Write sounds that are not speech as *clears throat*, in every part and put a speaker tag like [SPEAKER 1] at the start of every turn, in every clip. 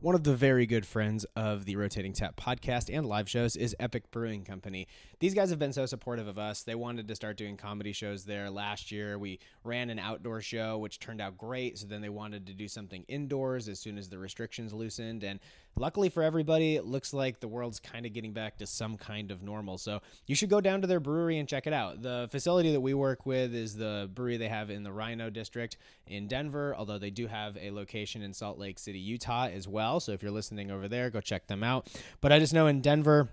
[SPEAKER 1] One of the very good friends of the Rotating Tap podcast and live shows is Epic Brewing Company. These guys have been so supportive of us. They wanted to start doing comedy shows there last year. We ran an outdoor show, which turned out great. So then they wanted to do something indoors as soon as the restrictions loosened. And luckily for everybody, it looks like the world's kind of getting back to some kind of normal. So you should go down to their brewery and check it out. The facility that we work with is the brewery they have in the Rhino District in Denver, although they do have a location in Salt Lake City, Utah as well. So if you're listening over there, go check them out. But I just know in Denver,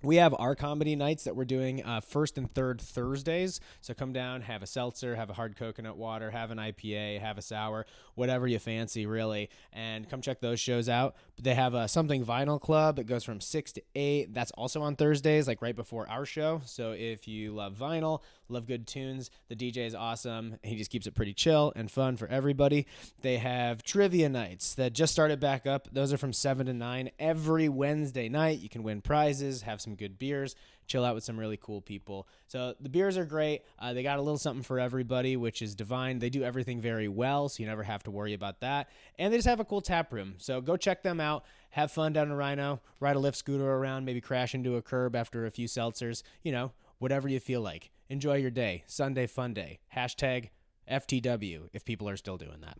[SPEAKER 1] we have our comedy nights that we're doing uh, first and third Thursdays. So come down, have a seltzer, have a hard coconut water, have an IPA, have a sour, whatever you fancy, really. And come check those shows out. They have a Something Vinyl Club. It goes from 6 to 8. That's also on Thursdays, like right before our show. So if you love vinyl, love good tunes, the DJ is awesome. He just keeps it pretty chill and fun for everybody. They have trivia nights that just started back up. Those are from 7 to 9 every Wednesday night. You can win prizes, have some good beers, chill out with some really cool people. So the beers are great. Uh, they got a little something for everybody, which is divine. They do everything very well, so you never have to worry about that. And they just have a cool tap room. So go check them out. Have fun down in Rhino. Ride a lift scooter around, maybe crash into a curb after a few seltzers. You know, whatever you feel like. Enjoy your day. Sunday fun day. Hashtag FTW if people are still doing that.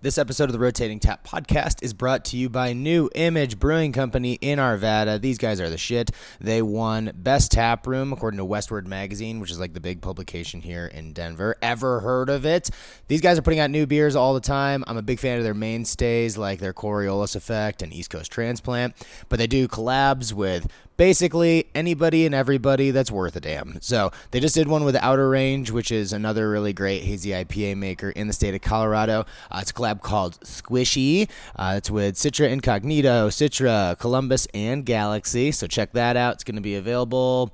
[SPEAKER 1] This episode of the Rotating Tap podcast is brought to you by New Image Brewing Company in Arvada. These guys are the shit. They won Best Tap Room according to Westward Magazine, which is like the big publication here in Denver. Ever heard of it? These guys are putting out new beers all the time. I'm a big fan of their mainstays like their Coriolis Effect and East Coast Transplant, but they do collabs with basically anybody and everybody that's worth a damn. So they just did one with Outer Range, which is another really great hazy IPA maker in the state of Colorado. Uh, it's a collab called Squishy. Uh, it's with Citra Incognito, Citra, Columbus, and Galaxy. So check that out. It's going to be available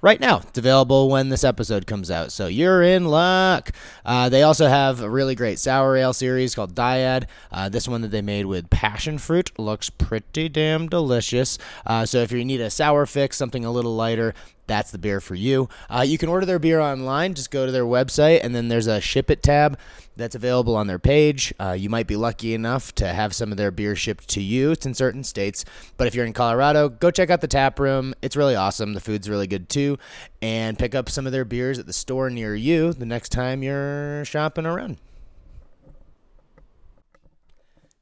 [SPEAKER 1] right now. It's available when this episode comes out, so you're in luck. Uh, they also have a really great sour ale series called Dyad. Uh, this one that they made with passion fruit looks pretty damn delicious. Uh, so if you need a sour fix, something a little lighter, that's the beer for you. Uh, you can order their beer online. Just go to their website, and then there's a ship it tab that's available on their page. Uh, you might be lucky enough to have some of their beer shipped to you. It's in certain states. But if you're in Colorado, go check out the tap room. It's really awesome. The food's really good too. And pick up some of their beers at the store near you the next time you're shopping around.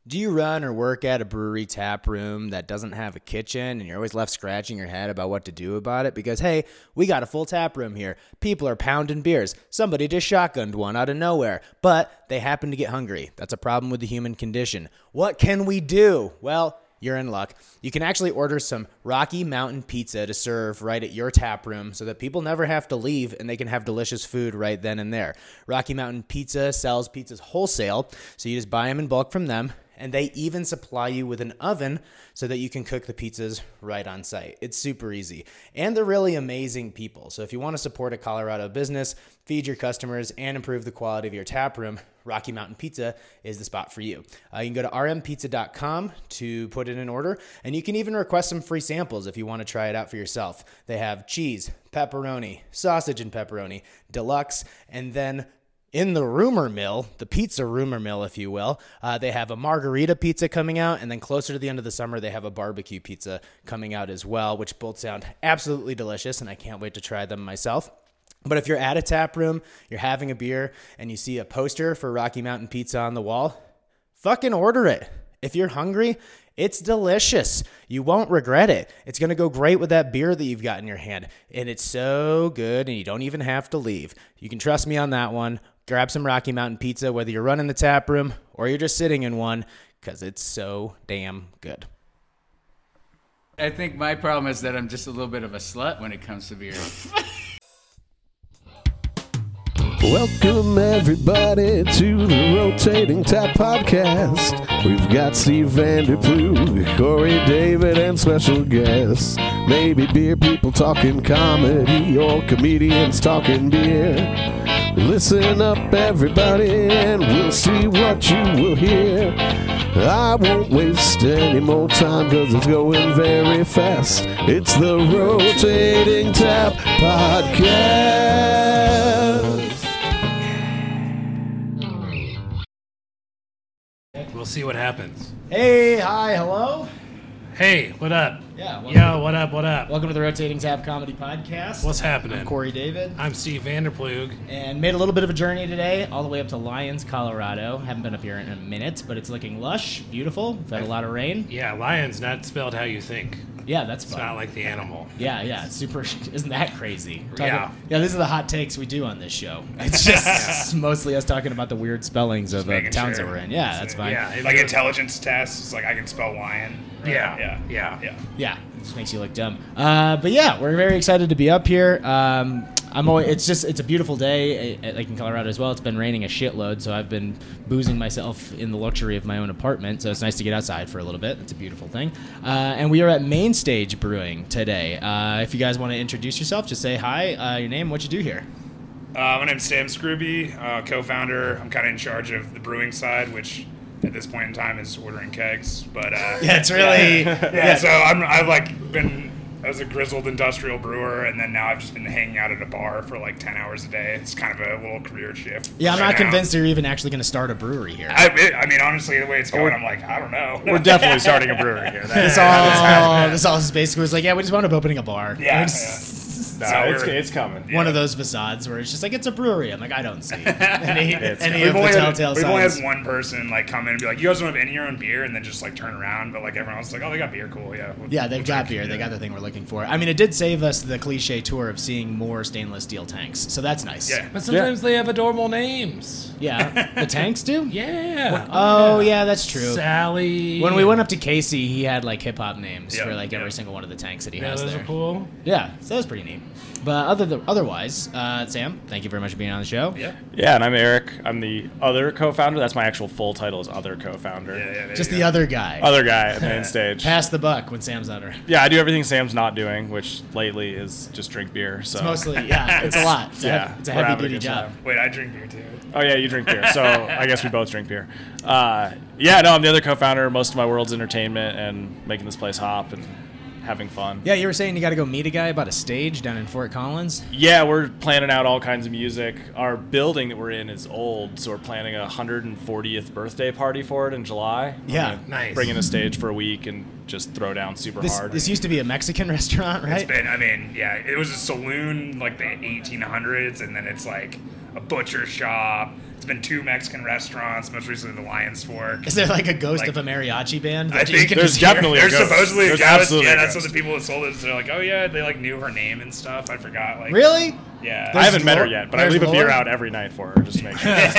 [SPEAKER 1] Do you run or work at a brewery tap room that doesn't have a kitchen and you're always left scratching your head about what to do about it? Because, hey, we got a full tap room here. People are pounding beers. Somebody just shotgunned one out of nowhere, but they happen to get hungry. That's a problem with the human condition. What can we do? Well, you're in luck. You can actually order some Rocky Mountain pizza to serve right at your tap room so that people never have to leave and they can have delicious food right then and there. Rocky Mountain Pizza sells pizzas wholesale, so you just buy them in bulk from them, and they even supply you with an oven so that you can cook the pizzas right on site. It's super easy. And they're really amazing people. So if you want to support a Colorado business, feed your customers, and improve the quality of your tap room, Rocky Mountain Pizza is the spot for you. Uh, you can go to rmpizza.com to put in an order, and you can even request some free samples if you want to try it out for yourself. They have cheese, pepperoni, sausage and pepperoni, deluxe, and then in the rumor mill, the pizza rumor mill, if you will, uh, they have a margarita pizza coming out, and then closer to the end of the summer, they have a barbecue pizza coming out as well, which both sound absolutely delicious, and I can't wait to try them myself. But if you're at a tap room, you're having a beer, and you see a poster for Rocky Mountain Pizza on the wall, fucking order it. If you're hungry, it's delicious. You won't regret it. It's going to go great with that beer that you've got in your hand. And it's so good, and you don't even have to leave. You can trust me on that one. Grab some Rocky Mountain Pizza, whether you're running the tap room or you're just sitting in one, because it's so damn good.
[SPEAKER 2] I think my problem is that I'm just a little bit of a slut when it comes to beer.
[SPEAKER 3] Welcome everybody to the Rotating Tap Podcast. We've got Steve Vanderploeg, Corey David, and special guests. Maybe beer people talking comedy or comedians talking beer. Listen up everybody and we'll see what you will hear. I won't waste any more time cause it's going very fast. It's the Rotating Tap Podcast.
[SPEAKER 4] We'll see what happens.
[SPEAKER 1] Hey, hi, hello.
[SPEAKER 4] Hey, what up?
[SPEAKER 1] Yeah, welcome,
[SPEAKER 4] Yo, what up? What up?
[SPEAKER 1] welcome to the Rotating Tap Comedy Podcast.
[SPEAKER 4] What's happening?
[SPEAKER 1] I'm Corey David,
[SPEAKER 4] I'm Steve Vanderplug.
[SPEAKER 1] and made a little bit of a journey today, all the way up to Lyons, Colorado. Haven't been up here in a minute, but it's looking lush, beautiful. We've had a lot of rain.
[SPEAKER 4] Yeah, lion's not spelled how you think.
[SPEAKER 1] Yeah, that's fun.
[SPEAKER 4] It's not like the animal.
[SPEAKER 1] Yeah, yeah, it's super. *laughs* Isn't that crazy?
[SPEAKER 4] Yeah.
[SPEAKER 1] yeah. These are the hot takes we do on this show. It's just it's mostly us talking about the weird spellings of uh,
[SPEAKER 5] making
[SPEAKER 1] towns
[SPEAKER 5] sure.
[SPEAKER 1] that we're in. Yeah, that's fine.
[SPEAKER 4] Yeah, it
[SPEAKER 5] like
[SPEAKER 4] was-
[SPEAKER 5] intelligence tests. It's like I can spell lion. right?
[SPEAKER 4] Yeah,
[SPEAKER 5] yeah,
[SPEAKER 4] yeah.
[SPEAKER 5] yeah.
[SPEAKER 1] Yeah, it just makes you look dumb. Uh, but yeah, we're very excited to be up here. Um, I'm always, it's just it's a beautiful day, eh, eh, like in Colorado as well. It's been raining a shitload, so I've been boozing myself in the luxury of my own apartment. So it's nice to get outside for a little bit. It's a beautiful thing. Uh, and we are at Main Stage Brewing today. Uh, if you guys want to introduce yourself, just say hi, uh, your name, what you do here.
[SPEAKER 5] Uh, my name's Sam Scrooby, uh, co-founder. I'm kind of in charge of the brewing side, which at this point in time is ordering kegs. But uh,
[SPEAKER 1] Yeah, it's really-
[SPEAKER 5] *laughs* yeah.
[SPEAKER 1] yeah.
[SPEAKER 5] So I'm I've like been I was a grizzled industrial brewer, and then now I've just been hanging out at a bar for like ten hours a day. It's kind of a little career shift.
[SPEAKER 1] Yeah, I'm
[SPEAKER 5] right
[SPEAKER 1] not
[SPEAKER 5] now.
[SPEAKER 1] convinced they're even actually going to start a brewery here.
[SPEAKER 5] *laughs* I, it- I mean, honestly, the way it's going, I'm like, I don't know.
[SPEAKER 6] We're
[SPEAKER 5] *laughs*
[SPEAKER 6] definitely starting a brewery here. That
[SPEAKER 1] This
[SPEAKER 6] is
[SPEAKER 1] all, this all is basically was like, yeah, we just wound up opening a bar. *laughs*
[SPEAKER 5] Yeah, *laughs*
[SPEAKER 1] It's
[SPEAKER 6] no,
[SPEAKER 5] So
[SPEAKER 6] it's,
[SPEAKER 5] we're-
[SPEAKER 6] it's coming.
[SPEAKER 1] One of those facades where it's just like it's a brewery. I'm like, I don't see any, any
[SPEAKER 5] We've
[SPEAKER 1] of the
[SPEAKER 5] only, had,
[SPEAKER 1] telltale
[SPEAKER 5] we've only
[SPEAKER 1] signs.
[SPEAKER 5] had one person like come in and be like, "You guys don't have any of your own beer," and then just like turn around. But like everyone else is like, "Oh, they got beer, cool, yeah." we'll-
[SPEAKER 1] Yeah, they've
[SPEAKER 5] we'll
[SPEAKER 1] got
[SPEAKER 5] drink."
[SPEAKER 1] beer. They
[SPEAKER 5] Yeah.
[SPEAKER 1] got the thing we're looking for. I mean, it did save us the cliche tour of seeing more stainless steel tanks, so that's nice.
[SPEAKER 5] Yeah.
[SPEAKER 4] But sometimes they have adorable names.
[SPEAKER 1] yeah. The tanks do.
[SPEAKER 4] Yeah.
[SPEAKER 1] Oh yeah, that's true.
[SPEAKER 4] Sally.
[SPEAKER 1] When we went up to Casey, he had like hip hop names
[SPEAKER 5] Yeah,
[SPEAKER 1] for like every
[SPEAKER 5] yeah.
[SPEAKER 1] single one of the tanks that he
[SPEAKER 4] yeah,
[SPEAKER 1] has
[SPEAKER 4] those
[SPEAKER 1] there.
[SPEAKER 4] are cool.
[SPEAKER 1] Yeah, so that was pretty neat. But other th- otherwise, uh, Sam, thank you very much for being on the show.
[SPEAKER 5] Yeah.
[SPEAKER 6] Yeah, and I'm Eric. I'm the other co-founder. That's my actual full title is other co-founder.
[SPEAKER 5] Yeah, yeah, there
[SPEAKER 1] Just
[SPEAKER 5] you
[SPEAKER 1] the
[SPEAKER 5] go.
[SPEAKER 1] other guy.
[SPEAKER 6] Other
[SPEAKER 1] *laughs*
[SPEAKER 6] guy at main stage.
[SPEAKER 1] Pass the buck when Sam's not around.
[SPEAKER 6] Yeah, I do everything Sam's not doing, which lately is just drink beer. So
[SPEAKER 1] It's mostly, yeah, it's a lot. It's a,
[SPEAKER 6] Oh. Yeah,
[SPEAKER 1] heavy, it's a
[SPEAKER 6] we're having
[SPEAKER 1] heavy
[SPEAKER 6] a
[SPEAKER 1] duty
[SPEAKER 6] good
[SPEAKER 1] job.
[SPEAKER 5] Wait, I drink beer too.
[SPEAKER 6] Oh yeah, you drink beer.
[SPEAKER 1] *laughs*
[SPEAKER 6] So I guess we both drink beer. Uh, yeah, no, I'm the other co-founder. Most of my world's entertainment and making this place hop and having fun.
[SPEAKER 1] Yeah, you were saying you got to go meet a guy about a stage down in Fort Collins.
[SPEAKER 6] Yeah, we're planning out all kinds of music. Our building that we're in is old, so we're planning a 140th birthday party for it in July. We're
[SPEAKER 1] Yeah,
[SPEAKER 6] gonna
[SPEAKER 4] nice.
[SPEAKER 6] Bring in a stage for a week and just throw down super
[SPEAKER 1] This
[SPEAKER 6] hard.
[SPEAKER 1] this used to be a Mexican *laughs* restaurant, right?
[SPEAKER 5] It's been, I mean, yeah, it was a saloon like the 1800s, and then it's like a butcher shop. It's been two Mexican restaurants, most recently the Lion's Fork.
[SPEAKER 1] Is there like a ghost
[SPEAKER 5] Like-
[SPEAKER 1] of a mariachi band?
[SPEAKER 5] I
[SPEAKER 1] that you
[SPEAKER 5] think
[SPEAKER 1] can
[SPEAKER 6] there's
[SPEAKER 1] just hear?
[SPEAKER 6] definitely a
[SPEAKER 5] There's
[SPEAKER 6] ghost.
[SPEAKER 5] supposedly
[SPEAKER 6] There's
[SPEAKER 5] a ghost.
[SPEAKER 6] absolutely
[SPEAKER 5] yeah,
[SPEAKER 6] a
[SPEAKER 5] that's
[SPEAKER 6] ghost.
[SPEAKER 5] what the people that sold it. is. They're like, oh yeah, they like knew her name and stuff. I forgot. Like
[SPEAKER 1] really.
[SPEAKER 5] Yeah.
[SPEAKER 6] I haven't met her
[SPEAKER 1] Lord-
[SPEAKER 6] yet, but I
[SPEAKER 1] there's
[SPEAKER 6] leave a beer
[SPEAKER 1] Lord.
[SPEAKER 6] out every night for her just to make
[SPEAKER 5] *laughs*
[SPEAKER 6] sure.
[SPEAKER 1] *laughs*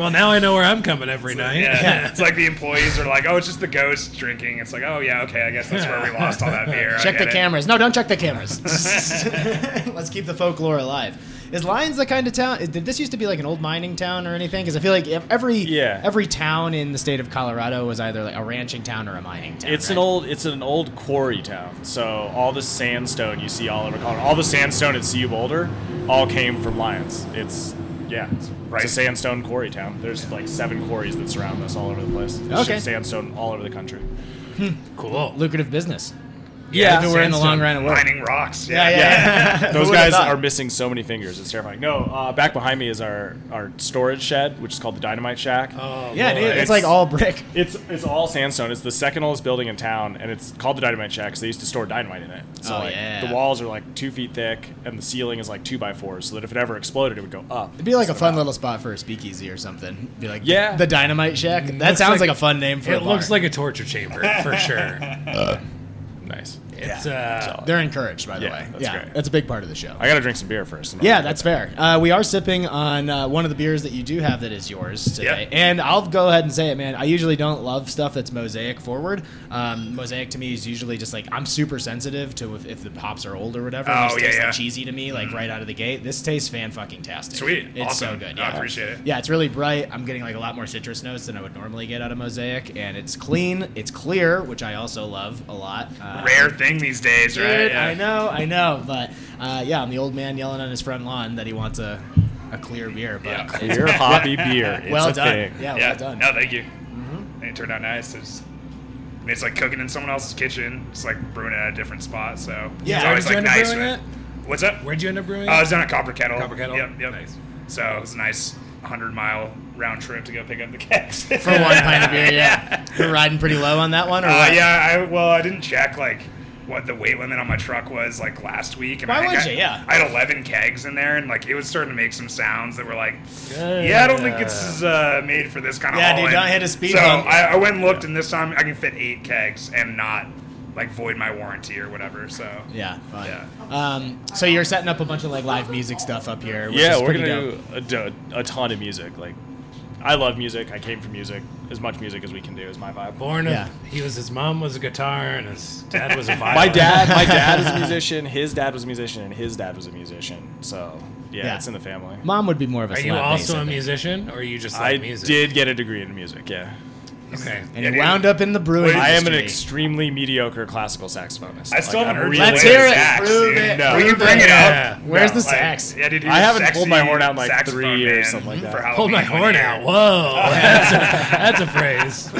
[SPEAKER 4] well, now I know where I'm coming every night.
[SPEAKER 5] Yeah.
[SPEAKER 1] Yeah.
[SPEAKER 5] *laughs* It's like the employees are like, oh, it's just the ghost drinking. It's like, oh, yeah, okay, I guess that's where we lost
[SPEAKER 1] *laughs*
[SPEAKER 5] all that beer. I
[SPEAKER 1] Check
[SPEAKER 5] get
[SPEAKER 1] the
[SPEAKER 5] it.
[SPEAKER 1] cameras. No, don't check the cameras. *laughs* Let's keep the folklore alive. Is Lyons the kind of town? Did this used to be like an old mining town or anything? Because I feel like if every
[SPEAKER 6] Yeah.
[SPEAKER 1] every town in the state of Colorado was either like a ranching town or a mining town.
[SPEAKER 6] *laughs* It's an
[SPEAKER 1] right?
[SPEAKER 6] old it's an old quarry town. So all the sandstone you see all over Colorado, all the sandstone at CU Boulder, all came from Lions. It's yeah, it's,
[SPEAKER 5] Right.
[SPEAKER 6] it's a sandstone quarry town. There's like seven quarries that surround us all over the place. It's
[SPEAKER 1] Okay.
[SPEAKER 6] just sandstone all over the country.
[SPEAKER 4] Cool.
[SPEAKER 1] lucrative business.
[SPEAKER 6] Yeah,
[SPEAKER 1] if it *laughs* were in the long
[SPEAKER 4] sandstone
[SPEAKER 1] run, it would.
[SPEAKER 5] Mining rocks.
[SPEAKER 1] Yeah, yeah, yeah. Who
[SPEAKER 6] Those
[SPEAKER 1] would've
[SPEAKER 6] guys
[SPEAKER 1] thought?
[SPEAKER 6] are missing so many fingers. It's terrifying. No, uh, back behind me is our our storage shed, which is called the Dynamite Shack.
[SPEAKER 4] Oh,
[SPEAKER 1] Yeah, dude,
[SPEAKER 4] Lord.
[SPEAKER 1] it's,
[SPEAKER 6] It's-
[SPEAKER 1] like all brick.
[SPEAKER 6] It's it's all sandstone. It's the second oldest building in town, and it's called the Dynamite Shack because they used to store dynamite in it. So
[SPEAKER 1] Oh,
[SPEAKER 6] like,
[SPEAKER 1] yeah.
[SPEAKER 6] the walls are like two feet thick, and the ceiling is like two by fours, so that if it ever exploded, it would go up.
[SPEAKER 1] It'd be like a fun little spot for a speakeasy or something. Be like,
[SPEAKER 6] Yeah. Mm.
[SPEAKER 1] the Dynamite Shack. That
[SPEAKER 4] Looks
[SPEAKER 1] sounds like,
[SPEAKER 4] like-
[SPEAKER 1] a fun name for a
[SPEAKER 4] It
[SPEAKER 1] bar.
[SPEAKER 4] looks like a torture chamber for
[SPEAKER 1] *laughs*
[SPEAKER 4] sure.
[SPEAKER 6] Nice.
[SPEAKER 4] It's uh,
[SPEAKER 1] they're encouraged, by the
[SPEAKER 6] Yeah,
[SPEAKER 1] way.
[SPEAKER 6] that's
[SPEAKER 1] yeah,
[SPEAKER 6] great.
[SPEAKER 1] that's a big part of the show.
[SPEAKER 6] I gotta drink some beer first. in order
[SPEAKER 1] Yeah,
[SPEAKER 6] to
[SPEAKER 1] that's
[SPEAKER 6] get
[SPEAKER 1] fair. Uh, we are sipping on uh, one of the beers that you do have that is yours today.
[SPEAKER 5] Yep.
[SPEAKER 1] And I'll go ahead and say it, man. I usually don't love stuff that's mosaic forward. Um, mosaic to me is usually just like I'm super sensitive to if, if the hops are old or whatever. it
[SPEAKER 5] Oh,
[SPEAKER 1] just
[SPEAKER 5] yeah,
[SPEAKER 1] tastes like
[SPEAKER 5] yeah. Mm-hmm.
[SPEAKER 1] cheesy to me, like right out of the gate. This tastes fan fucking tastic.
[SPEAKER 5] Sweet.
[SPEAKER 1] It's so
[SPEAKER 5] Awesome.
[SPEAKER 1] good.
[SPEAKER 5] I
[SPEAKER 1] Yeah.
[SPEAKER 5] appreciate it.
[SPEAKER 1] Yeah, it's really bright. I'm getting like a lot more citrus notes than I would normally get out of mosaic. And it's clean, it's clear, which I also love a lot. Uh,
[SPEAKER 5] Rare thing these days,
[SPEAKER 1] Dude,
[SPEAKER 5] right? Yeah.
[SPEAKER 1] I know, I know, but uh, yeah, I'm the old man yelling on his front lawn that he wants a, a clear beer, but
[SPEAKER 5] Yeah.
[SPEAKER 1] it's
[SPEAKER 6] Beer,
[SPEAKER 1] *laughs*
[SPEAKER 6] hoppy beer. It's
[SPEAKER 1] well
[SPEAKER 6] a
[SPEAKER 1] done.
[SPEAKER 6] thing.
[SPEAKER 1] Yeah,
[SPEAKER 5] Yeah.
[SPEAKER 1] well done. Mm-hmm.
[SPEAKER 5] No, thank you. It turned out nice. It's, I mean, it's like cooking in someone else's kitchen. It's like brewing it at a different spot. So
[SPEAKER 1] Yeah.
[SPEAKER 5] it's
[SPEAKER 1] Where
[SPEAKER 5] always
[SPEAKER 4] did you
[SPEAKER 5] like
[SPEAKER 4] end up
[SPEAKER 5] nice.
[SPEAKER 4] brewing
[SPEAKER 5] when- What's up?
[SPEAKER 4] where'd you end up brewing?
[SPEAKER 5] Uh, I
[SPEAKER 4] it?
[SPEAKER 5] was down at Copper Kettle.
[SPEAKER 4] Copper Kettle?
[SPEAKER 5] Yep, yep.
[SPEAKER 4] Nice.
[SPEAKER 5] So it was nice. hundred mile round trip to go pick up the *laughs* kegs.
[SPEAKER 1] for one pint of beer. Yeah, you're riding pretty low on that one, or
[SPEAKER 5] Uh,
[SPEAKER 1] what?
[SPEAKER 5] yeah, I well, I didn't check like what the weight limit on my truck was like last week. And
[SPEAKER 1] Why
[SPEAKER 5] I think
[SPEAKER 1] would
[SPEAKER 5] I,
[SPEAKER 1] you? Yeah.
[SPEAKER 5] I had 11 kegs in there, and like it was starting to make some sounds that were like, yeah, I don't think this is uh, made for this kind of.
[SPEAKER 1] Yeah, dude,
[SPEAKER 5] haul-in."
[SPEAKER 1] don't hit a speed
[SPEAKER 5] So
[SPEAKER 1] bump.
[SPEAKER 5] I, I went and looked, and this time I can fit eight kegs and not like void my warranty or whatever. So
[SPEAKER 1] Yeah, fun.
[SPEAKER 5] Yeah.
[SPEAKER 1] Um, so you're setting up a bunch of like live music stuff up here. Which
[SPEAKER 6] yeah,
[SPEAKER 1] is
[SPEAKER 6] we're
[SPEAKER 1] pretty
[SPEAKER 6] gonna
[SPEAKER 1] dope.
[SPEAKER 6] do a, do- a ton of music. Like, I love music. I came from music. As much music as we can do is my vibe.
[SPEAKER 4] Born of,
[SPEAKER 1] Yeah.
[SPEAKER 4] he was his mom was a guitar and his
[SPEAKER 1] *laughs*
[SPEAKER 4] dad was a violin.
[SPEAKER 6] My dad, my dad is a musician. His dad was a musician, and his dad was a musician. So yeah,
[SPEAKER 1] Yeah.
[SPEAKER 6] it's in the family.
[SPEAKER 1] Mom would be more of a.
[SPEAKER 4] Are you
[SPEAKER 1] slap bass,
[SPEAKER 4] also
[SPEAKER 1] I
[SPEAKER 4] a
[SPEAKER 1] think.
[SPEAKER 4] musician, or are you just like
[SPEAKER 6] I
[SPEAKER 4] music?
[SPEAKER 6] did get a degree in music. Yeah,
[SPEAKER 4] Okay.
[SPEAKER 1] And
[SPEAKER 5] Yeah,
[SPEAKER 1] you
[SPEAKER 5] dude.
[SPEAKER 1] wound up in the brewing.
[SPEAKER 6] I am an
[SPEAKER 1] industry.
[SPEAKER 6] extremely mediocre classical saxophonist.
[SPEAKER 5] I still
[SPEAKER 6] Like,
[SPEAKER 5] haven't
[SPEAKER 6] I'm
[SPEAKER 5] heard you
[SPEAKER 6] really-
[SPEAKER 1] Let's
[SPEAKER 5] play
[SPEAKER 1] hear
[SPEAKER 5] the
[SPEAKER 1] it.
[SPEAKER 5] sax,
[SPEAKER 1] Prove
[SPEAKER 5] dude.
[SPEAKER 1] it.
[SPEAKER 6] No.
[SPEAKER 5] Will you
[SPEAKER 1] Prove
[SPEAKER 5] bring
[SPEAKER 1] it.
[SPEAKER 5] it
[SPEAKER 4] Yeah.
[SPEAKER 5] up?
[SPEAKER 1] Where's the
[SPEAKER 5] Like,
[SPEAKER 1] sax?
[SPEAKER 5] yeah, dude, he
[SPEAKER 6] I
[SPEAKER 5] was a
[SPEAKER 6] haven't pulled my
[SPEAKER 5] sexy
[SPEAKER 6] horn out in, like,
[SPEAKER 5] saxophone
[SPEAKER 6] three or
[SPEAKER 5] man
[SPEAKER 6] something like
[SPEAKER 5] for
[SPEAKER 6] that.
[SPEAKER 5] Halloween
[SPEAKER 4] Hold
[SPEAKER 6] *laughs*
[SPEAKER 4] my
[SPEAKER 5] one
[SPEAKER 4] horn
[SPEAKER 5] year.
[SPEAKER 4] out. Whoa, *laughs* that's a, that's a phrase.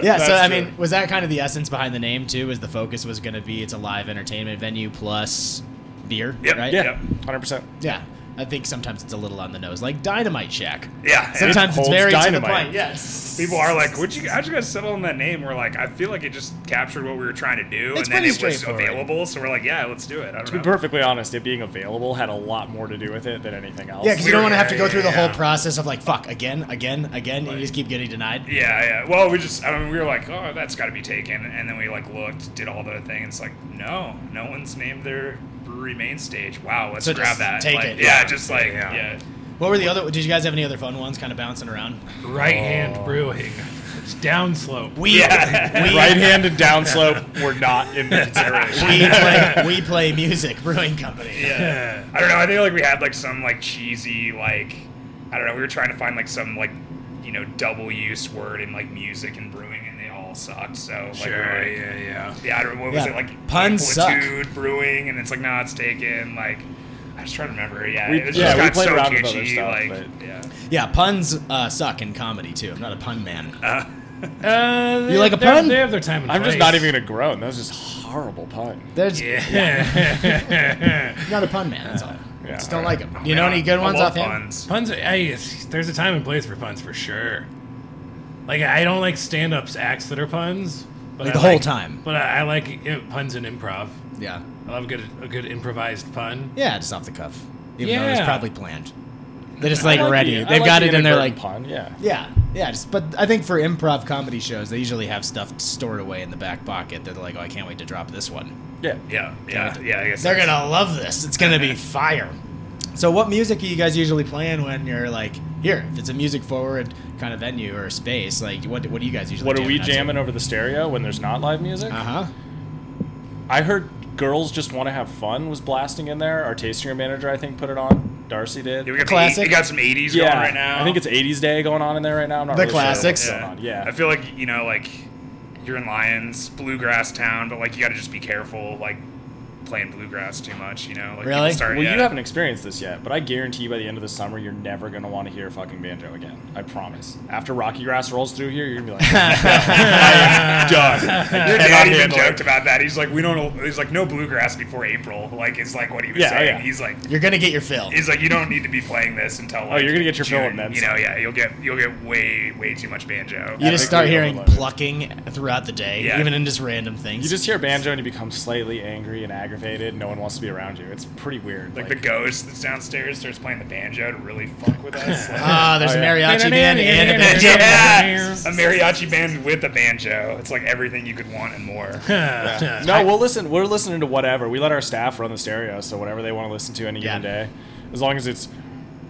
[SPEAKER 1] Yeah, so
[SPEAKER 6] That's
[SPEAKER 1] I mean, was that kind of the essence behind the name too? Is the focus was going to be it's a live entertainment venue plus beer,
[SPEAKER 5] Yep,
[SPEAKER 1] right?
[SPEAKER 5] yep.
[SPEAKER 6] Yeah, hundred percent.
[SPEAKER 1] Yeah. I think sometimes it's a little on the nose, like Dynamite Shack.
[SPEAKER 5] Yeah,
[SPEAKER 1] Sometimes it's
[SPEAKER 6] holds
[SPEAKER 1] very to the
[SPEAKER 6] dynamite.
[SPEAKER 1] point. Yes.
[SPEAKER 5] people are like, "Would you? How'd you guys settle on that name?" We're like, "I feel like it just captured what we were trying to do,
[SPEAKER 1] It's
[SPEAKER 5] and then
[SPEAKER 1] pretty
[SPEAKER 5] it was
[SPEAKER 1] straightforward.
[SPEAKER 5] available." So we're like, "Yeah, let's do it." I
[SPEAKER 6] To be
[SPEAKER 5] don't know.
[SPEAKER 6] perfectly honest, it being available had a lot more to do with it than anything else.
[SPEAKER 1] Yeah, because you don't want to have to go through the
[SPEAKER 4] Yeah.
[SPEAKER 1] whole process of like fuck again, again, again, and you just keep getting denied.
[SPEAKER 5] Yeah, yeah. Well, we just, I mean, we were like, "Oh, that's got to be taken," and then we like looked, did all the things. It's like, no, no one's named their brewery main stage. Wow, let's
[SPEAKER 1] So
[SPEAKER 5] grab
[SPEAKER 1] just
[SPEAKER 5] that.
[SPEAKER 1] take
[SPEAKER 5] Like,
[SPEAKER 1] it.
[SPEAKER 5] Yeah,
[SPEAKER 1] Yeah.
[SPEAKER 5] just like
[SPEAKER 4] Yeah.
[SPEAKER 5] yeah.
[SPEAKER 1] What were the other? Did you guys have any other fun ones kind of bouncing around?
[SPEAKER 4] Right
[SPEAKER 1] Oh.
[SPEAKER 4] hand brewing. It's downslope.
[SPEAKER 1] We
[SPEAKER 5] Yeah.
[SPEAKER 1] we,
[SPEAKER 6] Right-handed downslope were not in the consideration. *laughs*
[SPEAKER 1] we play we play music *laughs* brewing company.
[SPEAKER 5] *laughs* Yeah. I don't know. I think like we had like some like cheesy like I don't know. We were trying to find like some like you know double use word in like music and brewing, and they all sucked. So like, we were
[SPEAKER 4] Sure.
[SPEAKER 5] like,
[SPEAKER 4] Yeah, yeah.
[SPEAKER 5] Yeah, I don't, what was
[SPEAKER 1] Yeah,
[SPEAKER 5] it like?
[SPEAKER 1] puns suck.
[SPEAKER 5] Amplitude brewing, and it's like, nah, it's taken. Like, I just try to remember. Yeah,
[SPEAKER 6] We-
[SPEAKER 5] it
[SPEAKER 6] yeah,
[SPEAKER 5] just
[SPEAKER 6] we
[SPEAKER 5] got
[SPEAKER 6] played
[SPEAKER 5] so
[SPEAKER 6] around with
[SPEAKER 5] kitschy.
[SPEAKER 6] other stuff,
[SPEAKER 5] like,
[SPEAKER 6] but-
[SPEAKER 5] yeah,
[SPEAKER 1] Yeah, puns uh, suck in comedy too. I'm not a pun man.
[SPEAKER 4] Uh, they-
[SPEAKER 1] You like a
[SPEAKER 4] they have-
[SPEAKER 1] pun?
[SPEAKER 4] They have their time. And
[SPEAKER 6] I'm just
[SPEAKER 4] place.
[SPEAKER 6] not even gonna groan. That was just horrible pun.
[SPEAKER 1] There's
[SPEAKER 4] Yeah.
[SPEAKER 1] I'm not a pun man. That's all.
[SPEAKER 6] Yeah.
[SPEAKER 1] Just don't like them.
[SPEAKER 5] Oh,
[SPEAKER 1] You know
[SPEAKER 5] yeah,
[SPEAKER 1] any good
[SPEAKER 5] I
[SPEAKER 1] ones
[SPEAKER 5] love
[SPEAKER 1] offhand?
[SPEAKER 5] puns.
[SPEAKER 4] Puns. Are, I, there's a time and place for puns for sure. Like I don't like stand-ups acts that are puns. But
[SPEAKER 1] Like
[SPEAKER 4] I
[SPEAKER 1] the whole time.
[SPEAKER 4] But I, I like you know, puns and improv.
[SPEAKER 1] Yeah.
[SPEAKER 4] I love a good a good improvised pun.
[SPEAKER 1] Yeah, just off the cuff. Even though it was
[SPEAKER 4] Yeah.
[SPEAKER 1] probably planned. They're just
[SPEAKER 6] I
[SPEAKER 1] like
[SPEAKER 6] like
[SPEAKER 1] ready.
[SPEAKER 6] the- I
[SPEAKER 1] They've
[SPEAKER 6] like
[SPEAKER 1] got
[SPEAKER 6] the
[SPEAKER 1] it in their like.
[SPEAKER 6] inadvertent pun. Yeah.
[SPEAKER 1] Yeah, yeah. Just, but I think for improv comedy shows, they usually have stuff stored away in the back pocket. They're like, oh, I can't wait to drop this one.
[SPEAKER 6] Yeah.
[SPEAKER 5] Yeah, yeah, yeah. I guess
[SPEAKER 1] They're
[SPEAKER 5] that's-
[SPEAKER 1] gonna love this. It's gonna be fire. So, what music are you guys usually playing when you're like here? If it's a music forward kind of venue or space, like what what do you guys usually?
[SPEAKER 6] What are we jamming over the stereo when there's not live music?
[SPEAKER 1] Uh huh.
[SPEAKER 6] I heard "Girls Just Want to Have Fun" was blasting in there. Our tasting room manager, I think, put it on. Darcy did.
[SPEAKER 5] Yeah, we got
[SPEAKER 1] Classic.
[SPEAKER 5] The, eight- we got some '80s going right now.
[SPEAKER 6] I think it's '80s day going on in there right now. I'm not
[SPEAKER 1] The
[SPEAKER 6] really sure what's
[SPEAKER 1] classics.
[SPEAKER 6] going on. Yeah.
[SPEAKER 5] I feel like you know, like you're in Lions, bluegrass town, but like you got to just be careful, like playing bluegrass too much. You know, like people
[SPEAKER 1] Really?
[SPEAKER 5] Start,
[SPEAKER 6] well,
[SPEAKER 5] yeah.
[SPEAKER 6] you haven't experienced this yet, but I guarantee you by the end of the summer, you're never going to want to hear fucking banjo again. I promise. After Rocky Grass rolls through here, you're going to be like,
[SPEAKER 1] *laughs*
[SPEAKER 6] I am *laughs* done. I
[SPEAKER 5] Your
[SPEAKER 6] cannot
[SPEAKER 5] dad even
[SPEAKER 6] handle it.
[SPEAKER 5] joked about that. He's like, we don't. He's like, no bluegrass before April. Like, is like what he was
[SPEAKER 6] Yeah, oh,
[SPEAKER 5] saying.
[SPEAKER 6] yeah.
[SPEAKER 5] He's like,
[SPEAKER 1] *laughs* You're gonna get your fill.
[SPEAKER 5] He's like, you don't need to be playing this until. Like,
[SPEAKER 6] Oh, you're gonna get your fill
[SPEAKER 5] June.
[SPEAKER 6] and then
[SPEAKER 5] You know,
[SPEAKER 6] some.
[SPEAKER 5] yeah, you'll get you'll get way way too much banjo.
[SPEAKER 1] You just
[SPEAKER 6] epically
[SPEAKER 1] start hearing
[SPEAKER 6] overloaded.
[SPEAKER 1] plucking throughout the day,
[SPEAKER 5] Yeah.
[SPEAKER 1] even in just random things.
[SPEAKER 6] You just hear banjo and you become slightly angry and aggravated. No one wants to be around you. It's pretty weird.
[SPEAKER 5] like the ghost that's downstairs starts playing the banjo to really fuck with
[SPEAKER 6] *laughs*
[SPEAKER 5] us. Like,
[SPEAKER 1] ah, there's
[SPEAKER 6] Oh,
[SPEAKER 1] a
[SPEAKER 6] yeah.
[SPEAKER 1] mariachi band and a banjo.
[SPEAKER 5] *laughs* yeah, a mariachi band with a banjo. It's like everything you could want and
[SPEAKER 6] *laughs*
[SPEAKER 5] more.
[SPEAKER 6] no, we'll listen. We're listening to whatever. We let our staff run the stereo, so whatever they want to listen to any given
[SPEAKER 1] Yeah.
[SPEAKER 6] day, as long as it's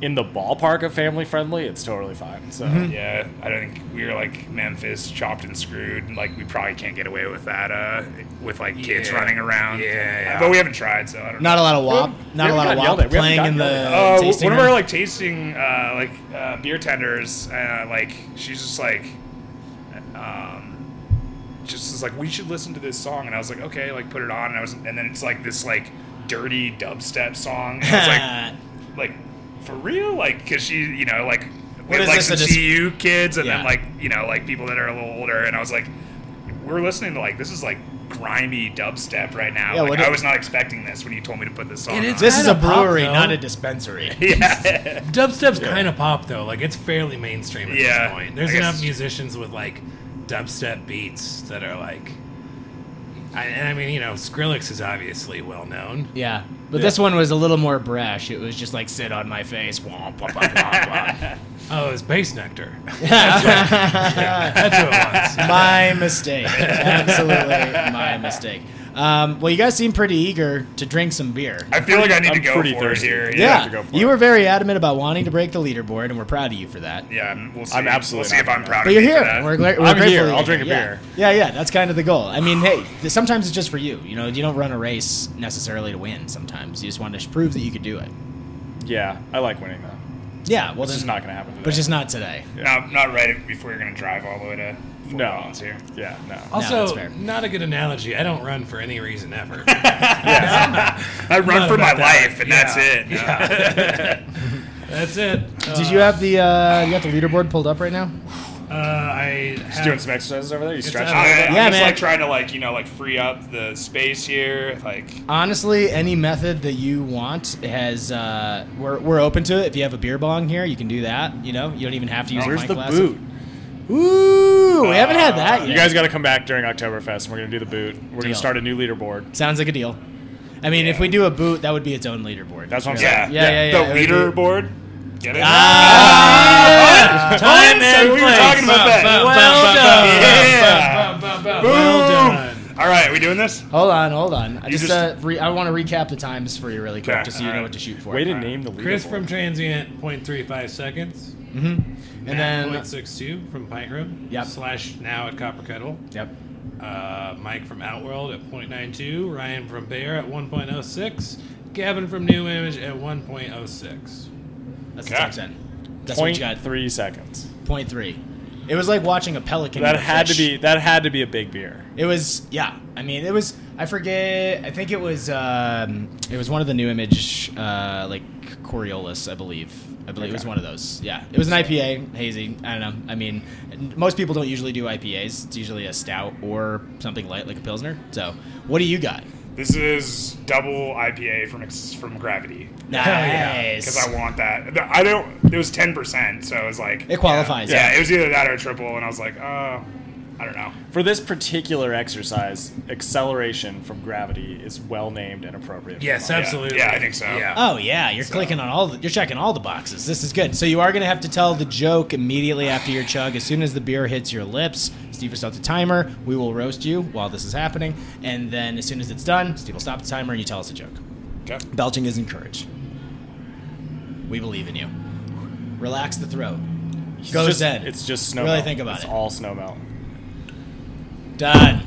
[SPEAKER 6] in the ballpark of family friendly, it's totally fine. So
[SPEAKER 1] Mm-hmm.
[SPEAKER 5] Yeah, I don't think we were like Memphis chopped and screwed. and, Like we probably can't get away with that. Uh, with like kids
[SPEAKER 4] Yeah.
[SPEAKER 5] running around.
[SPEAKER 4] Yeah, yeah.
[SPEAKER 5] But we haven't tried, so I don't know.
[SPEAKER 1] Not a lot of wop. Not a
[SPEAKER 6] haven't
[SPEAKER 1] lot of
[SPEAKER 6] gotten yelled
[SPEAKER 1] wop
[SPEAKER 6] at. We haven't
[SPEAKER 1] playing in
[SPEAKER 6] gotten
[SPEAKER 1] the
[SPEAKER 6] yelled
[SPEAKER 5] Uh, w-
[SPEAKER 1] tasting
[SPEAKER 5] one of our
[SPEAKER 1] room.
[SPEAKER 5] like tasting uh, like uh, beer tenders, uh, like she's just like, um, just is like we should listen to this song, and I was like, okay, like put it on, and I was, and then it's like this like dirty dubstep song, and I was like, like for real, like because she, you know, like we
[SPEAKER 1] What
[SPEAKER 5] had,
[SPEAKER 1] is
[SPEAKER 5] like
[SPEAKER 1] this,
[SPEAKER 5] some
[SPEAKER 1] a dis-
[SPEAKER 5] CU kids, and
[SPEAKER 1] Yeah.
[SPEAKER 5] then like you know like people that are a little older, and I was like. we're listening to like this is like grimy dubstep right now.
[SPEAKER 1] Yeah,
[SPEAKER 5] like,
[SPEAKER 1] what
[SPEAKER 5] I
[SPEAKER 1] it-
[SPEAKER 5] was not expecting this when you told me to put this song.
[SPEAKER 2] It is-
[SPEAKER 5] on.
[SPEAKER 1] *laughs* This is a
[SPEAKER 4] Kinda pop,
[SPEAKER 1] brewery,
[SPEAKER 4] though.
[SPEAKER 1] not a dispensary.
[SPEAKER 5] yeah,
[SPEAKER 4] Dubstep's kind of pop though. Like it's fairly mainstream at
[SPEAKER 5] Yeah,
[SPEAKER 4] this point.
[SPEAKER 5] I
[SPEAKER 4] There's
[SPEAKER 5] guess
[SPEAKER 4] enough
[SPEAKER 5] it's-
[SPEAKER 4] musicians with like dubstep beats that are like. I, and I mean, you know, Skrillex is obviously well known.
[SPEAKER 1] Yeah, but this one was a little more brash. It was just like sit on my face. Womp, womp, womp, womp,
[SPEAKER 4] Oh, it's
[SPEAKER 1] *laughs*
[SPEAKER 4] Bass Nectar.
[SPEAKER 1] womp.
[SPEAKER 4] That's who it was.
[SPEAKER 1] my mistake. Absolutely my mistake. Um, well, you guys seem pretty eager to drink some beer.
[SPEAKER 5] I feel like I need
[SPEAKER 6] I'm
[SPEAKER 5] to go
[SPEAKER 6] pretty
[SPEAKER 5] for
[SPEAKER 6] thirsty.
[SPEAKER 5] it here.
[SPEAKER 6] Yeah.
[SPEAKER 5] Yeah,
[SPEAKER 6] to go for
[SPEAKER 1] you
[SPEAKER 6] it.
[SPEAKER 1] were very adamant about wanting to break the leaderboard, and we're proud of you for that.
[SPEAKER 5] yeah. I'm- We'll see.
[SPEAKER 6] I'm absolutely
[SPEAKER 5] We'll see if
[SPEAKER 6] not
[SPEAKER 5] I'm
[SPEAKER 6] gonna-
[SPEAKER 5] proud.
[SPEAKER 1] But
[SPEAKER 5] of
[SPEAKER 1] you're
[SPEAKER 5] you
[SPEAKER 1] here.
[SPEAKER 5] For that.
[SPEAKER 1] and We're, gla- we're
[SPEAKER 6] I'm
[SPEAKER 1] grateful
[SPEAKER 6] here.
[SPEAKER 1] you're
[SPEAKER 6] I'll drink a
[SPEAKER 1] Yeah.
[SPEAKER 6] beer.
[SPEAKER 1] Yeah, yeah, that's kind of the goal. I mean, hey, th- sometimes it's just for you. You know, you don't run a race necessarily to win. Sometimes you just want to sh- prove that you could do it.
[SPEAKER 6] Yeah, I like winning though.
[SPEAKER 1] Yeah, well,
[SPEAKER 6] This
[SPEAKER 1] then,
[SPEAKER 6] is not gonna happen. Today.
[SPEAKER 1] but just not today.
[SPEAKER 5] Not, not right before you're gonna drive all the way to Fort
[SPEAKER 6] No.
[SPEAKER 5] Collins
[SPEAKER 6] *laughs*
[SPEAKER 5] here.
[SPEAKER 6] yeah, no.
[SPEAKER 1] that's
[SPEAKER 4] Also,
[SPEAKER 1] fair.
[SPEAKER 4] not a good analogy. I don't run for any reason
[SPEAKER 5] *laughs*
[SPEAKER 4] ever.
[SPEAKER 5] I run
[SPEAKER 4] not
[SPEAKER 5] for my
[SPEAKER 4] about that.
[SPEAKER 5] life, and
[SPEAKER 4] Yeah.
[SPEAKER 5] that's it.
[SPEAKER 4] That's it. Uh,
[SPEAKER 1] Did you have the uh, you got the leaderboard pulled up right now?
[SPEAKER 4] uh, I
[SPEAKER 6] Just
[SPEAKER 4] have,
[SPEAKER 6] doing some exercises over there. You stretching? Oh,
[SPEAKER 4] out.
[SPEAKER 6] a little
[SPEAKER 5] *laughs* I, am
[SPEAKER 1] Yeah,
[SPEAKER 5] just
[SPEAKER 1] man.
[SPEAKER 5] like trying to like you know like free up the space here. Like
[SPEAKER 1] Honestly, any method that you want has uh, we're, we're open to it. If you have a beer bong here, you can do that. You know, you don't even have to use.
[SPEAKER 6] bit?
[SPEAKER 1] a
[SPEAKER 6] Where's
[SPEAKER 1] pint
[SPEAKER 6] the
[SPEAKER 1] glass
[SPEAKER 6] boot?
[SPEAKER 1] of- Ooh, we haven't had that yet.
[SPEAKER 6] Uh, You guys got to come back during Oktoberfest, and we're gonna do the boot.
[SPEAKER 1] Deal.
[SPEAKER 6] We're gonna start a new leaderboard.
[SPEAKER 1] Sounds like a deal. I mean, if we do a boot, that would be its own leaderboard.
[SPEAKER 6] That's what I'm
[SPEAKER 5] yeah,
[SPEAKER 6] saying.
[SPEAKER 1] Yeah, yeah, yeah,
[SPEAKER 5] The
[SPEAKER 1] it would
[SPEAKER 5] leader
[SPEAKER 1] be-
[SPEAKER 5] board. Get it?
[SPEAKER 4] Ah, time and
[SPEAKER 5] Ah, we were
[SPEAKER 4] place.
[SPEAKER 5] talking about that.
[SPEAKER 4] Well done. Well
[SPEAKER 5] yeah. Boom.
[SPEAKER 4] done.
[SPEAKER 5] All right, we doing this?
[SPEAKER 1] Hold on, hold on. I
[SPEAKER 5] You
[SPEAKER 1] just, uh,
[SPEAKER 5] just-
[SPEAKER 1] re- I want to recap the times for you really quick,
[SPEAKER 5] Okay,
[SPEAKER 1] just so you know
[SPEAKER 5] alright.
[SPEAKER 1] what to shoot for.
[SPEAKER 6] Way to name the leaderboard.
[SPEAKER 4] Chris from Transient, 0.35 seconds.
[SPEAKER 1] and then,
[SPEAKER 4] 0.62 from Pint Room.
[SPEAKER 1] Yep.
[SPEAKER 4] Slash now at Copper Kettle.
[SPEAKER 1] yep.
[SPEAKER 4] Uh, Mike from Outworld at 0.92. Ryan from Bear at 1.06. Gavin from New Image at 1.06.
[SPEAKER 1] That's
[SPEAKER 5] Okay.
[SPEAKER 1] the top ten. That's
[SPEAKER 6] Point
[SPEAKER 1] what you got.
[SPEAKER 6] three seconds.
[SPEAKER 1] Point three. It was like watching a pelican.
[SPEAKER 6] That
[SPEAKER 1] eat a
[SPEAKER 6] had to
[SPEAKER 1] fish.
[SPEAKER 6] be. That had to be a big beer.
[SPEAKER 1] It was yeah. I mean, it was. I forget. I think it was. Um, it was one of the new image, uh, like Coriolis, I believe. I believe it was
[SPEAKER 6] Okay.
[SPEAKER 1] one of those. Yeah, it was an IPA, hazy. I don't know. I mean, n- most people don't usually do IPAs. It's usually a stout or something light, like a pilsner. So, what do you got?
[SPEAKER 5] This is double IPA from ex- from Gravity because
[SPEAKER 1] Nice.
[SPEAKER 5] I want that. The- I don't. It was ten percent, so it was like
[SPEAKER 1] It qualifies,
[SPEAKER 5] Yeah,
[SPEAKER 1] yeah.
[SPEAKER 5] it was either that or a triple, and I was like, oh, I don't know.
[SPEAKER 6] For this particular exercise, acceleration from gravity is well named and appropriate. for
[SPEAKER 4] Yes,
[SPEAKER 6] mine.
[SPEAKER 5] Yeah,
[SPEAKER 4] absolutely.
[SPEAKER 5] yeah, I think so.
[SPEAKER 4] Yeah.
[SPEAKER 1] Oh yeah, you're clicking on all. The, you're checking all the boxes. This is good. So you are gonna have to tell the joke immediately after your chug. As soon as the beer hits your lips, Steve will start the timer. We will roast you while this is happening, and then as soon as it's done, Steve will stop the timer and you tell us a joke.
[SPEAKER 5] Okay.
[SPEAKER 1] Belching is encouraged. We believe in you. Relax the throat.
[SPEAKER 6] It's
[SPEAKER 1] Goes
[SPEAKER 6] just,
[SPEAKER 1] Ed.
[SPEAKER 6] It's just snow.
[SPEAKER 1] Really
[SPEAKER 6] melt.
[SPEAKER 1] think about
[SPEAKER 6] it's
[SPEAKER 1] it.
[SPEAKER 6] all snow melt.
[SPEAKER 1] Done.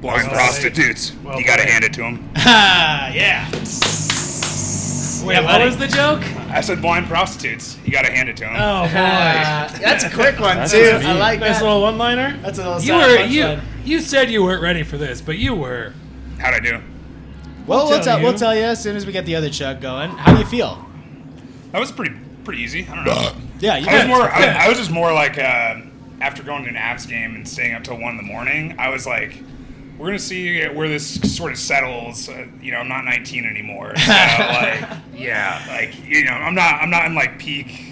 [SPEAKER 5] Blind
[SPEAKER 4] played.
[SPEAKER 5] prostitutes.
[SPEAKER 4] Well
[SPEAKER 5] you got to
[SPEAKER 4] played.
[SPEAKER 5] hand it to them.
[SPEAKER 1] Ah, yeah.
[SPEAKER 4] Wait,
[SPEAKER 1] Yeah,
[SPEAKER 4] what
[SPEAKER 1] buddy.
[SPEAKER 4] was the joke?
[SPEAKER 5] I said blind prostitutes. You got to hand it to
[SPEAKER 4] *laughs*
[SPEAKER 5] them.
[SPEAKER 4] Oh, boy.
[SPEAKER 1] Ah, that's a quick one
[SPEAKER 6] That's
[SPEAKER 1] too.
[SPEAKER 6] what I
[SPEAKER 1] I
[SPEAKER 6] mean.
[SPEAKER 1] like
[SPEAKER 4] nice
[SPEAKER 1] that.
[SPEAKER 4] little one liner.
[SPEAKER 1] That's a little.
[SPEAKER 4] You
[SPEAKER 1] side
[SPEAKER 4] were you,
[SPEAKER 1] punchline.
[SPEAKER 4] you said you weren't ready for this, but you were.
[SPEAKER 5] How'd I do?
[SPEAKER 1] Well, we'll,
[SPEAKER 4] We'll
[SPEAKER 1] tell,
[SPEAKER 4] tell
[SPEAKER 1] we'll
[SPEAKER 4] you.
[SPEAKER 1] tell you as soon as we get the other chug going. How do you feel?
[SPEAKER 5] That was pretty pretty easy. I don't know.
[SPEAKER 1] Yeah, you
[SPEAKER 5] I was
[SPEAKER 1] got
[SPEAKER 5] more. I, I was just more like uh, after going to an Avs game and staying up till one in the morning. I was like, we're gonna see where this sort of settles. Uh, you know, I'm not 19 anymore.
[SPEAKER 4] *laughs*
[SPEAKER 5] So like, yeah, like you know, I'm not. I'm not in like peak.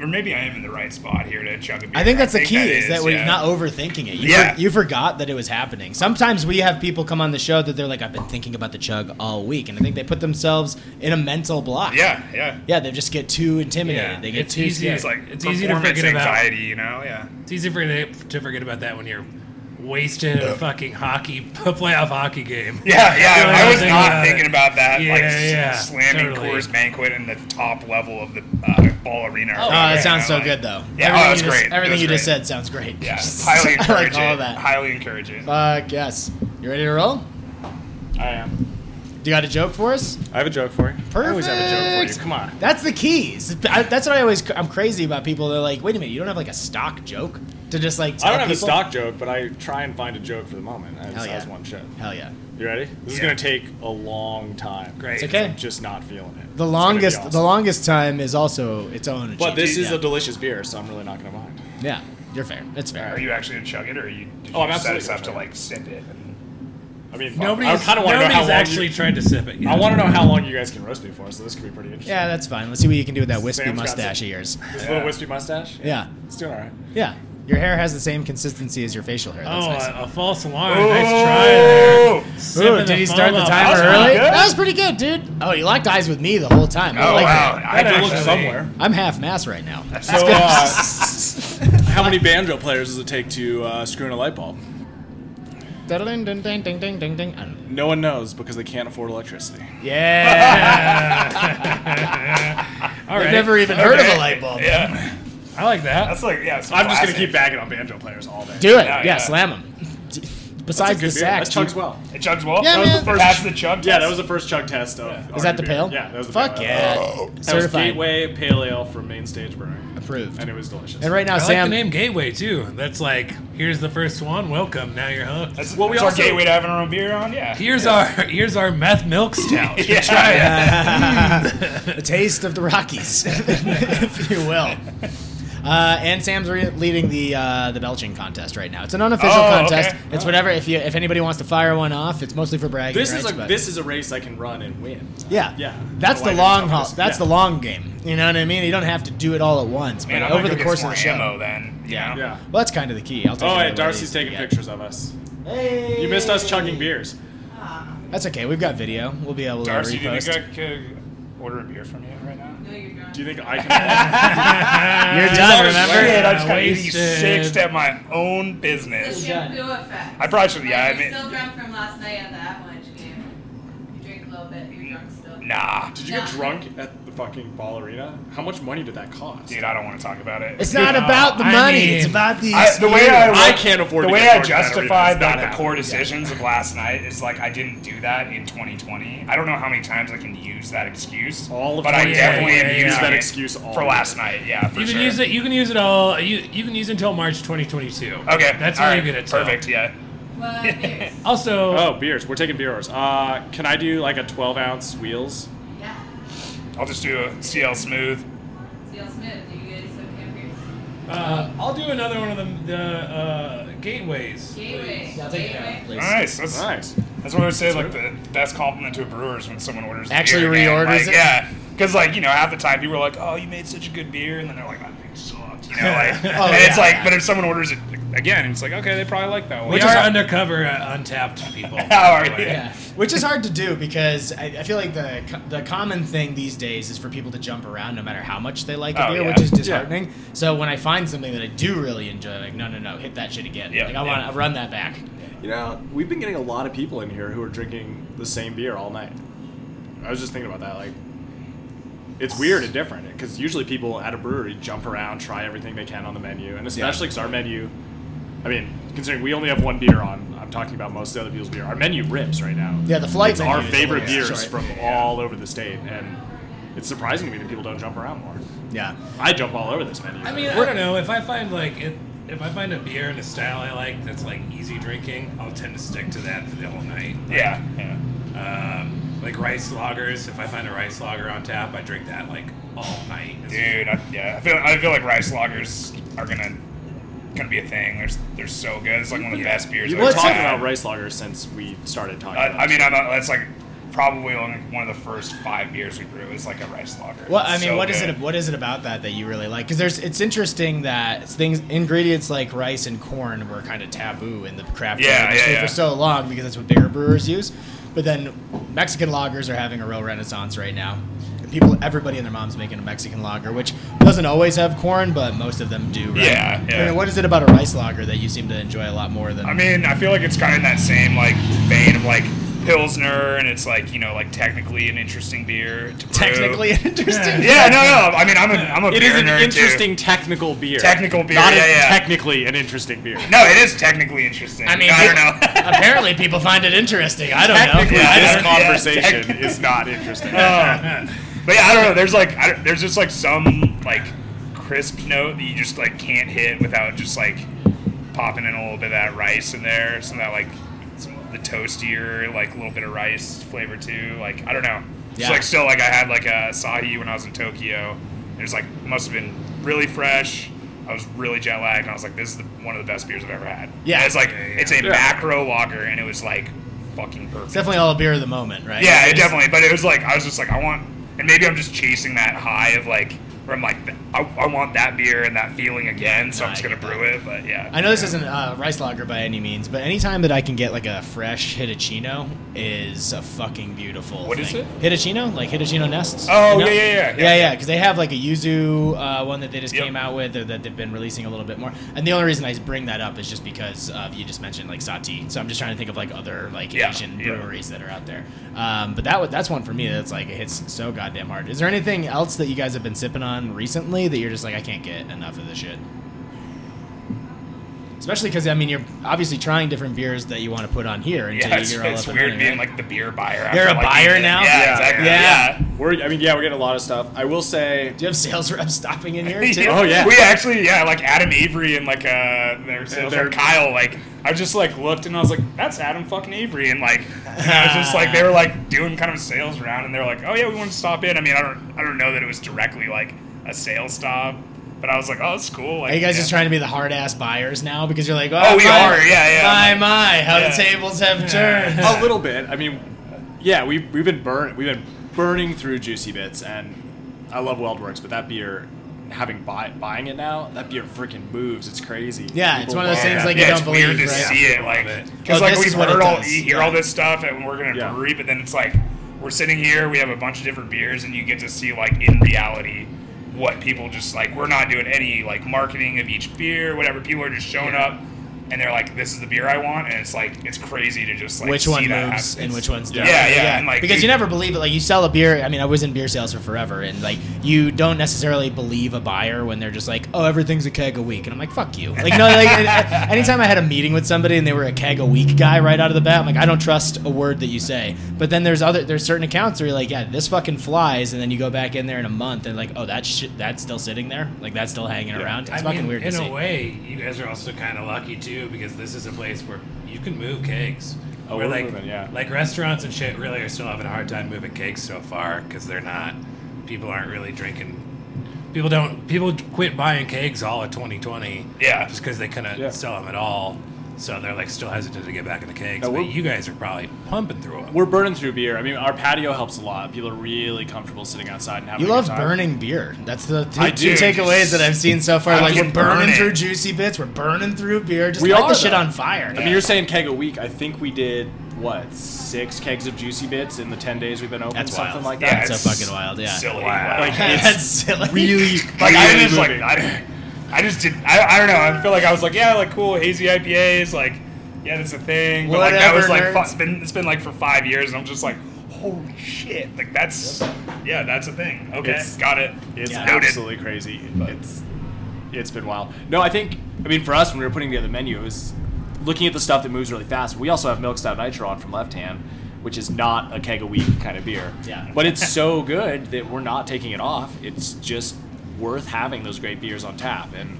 [SPEAKER 5] Or maybe I am in the right spot here to chug a beer.
[SPEAKER 1] I think that's the key
[SPEAKER 5] that
[SPEAKER 1] is, that we're
[SPEAKER 5] yeah.
[SPEAKER 1] not overthinking it. You,
[SPEAKER 5] Yeah.
[SPEAKER 1] for- you forgot that it was happening. Sometimes we have people come on the show that they're like, I've been thinking about the chug all week. And I think they put themselves in a mental block.
[SPEAKER 5] Yeah, yeah.
[SPEAKER 1] Yeah, they just get too intimidated.
[SPEAKER 4] Yeah,
[SPEAKER 1] They get
[SPEAKER 4] it's
[SPEAKER 1] too
[SPEAKER 4] easy.
[SPEAKER 1] scared.
[SPEAKER 5] It's like
[SPEAKER 4] It's
[SPEAKER 5] it's
[SPEAKER 4] easy
[SPEAKER 5] easy
[SPEAKER 4] to
[SPEAKER 5] performance
[SPEAKER 4] forget about.
[SPEAKER 5] anxiety. You know, yeah.
[SPEAKER 4] It's easy for to, to forget about that when you're wasted in a fucking hockey *laughs* playoff hockey game.
[SPEAKER 5] Yeah, yeah.
[SPEAKER 4] Doing
[SPEAKER 5] I was
[SPEAKER 4] nothing
[SPEAKER 5] not
[SPEAKER 4] about
[SPEAKER 5] thinking
[SPEAKER 4] it.
[SPEAKER 5] about that.
[SPEAKER 4] Yeah,
[SPEAKER 5] like s-
[SPEAKER 4] yeah,
[SPEAKER 5] slamming
[SPEAKER 4] totally.
[SPEAKER 5] Coors Banquet in the top level of the uh, ball arena.
[SPEAKER 1] oh, that sounds so good, though.
[SPEAKER 5] Yeah,
[SPEAKER 1] Everything
[SPEAKER 5] oh, that's
[SPEAKER 1] you just-
[SPEAKER 5] great. That
[SPEAKER 1] Everything
[SPEAKER 5] was
[SPEAKER 1] you just
[SPEAKER 5] great.
[SPEAKER 1] said sounds great. *laughs*
[SPEAKER 5] Yeah, highly
[SPEAKER 1] I like
[SPEAKER 5] encourage
[SPEAKER 1] all
[SPEAKER 5] it.
[SPEAKER 1] of that.
[SPEAKER 5] Highly encourage it.
[SPEAKER 1] Fuck yes. You ready to roll?
[SPEAKER 6] I am.
[SPEAKER 1] Do you got a joke for us?
[SPEAKER 6] I have a joke for you. I always have a joke for
[SPEAKER 1] Perfect.
[SPEAKER 6] you. Come on.
[SPEAKER 1] That's the keys. I, that's what I always. I'm crazy about people. They're like, wait a minute, you don't have like a stock joke to just like.
[SPEAKER 6] I
[SPEAKER 1] Tell
[SPEAKER 6] don't have a
[SPEAKER 1] people?"
[SPEAKER 6] stock joke, but I try and find a joke for the moment. I just
[SPEAKER 1] yeah.
[SPEAKER 6] has one shit.
[SPEAKER 1] Hell yeah.
[SPEAKER 6] You ready? This is
[SPEAKER 5] Yeah.
[SPEAKER 6] gonna take a long time.
[SPEAKER 4] Great.
[SPEAKER 1] It's
[SPEAKER 4] It's
[SPEAKER 1] okay.
[SPEAKER 6] I'm just not feeling it.
[SPEAKER 1] The
[SPEAKER 6] It's gonna be
[SPEAKER 1] longest,
[SPEAKER 6] awesome.
[SPEAKER 1] the longest time is also its own.
[SPEAKER 6] But this
[SPEAKER 1] achievement.
[SPEAKER 6] is a delicious beer, so I'm really not gonna mind.
[SPEAKER 1] yeah. yeah. You're fair. That's fair.
[SPEAKER 5] Are you actually gonna chug it, or are you? Did you
[SPEAKER 6] Oh, I'm
[SPEAKER 5] set
[SPEAKER 6] absolutely
[SPEAKER 5] us up
[SPEAKER 6] gonna
[SPEAKER 5] to
[SPEAKER 6] chug it.
[SPEAKER 5] like sip it?
[SPEAKER 6] I mean,
[SPEAKER 4] Nobody's,
[SPEAKER 6] I kind of want to know how
[SPEAKER 4] nobody's
[SPEAKER 6] long
[SPEAKER 4] actually
[SPEAKER 6] you,
[SPEAKER 4] tried to sip it. Yet.
[SPEAKER 6] I want to know how long you guys can roast me for, so this could be pretty interesting.
[SPEAKER 1] Yeah, that's fine. Let's see what you can do with that wispy
[SPEAKER 6] Sam's got
[SPEAKER 1] mustache
[SPEAKER 6] some-
[SPEAKER 1] of yours.
[SPEAKER 6] This little wispy mustache.
[SPEAKER 1] Yeah.
[SPEAKER 6] It's doing all right.
[SPEAKER 1] Yeah. Your hair has the same consistency as your facial hair. That's
[SPEAKER 4] Oh,
[SPEAKER 6] uh,
[SPEAKER 1] nice.
[SPEAKER 4] a, a false alarm. Nice try there. Sipping
[SPEAKER 1] Ooh, did he
[SPEAKER 4] foam
[SPEAKER 1] start the
[SPEAKER 4] off.
[SPEAKER 1] timer
[SPEAKER 5] pretty
[SPEAKER 1] early?
[SPEAKER 5] good.
[SPEAKER 1] That was pretty good, dude. Oh, you locked eyes with me the whole time. I
[SPEAKER 5] Oh
[SPEAKER 1] like
[SPEAKER 5] wow!
[SPEAKER 1] that.
[SPEAKER 5] I
[SPEAKER 6] I had to look
[SPEAKER 5] actually-
[SPEAKER 6] somewhere.
[SPEAKER 1] I'm half mass right now.
[SPEAKER 6] So, uh, *laughs* how many banjo players does it take to uh, screw in a light bulb?
[SPEAKER 1] Dun, dun, dun, dun, dun, dun, dun. I don't know.
[SPEAKER 6] No one knows because they can't afford electricity.
[SPEAKER 1] Yeah.
[SPEAKER 4] All
[SPEAKER 1] *laughs* I've
[SPEAKER 4] right.
[SPEAKER 1] never even heard of a light bulb.
[SPEAKER 5] Yeah,
[SPEAKER 4] *laughs* I like that.
[SPEAKER 5] that's like yeah. it's
[SPEAKER 6] I'm just gonna
[SPEAKER 5] classic.
[SPEAKER 6] keep bagging on banjo players all day.
[SPEAKER 1] Do it.
[SPEAKER 5] Yeah,
[SPEAKER 1] Yeah,
[SPEAKER 5] yeah.
[SPEAKER 1] slam him. Besides the sack,
[SPEAKER 6] that chugs
[SPEAKER 1] dude.
[SPEAKER 6] well.
[SPEAKER 5] It chugs well.
[SPEAKER 1] Yeah,
[SPEAKER 5] that was
[SPEAKER 1] man.
[SPEAKER 5] the first pass the chug.
[SPEAKER 6] Yeah, that
[SPEAKER 5] test.
[SPEAKER 6] was the first chug test of.
[SPEAKER 1] is that the
[SPEAKER 6] RB beer.
[SPEAKER 1] pale?
[SPEAKER 6] Yeah, that was the
[SPEAKER 1] Fuck
[SPEAKER 6] pale.
[SPEAKER 1] yeah.
[SPEAKER 4] Oh.
[SPEAKER 6] That was
[SPEAKER 1] Certified.
[SPEAKER 6] Gateway Pale Ale from Main Stage Brewing,
[SPEAKER 1] Approved.
[SPEAKER 6] and it was delicious.
[SPEAKER 1] And right now,
[SPEAKER 4] I like the
[SPEAKER 1] Sam.
[SPEAKER 4] name Gateway too. That's like, here's the first one. Welcome. Now you're hooked.
[SPEAKER 5] That's,
[SPEAKER 6] Well, we
[SPEAKER 5] that's
[SPEAKER 6] also-
[SPEAKER 5] our gateway to having our own beer on. Yeah.
[SPEAKER 4] here's our here's our meth milk stout.
[SPEAKER 5] *laughs* yeah, yeah.
[SPEAKER 1] *laughs*
[SPEAKER 4] *laughs*
[SPEAKER 1] the taste of the Rockies, *laughs* if you will. Uh, and Sam's re- leading the uh, the belching contest right now. It's an unofficial
[SPEAKER 5] Oh,
[SPEAKER 1] contest.
[SPEAKER 5] okay.
[SPEAKER 1] It's whatever. If you if anybody wants to fire one off, it's mostly for bragging.
[SPEAKER 6] This
[SPEAKER 1] rights,
[SPEAKER 6] is a
[SPEAKER 1] but-
[SPEAKER 6] this is a race I can run and win.
[SPEAKER 1] yeah
[SPEAKER 6] yeah.
[SPEAKER 1] That's
[SPEAKER 6] I
[SPEAKER 1] the
[SPEAKER 6] like
[SPEAKER 1] long
[SPEAKER 6] this.
[SPEAKER 1] haul. That's
[SPEAKER 6] Yeah.
[SPEAKER 1] the long game. You know what I mean? You don't have to do it all at once, but
[SPEAKER 5] Man, I'm
[SPEAKER 1] over
[SPEAKER 5] gonna
[SPEAKER 1] the
[SPEAKER 5] go
[SPEAKER 1] course
[SPEAKER 5] get
[SPEAKER 1] of the
[SPEAKER 5] some
[SPEAKER 1] show.
[SPEAKER 5] more ammo then. You know?
[SPEAKER 6] Yeah.
[SPEAKER 1] Well, that's kind of the key. I'll take
[SPEAKER 6] Oh,
[SPEAKER 1] another one
[SPEAKER 6] and
[SPEAKER 1] of
[SPEAKER 6] Darcy's
[SPEAKER 1] these.
[SPEAKER 6] taking
[SPEAKER 1] Yeah.
[SPEAKER 6] pictures of us. Hey. You missed us chugging beers.
[SPEAKER 1] That's okay. We've got video. We'll be able
[SPEAKER 5] Darcy,
[SPEAKER 1] to
[SPEAKER 5] do you
[SPEAKER 1] repost.
[SPEAKER 5] think I could order a beer from you right now?
[SPEAKER 6] Do you think I *laughs* can?
[SPEAKER 1] You're done. Remember?
[SPEAKER 5] Shit, I just got
[SPEAKER 4] wasted.
[SPEAKER 5] 86 at my own
[SPEAKER 7] The
[SPEAKER 5] business.
[SPEAKER 7] shampoo effect.
[SPEAKER 5] I probably should. Yeah,
[SPEAKER 7] Like,
[SPEAKER 5] I
[SPEAKER 7] you're
[SPEAKER 5] mean,
[SPEAKER 7] still drunk from last night at the Avalanche game. You drink a little bit, you're drunk still.
[SPEAKER 5] nah,
[SPEAKER 6] Did you get drunk at the fucking ball arena? How much money did that cost?
[SPEAKER 5] dude, I don't want to talk about it.
[SPEAKER 1] It's not about the
[SPEAKER 4] I
[SPEAKER 1] money.
[SPEAKER 4] mean-
[SPEAKER 1] it's about the.
[SPEAKER 5] I, the way I,
[SPEAKER 6] I can't afford
[SPEAKER 5] the
[SPEAKER 6] to
[SPEAKER 5] way I
[SPEAKER 6] get drunk at that arena.
[SPEAKER 5] justified
[SPEAKER 6] It's not
[SPEAKER 5] like the core
[SPEAKER 6] happening.
[SPEAKER 5] decisions of last night is like I didn't do that in 2020. I don't know how many times I can use that excuse,
[SPEAKER 6] All of
[SPEAKER 5] but I
[SPEAKER 6] 2020.
[SPEAKER 5] definitely
[SPEAKER 4] Yeah,
[SPEAKER 5] am
[SPEAKER 4] yeah,
[SPEAKER 5] using
[SPEAKER 4] yeah.
[SPEAKER 5] it
[SPEAKER 6] That excuse all
[SPEAKER 5] for
[SPEAKER 6] year.
[SPEAKER 5] last night. Yeah, for
[SPEAKER 4] You can
[SPEAKER 5] sure.
[SPEAKER 4] use it. You can use it all. You you can use it until March 2022.
[SPEAKER 5] Okay,
[SPEAKER 4] that's
[SPEAKER 5] all
[SPEAKER 4] all
[SPEAKER 5] right,
[SPEAKER 4] you get it.
[SPEAKER 5] Perfect. Yeah.
[SPEAKER 7] What beers?
[SPEAKER 4] Also,
[SPEAKER 6] Oh, beers. We're taking beer orders. Uh, can I do like a 12 ounce wheels?
[SPEAKER 7] Yeah.
[SPEAKER 5] I'll just do a CL smooth.
[SPEAKER 7] Seal Smith, do you guys still can beers?
[SPEAKER 4] uh, I'll do another one of the, the uh, gateways.
[SPEAKER 7] Gateway.
[SPEAKER 1] I'll take it down,
[SPEAKER 7] Gateway.
[SPEAKER 1] please.
[SPEAKER 5] Nice. That's
[SPEAKER 6] Nice.
[SPEAKER 5] That's what I would say, like the best compliment to a brewer is when someone orders the
[SPEAKER 1] Actually
[SPEAKER 5] beer again.
[SPEAKER 1] reorders
[SPEAKER 5] Like,
[SPEAKER 1] it?
[SPEAKER 5] Yeah, because like you know, half the time people are like, "Oh, you made such a good beer," and then they're like, "That thing sucked," you know,
[SPEAKER 1] *laughs*
[SPEAKER 5] like,
[SPEAKER 1] Oh,
[SPEAKER 5] and
[SPEAKER 1] yeah,
[SPEAKER 5] it's like,
[SPEAKER 1] yeah.
[SPEAKER 5] but if someone orders it again, it's like, okay, they probably like that one.
[SPEAKER 4] We are undercover uh, untapped people.
[SPEAKER 5] *laughs* How are you?
[SPEAKER 1] Yeah, which is hard to do because I, I feel like the co- the common thing these days is for people to jump around no matter how much they like a
[SPEAKER 5] Oh,
[SPEAKER 1] beer,
[SPEAKER 5] yeah.
[SPEAKER 1] which is disheartening. So when I find something that I do really enjoy, like no, no, no, hit that shit again.
[SPEAKER 5] Yeah,
[SPEAKER 1] like I
[SPEAKER 5] yeah.
[SPEAKER 1] want to run that back.
[SPEAKER 6] You know, we've been getting a lot of people in here who are drinking the same beer all night. I was just thinking about that. Like, it's weird and different because usually people at a brewery jump around, try everything they can on the menu, and especially because our menu. I mean, considering we only have one beer on, I'm talking about most of the other people's beer. Our menu rips right now.
[SPEAKER 1] Yeah, the flight
[SPEAKER 6] It's
[SPEAKER 1] menu
[SPEAKER 6] our
[SPEAKER 1] is a
[SPEAKER 6] favorite
[SPEAKER 1] little
[SPEAKER 6] beers
[SPEAKER 1] short.
[SPEAKER 6] from all over the state, and it's surprising to me that people don't jump around more.
[SPEAKER 1] Yeah,
[SPEAKER 6] I jump all over this menu.
[SPEAKER 4] I mean, I don't know. If I find like it, if I find a beer and a style I like that's like easy drinking, I'll tend to stick to that for the whole night.
[SPEAKER 5] Yeah, yeah.
[SPEAKER 4] Um, like rice lagers, if I find a rice lager on tap, I drink that like all night. It's-
[SPEAKER 5] dude. I, yeah, I feel I feel like rice lagers are gonna gonna be a thing. They're they're so good. It's like one of the best beers.
[SPEAKER 6] You've
[SPEAKER 5] I've
[SPEAKER 6] been
[SPEAKER 1] What's
[SPEAKER 6] talking
[SPEAKER 5] had.
[SPEAKER 6] about rice lagers since we started talking.
[SPEAKER 5] I,
[SPEAKER 6] about
[SPEAKER 5] I
[SPEAKER 6] it.
[SPEAKER 5] mean, I'm not, that's like probably only one of the first five beers we brew is like a rice lager.
[SPEAKER 1] Well, I
[SPEAKER 5] It's
[SPEAKER 1] mean,
[SPEAKER 5] so
[SPEAKER 1] what is
[SPEAKER 5] good.
[SPEAKER 1] it? What is it about that that you really like? Because there's, it's interesting that things, ingredients like rice and corn were kind of taboo in the craft beer
[SPEAKER 5] Yeah, yeah,
[SPEAKER 1] industry
[SPEAKER 5] yeah.
[SPEAKER 1] for so long because that's what bigger brewers use. But then Mexican lagers are having a real renaissance right now. And People, everybody and their mom's making a Mexican lager, which doesn't always have corn, but most of them do. Right?
[SPEAKER 5] Yeah, yeah.
[SPEAKER 1] I mean, what is it about a rice lager that you seem to enjoy a lot more than?
[SPEAKER 5] I mean, I feel like it's kind of in that same like vein of like Pilsner, and it's like you know like technically an interesting beer to brew.
[SPEAKER 1] technically *laughs* interesting.
[SPEAKER 5] Yeah, no, no. I mean, I'm a I'm a
[SPEAKER 6] It
[SPEAKER 5] beer
[SPEAKER 6] is an
[SPEAKER 5] nerd, too.
[SPEAKER 6] interesting technical beer.
[SPEAKER 5] Technical beer,
[SPEAKER 6] Not
[SPEAKER 5] yeah,
[SPEAKER 6] a-
[SPEAKER 5] yeah.
[SPEAKER 6] technically an interesting beer.
[SPEAKER 5] No, it is technically interesting.
[SPEAKER 1] I mean,
[SPEAKER 5] I don't
[SPEAKER 1] *laughs*
[SPEAKER 5] know. *laughs*
[SPEAKER 1] apparently people find it interesting. I don't know.
[SPEAKER 5] Technically, Yeah,
[SPEAKER 6] this
[SPEAKER 5] yeah,
[SPEAKER 6] conversation
[SPEAKER 5] tech-
[SPEAKER 6] is not interesting.
[SPEAKER 1] *laughs* Oh.
[SPEAKER 5] Um, but yeah, I don't know. There's like I, don't- there's just like some like crisp note that you just like can't hit without just like popping in a little bit of that rice in there, some of that like some the toastier like little bit of rice flavor too. Like I don't know.
[SPEAKER 1] Yeah.
[SPEAKER 5] It's like still like I had like a sahi when I was in Tokyo. It was like must have been really fresh. I was really jet lagged, and I was like, "This is the, one of the best beers I've ever had."
[SPEAKER 1] Yeah.
[SPEAKER 5] And it's like it's a macro lager, and it was like fucking perfect.
[SPEAKER 1] It's definitely all a beer of the moment, right?
[SPEAKER 5] Yeah, it
[SPEAKER 1] It's-
[SPEAKER 5] definitely. But it was like I was just like I want, and maybe I'm just chasing that high of like where I'm like I, I want that beer and that feeling again, so I'm just
[SPEAKER 1] I
[SPEAKER 5] gonna
[SPEAKER 1] get
[SPEAKER 5] brew it. But yeah,
[SPEAKER 1] I know this isn't uh, rice lager by any means, but anytime that I can get like a fresh Hitachino is a fucking beautiful.
[SPEAKER 5] What
[SPEAKER 1] What
[SPEAKER 5] is
[SPEAKER 1] is Hitachino, like Hitachino nests.
[SPEAKER 5] Oh,
[SPEAKER 1] you know?
[SPEAKER 5] yeah, yeah, yeah, yeah.
[SPEAKER 1] yeah, yeah. Because they have like a yuzu uh, one that they just
[SPEAKER 5] Yep.
[SPEAKER 1] came out with, or that they've been releasing a little bit more. And the only reason I bring that up is just because uh, you just mentioned like sati, so I'm just trying to think of like other like
[SPEAKER 5] Yeah,
[SPEAKER 1] Asian
[SPEAKER 5] yeah.
[SPEAKER 1] breweries that are out there. Um, but that would- that's one for me that's like it hits so goddamn hard. Is there anything else that you guys have been sipping on recently that you're just like I can't get enough of this shit? Especially because I mean you're obviously trying different beers that you want to put on here until
[SPEAKER 5] yeah, it's,
[SPEAKER 1] you're all
[SPEAKER 5] it's
[SPEAKER 1] up and
[SPEAKER 5] weird
[SPEAKER 1] running,
[SPEAKER 5] being
[SPEAKER 1] right?
[SPEAKER 5] like the beer buyer.
[SPEAKER 1] You're
[SPEAKER 5] after,
[SPEAKER 1] a
[SPEAKER 5] like,
[SPEAKER 1] buyer
[SPEAKER 5] eating it.
[SPEAKER 1] now?
[SPEAKER 5] Yeah,
[SPEAKER 1] Yeah.
[SPEAKER 5] exactly.
[SPEAKER 1] Yeah.
[SPEAKER 5] Yeah.
[SPEAKER 6] We're, I mean, yeah, we're getting a lot of stuff. I will say,
[SPEAKER 1] Do you have sales reps *laughs* stopping
[SPEAKER 5] *laughs*
[SPEAKER 1] in here
[SPEAKER 6] *laughs*
[SPEAKER 1] too?
[SPEAKER 5] Yeah.
[SPEAKER 6] Oh, yeah.
[SPEAKER 5] we actually yeah like Adam Avery and like uh their sales
[SPEAKER 6] they're-
[SPEAKER 5] rep Kyle like I just like looked and I was like that's Adam fucking Avery and like and I was just like they were like doing kind of a sales round and they were like oh yeah we want to stop in I mean I don't I don't know that it was directly like a sales stop but I was like oh it's cool like,
[SPEAKER 1] Are you guys
[SPEAKER 5] yeah.
[SPEAKER 1] just trying to be the hard ass buyers now because you're like, oh,
[SPEAKER 5] Oh, we
[SPEAKER 1] my-
[SPEAKER 5] are, yeah, yeah.
[SPEAKER 1] My my, how
[SPEAKER 5] Yeah.
[SPEAKER 1] the tables have turned.
[SPEAKER 6] a little bit. I mean, yeah, we've we've been burn we've been burning through juicy bits, and I love Weldworks, but that beer, having buy, buying it now, that beer freaking moves. It's crazy.
[SPEAKER 1] Yeah, it's one of those
[SPEAKER 6] love
[SPEAKER 1] things
[SPEAKER 6] that.
[SPEAKER 1] like-
[SPEAKER 5] yeah,
[SPEAKER 1] you
[SPEAKER 5] it's
[SPEAKER 1] don't
[SPEAKER 5] weird
[SPEAKER 1] believe,
[SPEAKER 5] to
[SPEAKER 1] right?
[SPEAKER 5] see it like because
[SPEAKER 1] Oh,
[SPEAKER 5] like
[SPEAKER 1] this
[SPEAKER 5] we've
[SPEAKER 1] is what it
[SPEAKER 5] heard all
[SPEAKER 1] does,
[SPEAKER 5] you hear
[SPEAKER 1] yeah.
[SPEAKER 5] all this stuff and we're gonna
[SPEAKER 6] Yeah.
[SPEAKER 5] brewery, but then it's like we're sitting here we have a bunch of different beers and you get to see like in reality what people just like we're not doing any like marketing of each beer whatever people are just showing up and they're like this is the beer I want and it's like it's crazy to just like
[SPEAKER 1] which
[SPEAKER 5] see
[SPEAKER 1] one
[SPEAKER 5] that
[SPEAKER 1] moves
[SPEAKER 5] happen.
[SPEAKER 1] and which one's
[SPEAKER 5] yeah
[SPEAKER 1] not.
[SPEAKER 5] yeah, And, like,
[SPEAKER 1] because you
[SPEAKER 5] dude,
[SPEAKER 1] never believe it. Like you sell a beer. I mean, I was in beer sales for forever, and like you don't necessarily believe a buyer when they're just like, "Oh, everything's a keg a week," and I'm like, "Fuck you!" Like no, like *laughs* a- anytime I had a meeting with somebody and they were a keg a week guy right out of the bat, I'm like, I don't trust a word that you say. But then there's other there's certain accounts where you're like, "Yeah, this fucking flies," and then you go back in there in a month and like, "Oh, that shit, that's still sitting there. Like that's still hanging around." It's
[SPEAKER 4] I
[SPEAKER 1] fucking
[SPEAKER 4] mean,
[SPEAKER 1] weird to
[SPEAKER 4] In
[SPEAKER 1] see.
[SPEAKER 4] a way, you guys are also kind of lucky too, because this is a place where you can move cakes.
[SPEAKER 6] Oh,
[SPEAKER 4] Where,
[SPEAKER 6] we're
[SPEAKER 4] like,
[SPEAKER 6] moving, yeah.
[SPEAKER 4] Like restaurants and shit really are still having a hard time moving cakes so far because they're not. People aren't really drinking. People don't. People quit buying cakes all of 2020.
[SPEAKER 5] Yeah.
[SPEAKER 4] Just because they couldn't
[SPEAKER 6] Yeah.
[SPEAKER 4] sell them at all. So they're like still hesitant to get back into cakes.
[SPEAKER 6] No,
[SPEAKER 4] but
[SPEAKER 6] we're-
[SPEAKER 4] you guys are probably pumping through them.
[SPEAKER 6] We're burning through beer. I mean, our patio helps a lot. People are really comfortable sitting outside and
[SPEAKER 1] You
[SPEAKER 6] having. a good
[SPEAKER 1] love
[SPEAKER 6] time.
[SPEAKER 1] burning beer. That's the two,
[SPEAKER 6] I
[SPEAKER 1] two
[SPEAKER 6] do.
[SPEAKER 1] takeaways that I've seen so far.
[SPEAKER 5] I
[SPEAKER 1] Like
[SPEAKER 5] can
[SPEAKER 1] we're burning
[SPEAKER 5] burn it.
[SPEAKER 1] through juicy bits, we're burning through beer. Just
[SPEAKER 6] We
[SPEAKER 1] light
[SPEAKER 6] are,
[SPEAKER 1] the shit
[SPEAKER 6] though.
[SPEAKER 1] on fire.
[SPEAKER 6] I mean, you're saying keg a week. I think we did what six kegs of juicy bits in the ten days we've been open.
[SPEAKER 1] That's
[SPEAKER 6] something
[SPEAKER 1] wild.
[SPEAKER 6] like
[SPEAKER 5] yeah,
[SPEAKER 1] so
[SPEAKER 6] that.
[SPEAKER 5] it's
[SPEAKER 1] fucking wild, yeah.
[SPEAKER 5] silly
[SPEAKER 4] Wow.
[SPEAKER 5] *laughs*
[SPEAKER 1] *laughs*
[SPEAKER 5] Like,
[SPEAKER 1] that's silly. *laughs*
[SPEAKER 6] Really,
[SPEAKER 5] *laughs* Like I
[SPEAKER 6] really
[SPEAKER 5] just like
[SPEAKER 6] moving.
[SPEAKER 5] I, didn't- I just did I, I don't know I feel like I was like yeah like cool hazy IPAs like yeah that's a thing but like that
[SPEAKER 1] Whatever,
[SPEAKER 5] was like
[SPEAKER 1] nerds.
[SPEAKER 5] fun, it's been it's been like for five years and I'm just like holy shit like that's yeah that's a thing okay
[SPEAKER 6] It's-
[SPEAKER 5] got it
[SPEAKER 6] It's
[SPEAKER 1] Yeah.
[SPEAKER 5] Noted.
[SPEAKER 6] absolutely crazy. It's it's been wild. No, I think I mean for us when we were putting together the menu, it was looking at the stuff that moves really fast. We also have milk stout nitro on from Left Hand, which is not a keg a week kind of beer.
[SPEAKER 1] Yeah.
[SPEAKER 6] But it's so good that we're not taking it off. It's just worth having those great beers on tap, and,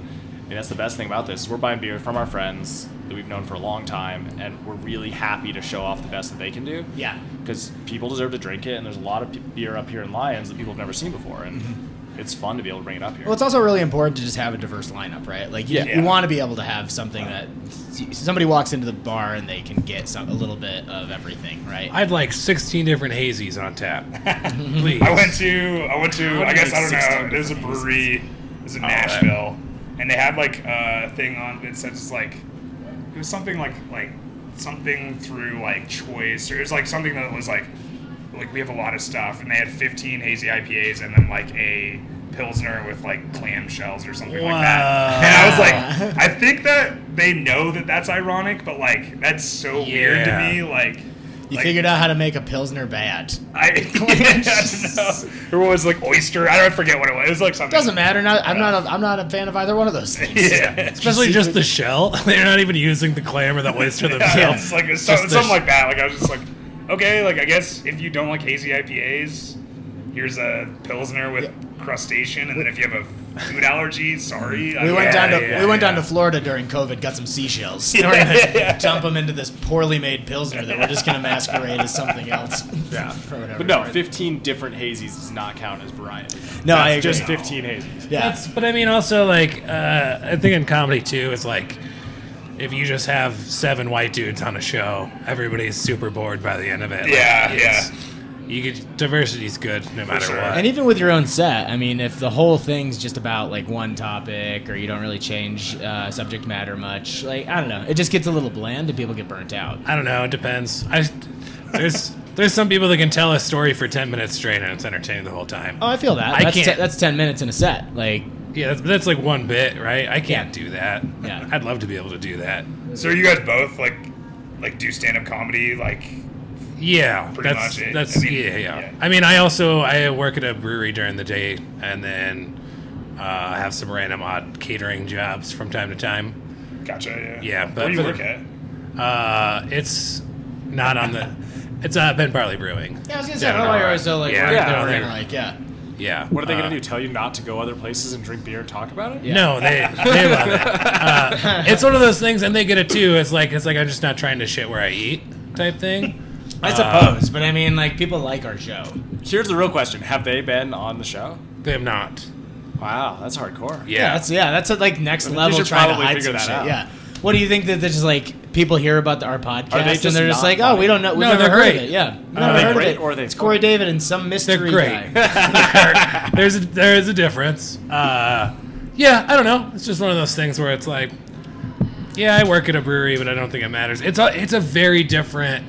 [SPEAKER 6] and that's the best thing about this. is We're buying beer from our friends that we've known for a long time, and we're really happy to show off the best that they can do
[SPEAKER 1] yeah.
[SPEAKER 6] because people deserve to drink it, and there's a lot of pe- beer up here in Lyons that people have never seen before, and it's fun to be able to bring it up here.
[SPEAKER 1] Well, it's also really important to just have a diverse lineup, right? Like, you,
[SPEAKER 6] Yeah.
[SPEAKER 1] you want to be able to have something that somebody walks into the bar and they can get some, a little bit of everything, right?
[SPEAKER 4] I'd like 16 different hazies on
[SPEAKER 6] *laughs*
[SPEAKER 4] tap. Please.
[SPEAKER 5] I went to I went to I guess I
[SPEAKER 6] like 16
[SPEAKER 5] don't know there's a brewery there's in Nashville and they had like uh, a thing on that said it's like it was something like like something through like choice or it was like something that was like like we have a lot of stuff and they had 15 hazy IPAs and then like a pilsner with like clam shells or something like that and I was like I think that they know that that's ironic but like that's so weird to
[SPEAKER 4] Yeah.
[SPEAKER 5] me like
[SPEAKER 1] you
[SPEAKER 5] like,
[SPEAKER 1] figured out how to make a pilsner bad. *laughs*
[SPEAKER 5] I, *laughs* I don't know. Or what was it, like oyster? I don't forget what it was. It was like something.
[SPEAKER 1] Doesn't matter. Not, I'm not. A, I'm not a fan of either one of those
[SPEAKER 6] *laughs*
[SPEAKER 1] things. *laughs*
[SPEAKER 5] *laughs* Yeah.
[SPEAKER 4] Especially just the shell. *laughs* They're not even using the clam or the oyster themselves.
[SPEAKER 5] *laughs* yeah, it's like it's some-
[SPEAKER 4] Just the
[SPEAKER 5] something
[SPEAKER 4] sh-
[SPEAKER 5] like that. Like I was just like, okay, like I guess if you don't like hazy IPAs, here's a pilsner with crustacean, and then if you have a food allergies. Sorry.
[SPEAKER 1] We went down to
[SPEAKER 5] yeah,
[SPEAKER 1] we went down
[SPEAKER 5] yeah.
[SPEAKER 1] to Florida during COVID, got some seashells. You know what I mean? *laughs* Dump them into this poorly made pilsner that we're just gonna masquerade as something else. *laughs*
[SPEAKER 6] Yeah.
[SPEAKER 1] Or whatever.
[SPEAKER 6] But no, 15 different hazies does not count as variety.
[SPEAKER 1] No, I
[SPEAKER 6] That's
[SPEAKER 1] agree.
[SPEAKER 6] Just 15 hazies.
[SPEAKER 1] yeah.
[SPEAKER 4] That's, but I mean, also like uh, I think in comedy too, it's like if you just have seven white dudes on a show, everybody's super bored by the end of it. Like,
[SPEAKER 5] Yeah,
[SPEAKER 4] it's- You could diversity's good no matter
[SPEAKER 5] sure.
[SPEAKER 4] what.
[SPEAKER 1] and even with your own set, I mean, if the whole thing's just about like one topic, or you don't really change uh, subject matter much, like I don't know, it just gets a little bland and people get burnt out.
[SPEAKER 4] I don't know. It depends. I there's there's some people that can tell a story for ten minutes straight and it's entertaining the whole time.
[SPEAKER 1] Oh, I feel that.
[SPEAKER 4] I
[SPEAKER 1] that's
[SPEAKER 4] can't-
[SPEAKER 1] te- that's ten minutes in a set. Like
[SPEAKER 4] yeah, that's, that's like one bit, right? I can't
[SPEAKER 1] Yeah.
[SPEAKER 4] do that.
[SPEAKER 1] Yeah.
[SPEAKER 4] I'd love to be able to do that.
[SPEAKER 5] So are you guys both like, like do stand up comedy? Like,
[SPEAKER 4] Yeah,
[SPEAKER 5] Pretty
[SPEAKER 4] that's,
[SPEAKER 5] much it.
[SPEAKER 4] That's
[SPEAKER 5] I mean,
[SPEAKER 4] yeah, yeah,
[SPEAKER 5] yeah.
[SPEAKER 4] I mean, I also I work at a brewery during the day, and then uh, I have some random odd catering jobs from time to time.
[SPEAKER 5] gotcha. Yeah.
[SPEAKER 4] Yeah, but
[SPEAKER 5] Where do you
[SPEAKER 4] for
[SPEAKER 5] work
[SPEAKER 4] the-
[SPEAKER 5] at?
[SPEAKER 4] Uh, it's not on
[SPEAKER 5] *laughs*
[SPEAKER 4] the. It's uh, Ben Barley Brewing.
[SPEAKER 1] yeah, I was gonna
[SPEAKER 4] say, I don't know why you're always so, like, Yeah,
[SPEAKER 1] yeah,
[SPEAKER 4] yeah,
[SPEAKER 1] yeah,
[SPEAKER 4] they're-
[SPEAKER 1] like yeah.
[SPEAKER 4] Yeah.
[SPEAKER 6] What are they
[SPEAKER 4] uh,
[SPEAKER 6] going to do? Tell you not to go other places and drink beer and talk about it?
[SPEAKER 1] Yeah.
[SPEAKER 4] No, they they love
[SPEAKER 5] *laughs*
[SPEAKER 4] it. Uh, it's one of those things, and they get it too. It's like it's like I'm just not trying to shit where I eat type thing.
[SPEAKER 1] I suppose, but I mean, like people like our show.
[SPEAKER 6] Here's the real question Have they been on the show?
[SPEAKER 4] They're not.
[SPEAKER 6] Wow, that's hardcore.
[SPEAKER 4] Yeah.
[SPEAKER 1] Yeah, that's yeah, that's at like next level
[SPEAKER 6] should
[SPEAKER 1] trying to
[SPEAKER 6] probably
[SPEAKER 1] hide
[SPEAKER 6] figure
[SPEAKER 1] some
[SPEAKER 6] that
[SPEAKER 1] shit.
[SPEAKER 6] out.
[SPEAKER 1] Yeah. What do you think that there's just like people hear about the, our podcast
[SPEAKER 6] Are they
[SPEAKER 1] and
[SPEAKER 6] just
[SPEAKER 1] they're just
[SPEAKER 6] not
[SPEAKER 1] like, oh,
[SPEAKER 6] funny?
[SPEAKER 1] we don't know, we've
[SPEAKER 4] No,
[SPEAKER 1] never
[SPEAKER 4] they're
[SPEAKER 1] heard
[SPEAKER 4] great.
[SPEAKER 1] of it. Yeah, We've
[SPEAKER 6] Are
[SPEAKER 1] never
[SPEAKER 6] they
[SPEAKER 1] heard
[SPEAKER 6] great
[SPEAKER 1] of it.
[SPEAKER 6] or are they
[SPEAKER 1] it's Corey David and some mystery
[SPEAKER 4] great.
[SPEAKER 1] guy. *laughs*
[SPEAKER 4] there's a, there is a difference. Uh, yeah, I don't know. It's just one of those things where it's like, yeah, I work at a brewery, but I don't think it matters. It's a it's a very different,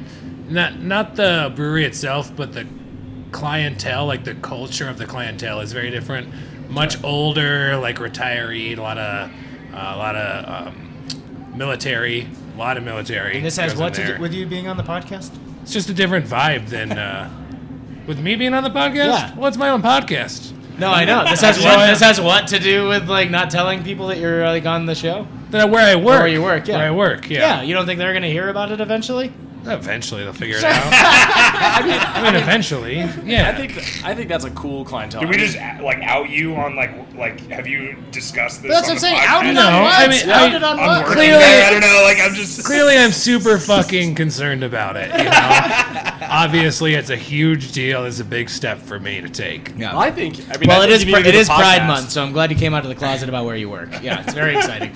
[SPEAKER 4] not not the brewery itself, but the clientele, like the culture of the clientele is very different. Much older, like retiree, a lot of uh, a lot of um, military, a lot of military.
[SPEAKER 1] This has
[SPEAKER 4] goes in
[SPEAKER 1] what to
[SPEAKER 4] there.
[SPEAKER 1] do with you being on the podcast?
[SPEAKER 4] It's just a different vibe than uh, with me being on the podcast.
[SPEAKER 1] Yeah.
[SPEAKER 4] Well, it's my own podcast.
[SPEAKER 1] No, I know. This has what, this has what to do with like not telling people that you're like on the show
[SPEAKER 4] That where I work.
[SPEAKER 1] or where you work. Yeah,
[SPEAKER 4] Where I work. Yeah.
[SPEAKER 1] you don't think they're gonna hear about it eventually?
[SPEAKER 4] Eventually they'll figure it out. I mean, eventually. Yeah.
[SPEAKER 6] I think I think that's a cool clientele.
[SPEAKER 5] Did we just like out you on like like have you discussed this?
[SPEAKER 1] That's
[SPEAKER 5] on
[SPEAKER 1] what I'm saying.
[SPEAKER 5] the podcast?
[SPEAKER 1] Outed
[SPEAKER 4] No,
[SPEAKER 1] on what?
[SPEAKER 4] I mean,
[SPEAKER 1] Outed
[SPEAKER 4] I-
[SPEAKER 1] on
[SPEAKER 5] I'm
[SPEAKER 1] what?
[SPEAKER 5] working
[SPEAKER 4] Clearly-
[SPEAKER 5] there, I don't know. Like I'm just *laughs*
[SPEAKER 4] Clearly, I'm super fucking concerned about it. You know, obviously, it's a huge deal. It's a big step for me to take.
[SPEAKER 6] Well, I think. I mean,
[SPEAKER 1] Well,
[SPEAKER 6] I
[SPEAKER 1] it
[SPEAKER 6] think
[SPEAKER 1] is
[SPEAKER 6] you need
[SPEAKER 1] pri-
[SPEAKER 6] to do
[SPEAKER 1] it
[SPEAKER 6] the
[SPEAKER 1] is Pride
[SPEAKER 6] podcast.
[SPEAKER 1] Month, so I'm glad you came out of the closet about where you work. Yeah, it's very exciting.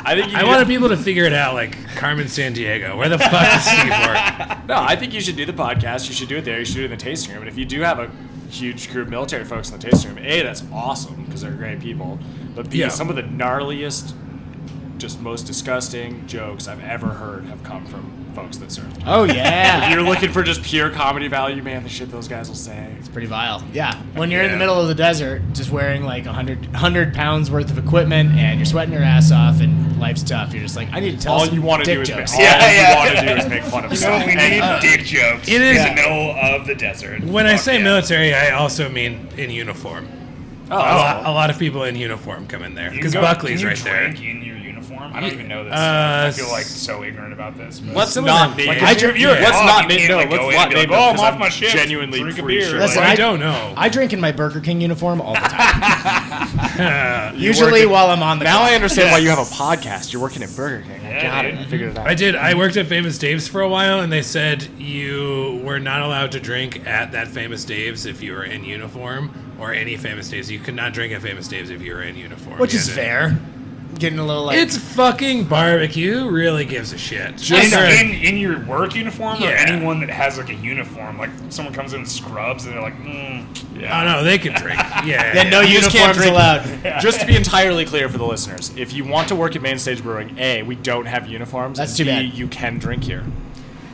[SPEAKER 6] I think you
[SPEAKER 4] I
[SPEAKER 6] need
[SPEAKER 4] wanted
[SPEAKER 6] to-
[SPEAKER 4] people to figure it out, like Carmen San Diego. Where the fuck is Steve work?
[SPEAKER 6] No, I think you should do the podcast. You should do it there. You should do it in the tasting room. And if you do have a huge crew of military folks in the tasting room, a that's awesome because they're great people. But b
[SPEAKER 4] Yeah.
[SPEAKER 6] some of the gnarliest, just most disgusting jokes I've ever heard have come from folks that serve.
[SPEAKER 1] Oh yeah,
[SPEAKER 6] If you're looking for just pure comedy value, man, the shit those guys will say.
[SPEAKER 1] pretty vile. Yeah, when you're in the middle of the desert, just wearing like 100, 100 pounds worth of equipment, and you're sweating your ass off, and life's tough. You're just like, I need to tell
[SPEAKER 6] All
[SPEAKER 1] some
[SPEAKER 6] you want to
[SPEAKER 1] dick
[SPEAKER 6] do is make,
[SPEAKER 1] jokes.
[SPEAKER 6] all
[SPEAKER 5] Yeah,
[SPEAKER 6] you
[SPEAKER 5] yeah.
[SPEAKER 6] want to do is make fun of
[SPEAKER 5] So we
[SPEAKER 6] something.
[SPEAKER 5] need dick jokes.
[SPEAKER 4] It is-
[SPEAKER 5] in the middle of the desert.
[SPEAKER 4] When I
[SPEAKER 5] Fuck
[SPEAKER 4] say
[SPEAKER 5] yeah.
[SPEAKER 4] military, I also mean in uniform. A
[SPEAKER 6] Oh,
[SPEAKER 4] lot, a lot of people in uniform come in there
[SPEAKER 5] You
[SPEAKER 4] because
[SPEAKER 5] go-
[SPEAKER 4] Buckley's
[SPEAKER 5] can you
[SPEAKER 4] right there.
[SPEAKER 5] drink In your uniform, I don't even know this.
[SPEAKER 4] Uh,
[SPEAKER 5] I feel like so ignorant about this. but-
[SPEAKER 6] Let's
[SPEAKER 4] Some of
[SPEAKER 6] not
[SPEAKER 4] them-
[SPEAKER 6] name.
[SPEAKER 4] Like,
[SPEAKER 5] if you're- you're at
[SPEAKER 6] let's
[SPEAKER 5] all,
[SPEAKER 6] not
[SPEAKER 5] you
[SPEAKER 6] name.
[SPEAKER 5] can't,
[SPEAKER 6] No,
[SPEAKER 5] like, go
[SPEAKER 6] let's
[SPEAKER 5] in
[SPEAKER 6] not
[SPEAKER 5] and be
[SPEAKER 6] name.
[SPEAKER 5] like, "Oh, I'm
[SPEAKER 6] because
[SPEAKER 5] off my shift.
[SPEAKER 6] Genuinely
[SPEAKER 5] Drink a
[SPEAKER 6] pretty
[SPEAKER 5] beer."
[SPEAKER 6] sure,
[SPEAKER 5] Listen,
[SPEAKER 6] like-
[SPEAKER 4] I
[SPEAKER 1] I-
[SPEAKER 4] don't know.
[SPEAKER 1] I drink in my Burger King uniform all the time. *laughs*
[SPEAKER 6] work *laughs*
[SPEAKER 1] Usually
[SPEAKER 6] at-
[SPEAKER 1] while I'm on the
[SPEAKER 6] Now I
[SPEAKER 1] clock.
[SPEAKER 6] understand why you have a podcast. You're working at Burger King. I
[SPEAKER 5] Yeah,
[SPEAKER 6] got
[SPEAKER 5] dude.
[SPEAKER 6] it. I figured it out.
[SPEAKER 4] I did. I worked at Famous Dave's for a while, and they said you were not allowed to drink at that Famous Dave's if you were in uniform, or any Famous Dave's. You could not drink at Famous Dave's if you were in uniform.
[SPEAKER 1] which is
[SPEAKER 4] Yeah.
[SPEAKER 1] fair. Getting a little like
[SPEAKER 4] It's fucking barbecue. Really gives a shit.
[SPEAKER 5] in,
[SPEAKER 4] Sure.
[SPEAKER 5] in, in your work uniform, or
[SPEAKER 4] Yeah.
[SPEAKER 5] anyone that has like a uniform, like someone comes in with scrubs and they're like, mm,
[SPEAKER 4] oh no, they can drink. Yeah.
[SPEAKER 1] yeah,
[SPEAKER 6] *laughs*
[SPEAKER 1] no
[SPEAKER 6] You just can't
[SPEAKER 1] uniforms
[SPEAKER 4] *laughs*
[SPEAKER 6] drink-
[SPEAKER 1] allowed.
[SPEAKER 6] Just to be entirely clear for the listeners, if you want to work at Main Stage Brewing, A, we don't have uniforms.
[SPEAKER 1] That's
[SPEAKER 6] and
[SPEAKER 1] too
[SPEAKER 6] B,
[SPEAKER 1] bad.
[SPEAKER 6] You can drink here.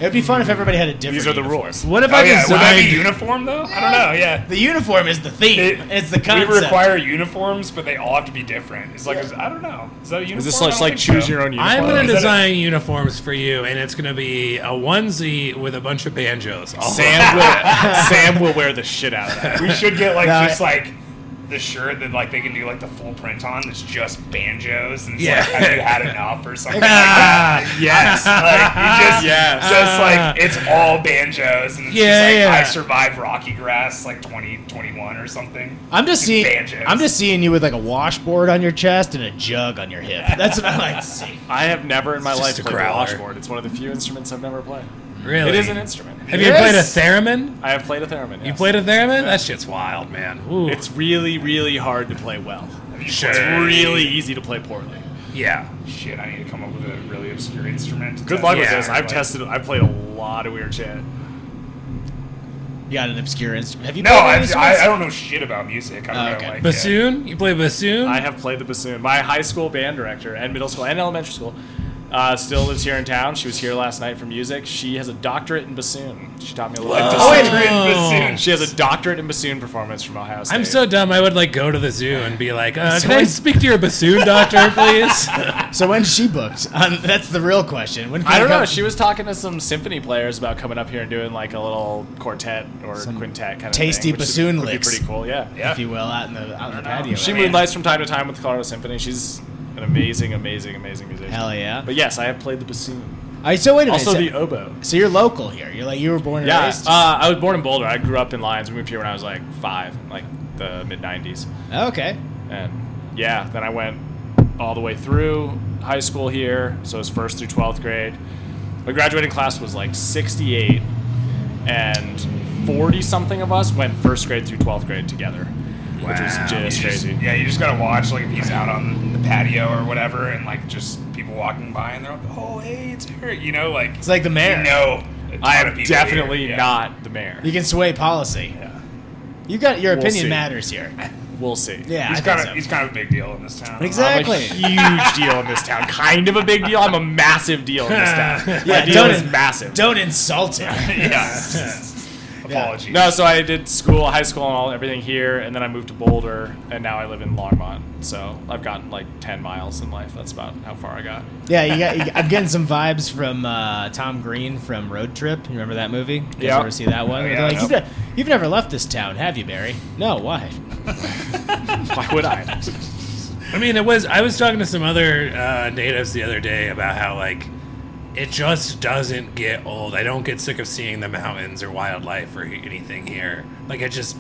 [SPEAKER 1] It'd be fun if everybody had a different.
[SPEAKER 6] These are the
[SPEAKER 1] uniform.
[SPEAKER 6] rules.
[SPEAKER 4] What if
[SPEAKER 5] Oh
[SPEAKER 4] I
[SPEAKER 5] yeah, would that
[SPEAKER 4] designed?
[SPEAKER 5] be uniform though? I don't know. Yeah,
[SPEAKER 1] The uniform is the theme.
[SPEAKER 5] It-
[SPEAKER 1] it's the concept.
[SPEAKER 5] we require uniforms, but they all have to be different. It's like is- I don't know. Is that a uniform?
[SPEAKER 6] Is this
[SPEAKER 5] I
[SPEAKER 6] like,
[SPEAKER 5] don't
[SPEAKER 6] like
[SPEAKER 5] think
[SPEAKER 6] choose
[SPEAKER 5] so.
[SPEAKER 6] your own uniform?
[SPEAKER 4] I'm gonna
[SPEAKER 6] *laughs*
[SPEAKER 5] Is that a-
[SPEAKER 4] design uniforms for you, and it's gonna be a onesie with a bunch of banjos. all *laughs*
[SPEAKER 6] Sam will, Sam will wear the shit out of that.
[SPEAKER 5] We should get like
[SPEAKER 1] No,
[SPEAKER 5] just
[SPEAKER 1] I-
[SPEAKER 5] like the shirt that like they can do like the full print on that's just banjos and it's
[SPEAKER 4] Yeah.
[SPEAKER 5] like have you had enough or something like that. yes. Like you just
[SPEAKER 6] Yes.
[SPEAKER 5] so it's like it's all banjos and it's
[SPEAKER 4] Yeah,
[SPEAKER 5] just like
[SPEAKER 4] yeah.
[SPEAKER 5] I survived Rocky Grass like twenty twenty one or something.
[SPEAKER 1] I'm just seeing.
[SPEAKER 5] banjos.
[SPEAKER 1] I'm just seeing you with like a washboard on your chest and a jug on your hip. That's what I like to see.
[SPEAKER 6] I have never in my
[SPEAKER 4] It's
[SPEAKER 6] life
[SPEAKER 4] just a
[SPEAKER 6] played the
[SPEAKER 4] growler.
[SPEAKER 6] washboard. It's one of the few instruments I've never played.
[SPEAKER 4] Really?
[SPEAKER 6] It is an instrument.
[SPEAKER 4] Have you played a theremin?
[SPEAKER 6] I have played a theremin.
[SPEAKER 4] You
[SPEAKER 6] yes.
[SPEAKER 4] played a theremin? That shit's wild, man. Ooh.
[SPEAKER 6] It's really, really hard to play well.
[SPEAKER 5] Sure.
[SPEAKER 6] It's really easy to play poorly.
[SPEAKER 4] yeah.
[SPEAKER 5] Shit, I need to come up with a really obscure instrument. to
[SPEAKER 6] Good
[SPEAKER 5] test.
[SPEAKER 6] luck with
[SPEAKER 4] Uh, Yeah,
[SPEAKER 6] this. I've
[SPEAKER 5] like-
[SPEAKER 6] tested. I've played a lot of weird shit.
[SPEAKER 1] You got an obscure instrument. Have you
[SPEAKER 5] No,
[SPEAKER 1] played
[SPEAKER 5] I,
[SPEAKER 1] any
[SPEAKER 5] I,
[SPEAKER 1] instruments?
[SPEAKER 5] I don't know shit about music. I don't
[SPEAKER 1] Oh,
[SPEAKER 5] know,
[SPEAKER 1] okay.
[SPEAKER 5] like, yeah.
[SPEAKER 4] Bassoon? You play bassoon?
[SPEAKER 6] I have played the bassoon. My high school band director and middle school and elementary school uh, still lives here in town. She was here last night for music. She has a doctorate in bassoon. She taught me a little.
[SPEAKER 5] Oh, wait,
[SPEAKER 6] Bassoon.
[SPEAKER 5] bassoon.
[SPEAKER 6] She has a doctorate in bassoon performance from Ohio State.
[SPEAKER 4] I'm so dumb. I would like go to the zoo and be like, uh, "Can I speak to your bassoon
[SPEAKER 5] *laughs*
[SPEAKER 4] doctor, please?"
[SPEAKER 1] So when's she booked? Um, that's the real question. When can
[SPEAKER 6] I don't
[SPEAKER 1] *laughs*
[SPEAKER 6] know.
[SPEAKER 1] come-
[SPEAKER 6] She was talking to some symphony players about coming up here and doing like a little quartet or
[SPEAKER 1] Some
[SPEAKER 6] quintet kind of
[SPEAKER 1] tasty
[SPEAKER 6] thing, which is-
[SPEAKER 1] bassoon
[SPEAKER 6] would
[SPEAKER 1] licks.
[SPEAKER 6] Be pretty cool. Yeah.
[SPEAKER 1] if you will, out in the out in the
[SPEAKER 5] know.
[SPEAKER 1] patio.
[SPEAKER 6] She
[SPEAKER 5] Man.
[SPEAKER 6] moonlights from time to time with the Colorado Symphony. She's an amazing, amazing, amazing musician.
[SPEAKER 1] Hell yeah!
[SPEAKER 6] But yes, I have played the bassoon.
[SPEAKER 1] All right, so wait a minute.
[SPEAKER 6] Also
[SPEAKER 1] so,
[SPEAKER 6] the oboe.
[SPEAKER 1] so you're local here. You're like you were born and
[SPEAKER 6] Yeah,
[SPEAKER 1] raised.
[SPEAKER 6] uh, I was born in Boulder. I grew up in Lyons. We moved here when I was like five, like the mid '90s,
[SPEAKER 1] okay.
[SPEAKER 6] and yeah, then I went all the way through high school here. So it was first through 12th grade. My graduating class was like 68, and 40 something of us went first grade through 12th grade together, which was
[SPEAKER 5] Wow.
[SPEAKER 6] just
[SPEAKER 5] You just-
[SPEAKER 6] crazy.
[SPEAKER 5] yeah, you just gotta watch like if he's out on the patio or whatever, and like just people walking by, and they're like, "Oh, hey, it's her," you know, like
[SPEAKER 1] It's like the mayor.
[SPEAKER 5] You know, a
[SPEAKER 6] I
[SPEAKER 5] ton of
[SPEAKER 6] am
[SPEAKER 5] people
[SPEAKER 6] definitely
[SPEAKER 5] here, yeah.
[SPEAKER 6] not the mayor.
[SPEAKER 1] You can sway policy.
[SPEAKER 6] Yeah.
[SPEAKER 1] You got your
[SPEAKER 6] We'll
[SPEAKER 1] opinion
[SPEAKER 6] see.
[SPEAKER 1] matters here.
[SPEAKER 6] We'll see.
[SPEAKER 1] Yeah,
[SPEAKER 5] He's
[SPEAKER 1] I
[SPEAKER 5] kind
[SPEAKER 1] think
[SPEAKER 5] of
[SPEAKER 1] so.
[SPEAKER 5] he's kind of a big deal in this town.
[SPEAKER 6] I'm
[SPEAKER 1] exactly.
[SPEAKER 6] a huge deal in this town. Kind of a big deal. I'm a massive deal in
[SPEAKER 1] *laughs*
[SPEAKER 6] this town.
[SPEAKER 1] Yeah,
[SPEAKER 6] My deal
[SPEAKER 1] don't
[SPEAKER 6] is
[SPEAKER 1] in-
[SPEAKER 6] massive.
[SPEAKER 1] Don't insult
[SPEAKER 6] *laughs*
[SPEAKER 1] him.
[SPEAKER 5] *laughs* yeah. Apologies.
[SPEAKER 6] No, so I did school, high school, and all everything here, and then I moved to Boulder, and now I live in Longmont. So I've gotten like ten miles in life. That's about how far I *laughs* got.
[SPEAKER 1] yeah, you got, you, I'm getting some vibes from uh, Tom Green from Road Trip. You remember that movie? You guys
[SPEAKER 6] Yeah.
[SPEAKER 1] ever see that one?
[SPEAKER 4] Oh,
[SPEAKER 1] They're
[SPEAKER 5] yeah,
[SPEAKER 1] like,
[SPEAKER 5] yeah.
[SPEAKER 1] you've, ne- you've never left this town, have you, Barry? No, why?
[SPEAKER 6] Why would I?
[SPEAKER 4] I mean, it was. I was talking to some other uh, natives the other day about how like it just doesn't get old. I don't get sick of seeing the mountains or wildlife or anything here. Like I just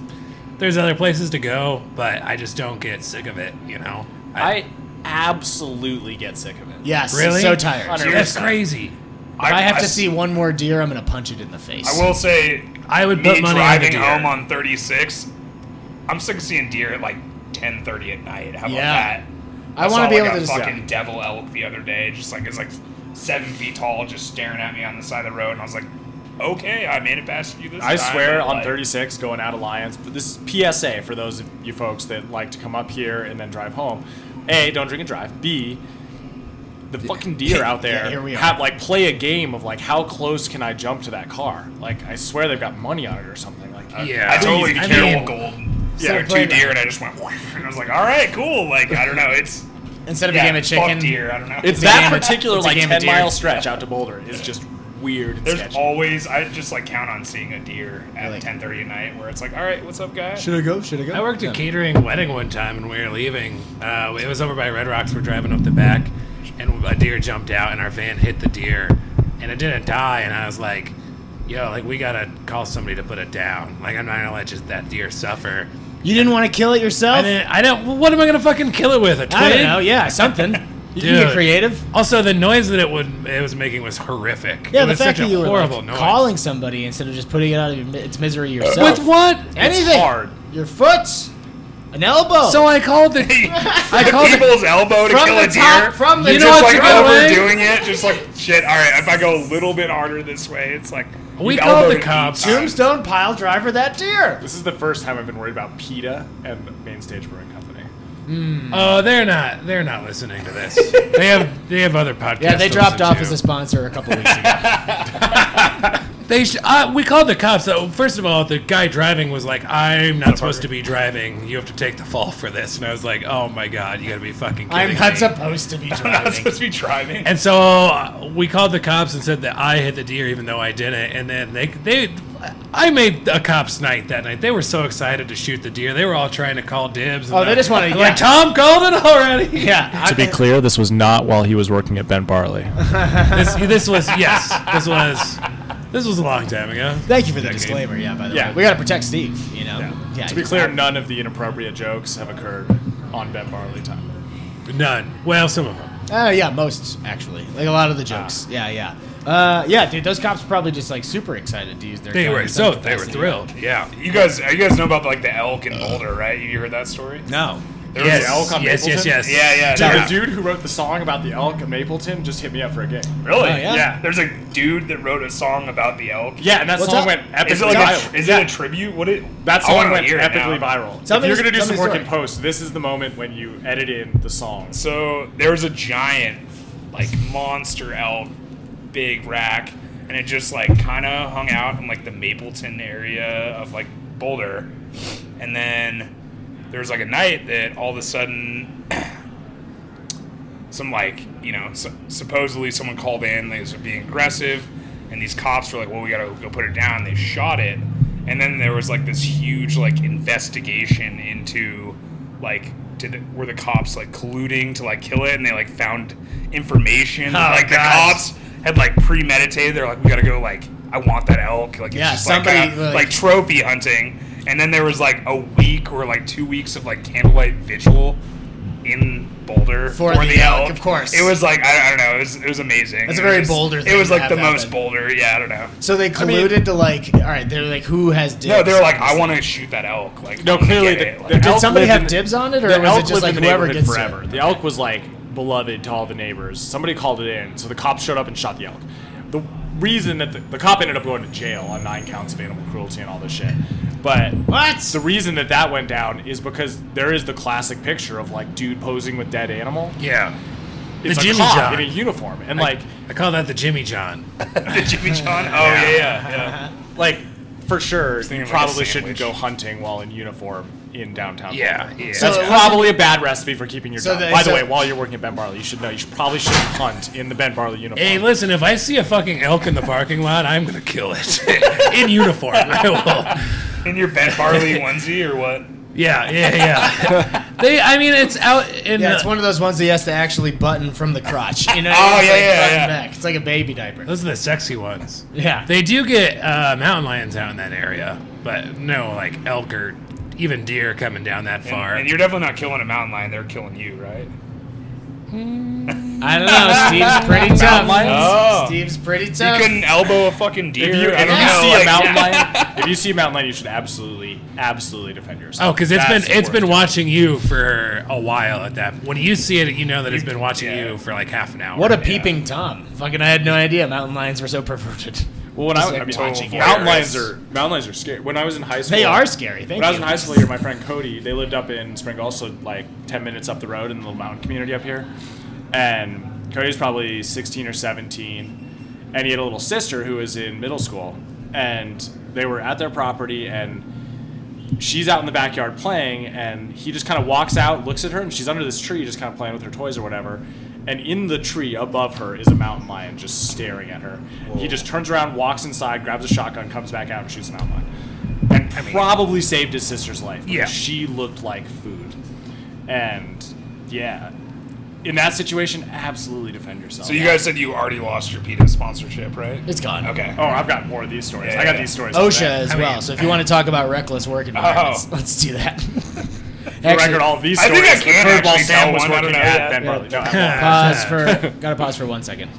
[SPEAKER 4] there's other places to go, but I just don't get sick of it. You know,
[SPEAKER 6] I absolutely get sick of it.
[SPEAKER 1] Yes.
[SPEAKER 4] Really?
[SPEAKER 1] So tired.
[SPEAKER 6] Hundred
[SPEAKER 4] that's
[SPEAKER 6] percent.
[SPEAKER 4] crazy.
[SPEAKER 1] If I have to
[SPEAKER 5] s-
[SPEAKER 1] see one more deer, I'm going to punch it in the face.
[SPEAKER 5] I will say,
[SPEAKER 4] I would
[SPEAKER 5] me
[SPEAKER 4] put money on the
[SPEAKER 5] driving
[SPEAKER 4] deer.
[SPEAKER 5] home on 36. I'm sick of seeing deer at like 10:30 at night. How about
[SPEAKER 1] Yeah.
[SPEAKER 5] that?
[SPEAKER 1] I wanna
[SPEAKER 5] saw,
[SPEAKER 1] be
[SPEAKER 5] like,
[SPEAKER 1] able
[SPEAKER 5] a
[SPEAKER 1] to just-
[SPEAKER 5] fucking devil elk the other day. Just like it's like seven feet tall, just staring at me on the side of the road, and I was like, "Okay, I made it past you this
[SPEAKER 6] I
[SPEAKER 5] time."
[SPEAKER 6] swear
[SPEAKER 5] but,
[SPEAKER 6] on
[SPEAKER 5] like,
[SPEAKER 6] 36 going out of Lyons, but this is PSA for those of you folks that like to come up here and then drive home. A, don't drink and drive. B, the fucking
[SPEAKER 1] *laughs*
[SPEAKER 6] deer out there
[SPEAKER 1] Yeah, here we are.
[SPEAKER 6] have like play a game of like how close can I jump to that car? Like I swear they've got money on it or something like that.
[SPEAKER 4] Yeah.
[SPEAKER 5] I totally
[SPEAKER 4] I
[SPEAKER 5] killed
[SPEAKER 4] mean-
[SPEAKER 5] gold.
[SPEAKER 1] Yeah.
[SPEAKER 5] Yeah,
[SPEAKER 1] Play
[SPEAKER 5] two
[SPEAKER 1] that.
[SPEAKER 5] deer, and I just went, and I was like, "All right, cool." Like I don't
[SPEAKER 1] *laughs*
[SPEAKER 5] know, it's
[SPEAKER 1] Instead of
[SPEAKER 5] yeah,
[SPEAKER 1] a game of chicken.
[SPEAKER 5] Fuck deer, I don't know.
[SPEAKER 6] It's
[SPEAKER 1] a
[SPEAKER 6] that
[SPEAKER 1] game of-
[SPEAKER 6] particular
[SPEAKER 1] it's a
[SPEAKER 6] like
[SPEAKER 1] game of
[SPEAKER 6] 10 mile
[SPEAKER 1] deer.
[SPEAKER 6] stretch out to Boulder is just weird. and
[SPEAKER 5] There's
[SPEAKER 6] sketchy.
[SPEAKER 5] always I just like count on seeing a deer at
[SPEAKER 1] Really?
[SPEAKER 5] 10:30 at night where it's like, all right, what's up, guys?
[SPEAKER 1] Should I go? Should I go?
[SPEAKER 4] I worked a catering wedding one time, and we were leaving. Uh, it was over by Red Rocks. We're driving up the back, and a deer jumped out, and our van hit the deer, and it didn't die. And I was like, "Yo, like we gotta call somebody to put it down. Like I'm not gonna let just that deer suffer."
[SPEAKER 1] You didn't want to kill it yourself?
[SPEAKER 4] I didn't. I don't. well, What am I gonna fucking kill it with? A twig?
[SPEAKER 1] I don't know. Yeah,
[SPEAKER 4] *laughs*
[SPEAKER 1] something. You can get
[SPEAKER 4] Dude.
[SPEAKER 1] creative.
[SPEAKER 4] Also, the noise that it would it was making was horrific.
[SPEAKER 1] Yeah,
[SPEAKER 4] it
[SPEAKER 1] the
[SPEAKER 4] was
[SPEAKER 1] fact
[SPEAKER 4] such
[SPEAKER 1] that
[SPEAKER 4] a
[SPEAKER 1] you were
[SPEAKER 4] horrible
[SPEAKER 1] like,
[SPEAKER 4] noise. Uh,
[SPEAKER 1] calling somebody instead of just putting it out of your mi- its misery yourself.
[SPEAKER 4] with what?
[SPEAKER 1] Anything.
[SPEAKER 6] hard.
[SPEAKER 1] Your foot. An elbow.
[SPEAKER 4] So I called the
[SPEAKER 1] *laughs*
[SPEAKER 4] I *laughs* called the
[SPEAKER 5] People's elbow to
[SPEAKER 1] from
[SPEAKER 5] kill
[SPEAKER 1] the
[SPEAKER 5] a deer.
[SPEAKER 1] top. From the
[SPEAKER 4] You know
[SPEAKER 5] just
[SPEAKER 4] what's
[SPEAKER 5] like
[SPEAKER 4] a good way?
[SPEAKER 5] overdoing it, just like shit. All right, if I go a little bit harder this way, it's like
[SPEAKER 4] We
[SPEAKER 5] you've
[SPEAKER 4] called
[SPEAKER 5] elbowed
[SPEAKER 4] the
[SPEAKER 5] it
[SPEAKER 4] cops.
[SPEAKER 5] eight times.
[SPEAKER 1] tombstone pile driver that deer.
[SPEAKER 6] This is the first time I've been worried about PETA and Main Stage Brewing Company.
[SPEAKER 4] Oh, they're not. They're not listening to this. they have. They have other podcasts.
[SPEAKER 1] Yeah, they
[SPEAKER 4] to
[SPEAKER 1] dropped
[SPEAKER 4] listen
[SPEAKER 1] off
[SPEAKER 4] to.
[SPEAKER 1] as a sponsor a couple weeks ago.
[SPEAKER 4] They. Sh- uh, we called the cops. though. first of all, the guy driving was like, "I'm not supposed to be driving. You have to take the fall for this." And I was like, "Oh my god, you got to be fucking kidding
[SPEAKER 1] I'm not
[SPEAKER 4] me."
[SPEAKER 1] supposed to be
[SPEAKER 5] *laughs* I'm not
[SPEAKER 1] driving.
[SPEAKER 5] supposed to be driving.
[SPEAKER 4] and so uh, we called the cops and said that I hit the deer, even though I didn't. And then they. They. I made a cops' night that night. They were so excited to shoot the deer. They were all trying to call dibs. and
[SPEAKER 1] Oh, they just wanted-
[SPEAKER 4] they're
[SPEAKER 1] yeah.
[SPEAKER 4] like Tom called it
[SPEAKER 1] *laughs*
[SPEAKER 4] already. *laughs*
[SPEAKER 1] Yeah.
[SPEAKER 8] To be clear, this was not while he was working at Ben
[SPEAKER 6] *laughs*
[SPEAKER 8] Barley.
[SPEAKER 4] this, this was yes. This was this was a long time ago.
[SPEAKER 1] Thank you for the disclaimer. Yeah, by the
[SPEAKER 6] Yeah.
[SPEAKER 1] way, we gotta protect Steve. You know. Yeah.
[SPEAKER 6] To be clear, none of the inappropriate jokes have occurred on Ben Barley time.
[SPEAKER 4] None. Well, some of them.
[SPEAKER 1] Uh, yeah, most actually, like a lot of the jokes. Yeah, yeah. Uh, yeah, dude, those cops were probably just like super excited to use their.
[SPEAKER 4] They
[SPEAKER 1] gun
[SPEAKER 4] were
[SPEAKER 1] in some
[SPEAKER 4] so they were
[SPEAKER 1] capacity.
[SPEAKER 4] thrilled.
[SPEAKER 5] Yeah, you guys, you guys know about like the elk in Boulder, right? You heard that story?
[SPEAKER 1] No.
[SPEAKER 5] There
[SPEAKER 4] Yes,
[SPEAKER 5] was elk on
[SPEAKER 4] yes, yes,
[SPEAKER 5] Mapleton?
[SPEAKER 4] yes.
[SPEAKER 5] Yeah, yeah.
[SPEAKER 1] Tell
[SPEAKER 5] yeah.
[SPEAKER 6] The dude who wrote the song about the elk of Mapleton just hit me up for a gig.
[SPEAKER 5] Really?
[SPEAKER 1] Oh, yeah.
[SPEAKER 5] yeah. There's a dude that wrote a song about the elk.
[SPEAKER 6] Yeah, and that
[SPEAKER 1] What's
[SPEAKER 6] song
[SPEAKER 1] up?
[SPEAKER 6] went epically
[SPEAKER 5] Is it like
[SPEAKER 6] viral.
[SPEAKER 5] a, is it a tribute? What it?
[SPEAKER 6] that
[SPEAKER 5] I
[SPEAKER 6] song
[SPEAKER 5] wanna
[SPEAKER 6] went
[SPEAKER 5] hear it
[SPEAKER 6] epically
[SPEAKER 5] now.
[SPEAKER 6] viral.
[SPEAKER 1] Tell
[SPEAKER 6] if
[SPEAKER 1] me
[SPEAKER 6] you're
[SPEAKER 1] the-
[SPEAKER 6] gonna do
[SPEAKER 1] tell
[SPEAKER 6] some
[SPEAKER 1] me the
[SPEAKER 6] work
[SPEAKER 1] story.
[SPEAKER 6] in post, this is the moment when you edit in the song.
[SPEAKER 5] So there was a giant, like monster elk, big rack, and it just like kind of hung out in like the Mapleton area of like Boulder, and then there was like a night that all of a sudden, *clears throat* some like you know su- supposedly someone called in they was being aggressive, and these cops were like, well we gotta go put it down. They shot it, and then there was like this huge like investigation into like did the, were the cops like colluding to like kill it and they like found information that, like the cops had like premeditated they're like we gotta go like i want that elk like it's
[SPEAKER 1] Yeah,
[SPEAKER 5] just like,
[SPEAKER 1] somebody,
[SPEAKER 5] kinda,
[SPEAKER 1] like-
[SPEAKER 5] like trophy hunting and then there was like a week or like two weeks of like candlelight vigil in Boulder
[SPEAKER 1] For
[SPEAKER 5] for,
[SPEAKER 1] the
[SPEAKER 5] the,
[SPEAKER 1] elk,
[SPEAKER 5] elk.
[SPEAKER 1] of course.
[SPEAKER 5] It was like I, I don't know. It was it was amazing.
[SPEAKER 1] That's a
[SPEAKER 5] It was
[SPEAKER 1] very
[SPEAKER 5] just-
[SPEAKER 1] Boulder
[SPEAKER 5] It
[SPEAKER 1] thing
[SPEAKER 5] was
[SPEAKER 1] to
[SPEAKER 5] like
[SPEAKER 1] have
[SPEAKER 5] the most
[SPEAKER 1] happen.
[SPEAKER 5] Boulder. Yeah, I don't know.
[SPEAKER 1] So they
[SPEAKER 5] I mean-
[SPEAKER 1] colluded to like, all right, they're like, who has dibs?
[SPEAKER 5] No, they're like,
[SPEAKER 1] on this
[SPEAKER 5] I
[SPEAKER 1] thing?"
[SPEAKER 5] want to shoot that elk. Like,
[SPEAKER 6] No,
[SPEAKER 5] I'm gonna
[SPEAKER 6] clearly
[SPEAKER 5] get
[SPEAKER 6] the-
[SPEAKER 5] it.
[SPEAKER 6] *laughs* the
[SPEAKER 5] Like,
[SPEAKER 1] Did
[SPEAKER 6] elk
[SPEAKER 1] somebody
[SPEAKER 6] lived
[SPEAKER 1] have
[SPEAKER 6] in-
[SPEAKER 1] dibs on it,
[SPEAKER 6] the
[SPEAKER 1] or was
[SPEAKER 6] elk
[SPEAKER 1] it just
[SPEAKER 6] lived
[SPEAKER 1] like
[SPEAKER 6] in the
[SPEAKER 1] whoever
[SPEAKER 6] neighborhood
[SPEAKER 1] gets
[SPEAKER 6] forever.
[SPEAKER 1] it?
[SPEAKER 6] The elk was like beloved to all the neighbors. Somebody called it in, so the cops showed up and shot the elk. The reason that the, the cop ended up going to jail on nine counts of animal cruelty and all this shit, but
[SPEAKER 1] What?
[SPEAKER 6] *laughs* the reason that that went down is because there is the classic picture of like dude posing with dead animal.
[SPEAKER 4] Yeah.
[SPEAKER 6] It's
[SPEAKER 4] The
[SPEAKER 6] a
[SPEAKER 4] Jimmy
[SPEAKER 6] cop
[SPEAKER 4] John.
[SPEAKER 6] in a uniform, and
[SPEAKER 4] Like
[SPEAKER 6] like
[SPEAKER 4] I call that the Jimmy John.
[SPEAKER 5] *laughs* the Jimmy
[SPEAKER 6] *laughs*
[SPEAKER 5] John. Oh yeah, yeah. yeah.
[SPEAKER 6] like for sure,
[SPEAKER 5] thinking
[SPEAKER 6] you
[SPEAKER 5] of, like, a
[SPEAKER 6] probably
[SPEAKER 5] sandwich.
[SPEAKER 6] shouldn't go hunting while in uniform in downtown.
[SPEAKER 5] Yeah,
[SPEAKER 6] Boulder.
[SPEAKER 5] yeah.
[SPEAKER 6] So
[SPEAKER 5] So
[SPEAKER 6] that's
[SPEAKER 1] it wasn't-
[SPEAKER 6] probably a bad recipe for keeping your
[SPEAKER 1] So
[SPEAKER 6] job.
[SPEAKER 1] the-
[SPEAKER 6] By
[SPEAKER 1] so-
[SPEAKER 6] the way, while you're working at Ben Barley, you should know you should probably shouldn't hunt in the Ben Barley uniform.
[SPEAKER 4] Hey, listen, if I see a fucking elk in the parking lot, I'm gonna kill it *laughs* in uniform. I will.
[SPEAKER 5] *laughs* In your Ben
[SPEAKER 6] *laughs*
[SPEAKER 5] Barley onesie or what?
[SPEAKER 4] Yeah, yeah,
[SPEAKER 5] *laughs*
[SPEAKER 4] yeah. They, I mean, it's out in
[SPEAKER 1] Yeah, it's
[SPEAKER 4] the,
[SPEAKER 1] one of those ones that he has to actually button from the crotch. You know,
[SPEAKER 5] Oh,
[SPEAKER 1] it's
[SPEAKER 5] yeah,
[SPEAKER 1] like
[SPEAKER 5] yeah,
[SPEAKER 1] button
[SPEAKER 5] yeah.
[SPEAKER 1] Back. It's like a baby diaper.
[SPEAKER 4] those are the sexy ones.
[SPEAKER 1] Yeah.
[SPEAKER 4] They do get uh, mountain lions out in that area, but no, like elk or even deer coming down that
[SPEAKER 5] And,
[SPEAKER 4] far.
[SPEAKER 5] and you're definitely not killing a mountain lion. They're killing you, right?
[SPEAKER 1] I don't know. Steve's *laughs* pretty tough.
[SPEAKER 5] Oh.
[SPEAKER 1] Steve's pretty
[SPEAKER 5] You
[SPEAKER 1] tough.
[SPEAKER 5] couldn't elbow a fucking deer.
[SPEAKER 6] if you,
[SPEAKER 5] I
[SPEAKER 6] if
[SPEAKER 5] don't
[SPEAKER 6] you
[SPEAKER 5] know,
[SPEAKER 6] see
[SPEAKER 5] like,
[SPEAKER 6] a mountain
[SPEAKER 5] yeah. *laughs*
[SPEAKER 6] lion, if you see a mountain lion, you should absolutely, absolutely defend yourself.
[SPEAKER 4] Oh, because it's
[SPEAKER 6] That's
[SPEAKER 4] been
[SPEAKER 6] the
[SPEAKER 4] it's been
[SPEAKER 6] worst.
[SPEAKER 4] watching you for a while at that. When you see it, you know that it's been watching
[SPEAKER 5] yeah.
[SPEAKER 4] you for like half an hour.
[SPEAKER 1] What a peeping tom! Fucking, I had no idea mountain lions were so perverted.
[SPEAKER 6] Well, when I,
[SPEAKER 1] Just,
[SPEAKER 6] was
[SPEAKER 1] like,
[SPEAKER 6] I mean,
[SPEAKER 1] watching you.
[SPEAKER 6] mountain lions are mountain lions are scary. When I was in high
[SPEAKER 1] *laughs*
[SPEAKER 6] school,
[SPEAKER 1] They are scary. Thank
[SPEAKER 6] When I was
[SPEAKER 1] you.
[SPEAKER 6] in high school here, my friend Cody, they lived up in Spring, also like 10 minutes up the road in the little mountain community up here. And Cody's probably 16 or 17. And he had a little sister who was in middle school. And they were at their property, and she's out in the backyard playing. And he just kind of walks out, looks at her, and she's under this tree, just kind of playing with her toys or whatever. And in the tree above her is a mountain lion just staring at her. He just turns around, walks inside, grabs a shotgun, comes back out, and shoots the mountain lion and probably saved his sister's life. because
[SPEAKER 5] Yeah.
[SPEAKER 6] she looked like food, and yeah, in that situation, absolutely defend yourself.
[SPEAKER 5] So you guys said you already lost your PETA sponsorship, right?
[SPEAKER 1] It's gone.
[SPEAKER 5] Okay.
[SPEAKER 6] oh, I've got more of these stories.
[SPEAKER 5] Yeah,
[SPEAKER 6] I got
[SPEAKER 5] yeah.
[SPEAKER 6] these stories. all
[SPEAKER 1] OSHA
[SPEAKER 6] day.
[SPEAKER 1] as
[SPEAKER 5] I
[SPEAKER 1] well.
[SPEAKER 5] mean-
[SPEAKER 1] so if you want to talk about reckless work environments,
[SPEAKER 5] Oh.
[SPEAKER 1] let's do that. *laughs*
[SPEAKER 6] For record, all of these
[SPEAKER 5] I
[SPEAKER 6] stories.
[SPEAKER 5] think I can
[SPEAKER 6] Curveball
[SPEAKER 5] actually
[SPEAKER 6] Sam
[SPEAKER 5] tell
[SPEAKER 6] was
[SPEAKER 5] one, I don't
[SPEAKER 6] working
[SPEAKER 5] know yet.
[SPEAKER 6] at Ben
[SPEAKER 5] Yeah.
[SPEAKER 1] *laughs*
[SPEAKER 6] Barley. No, I won't.
[SPEAKER 1] pause for gotta pause for one second.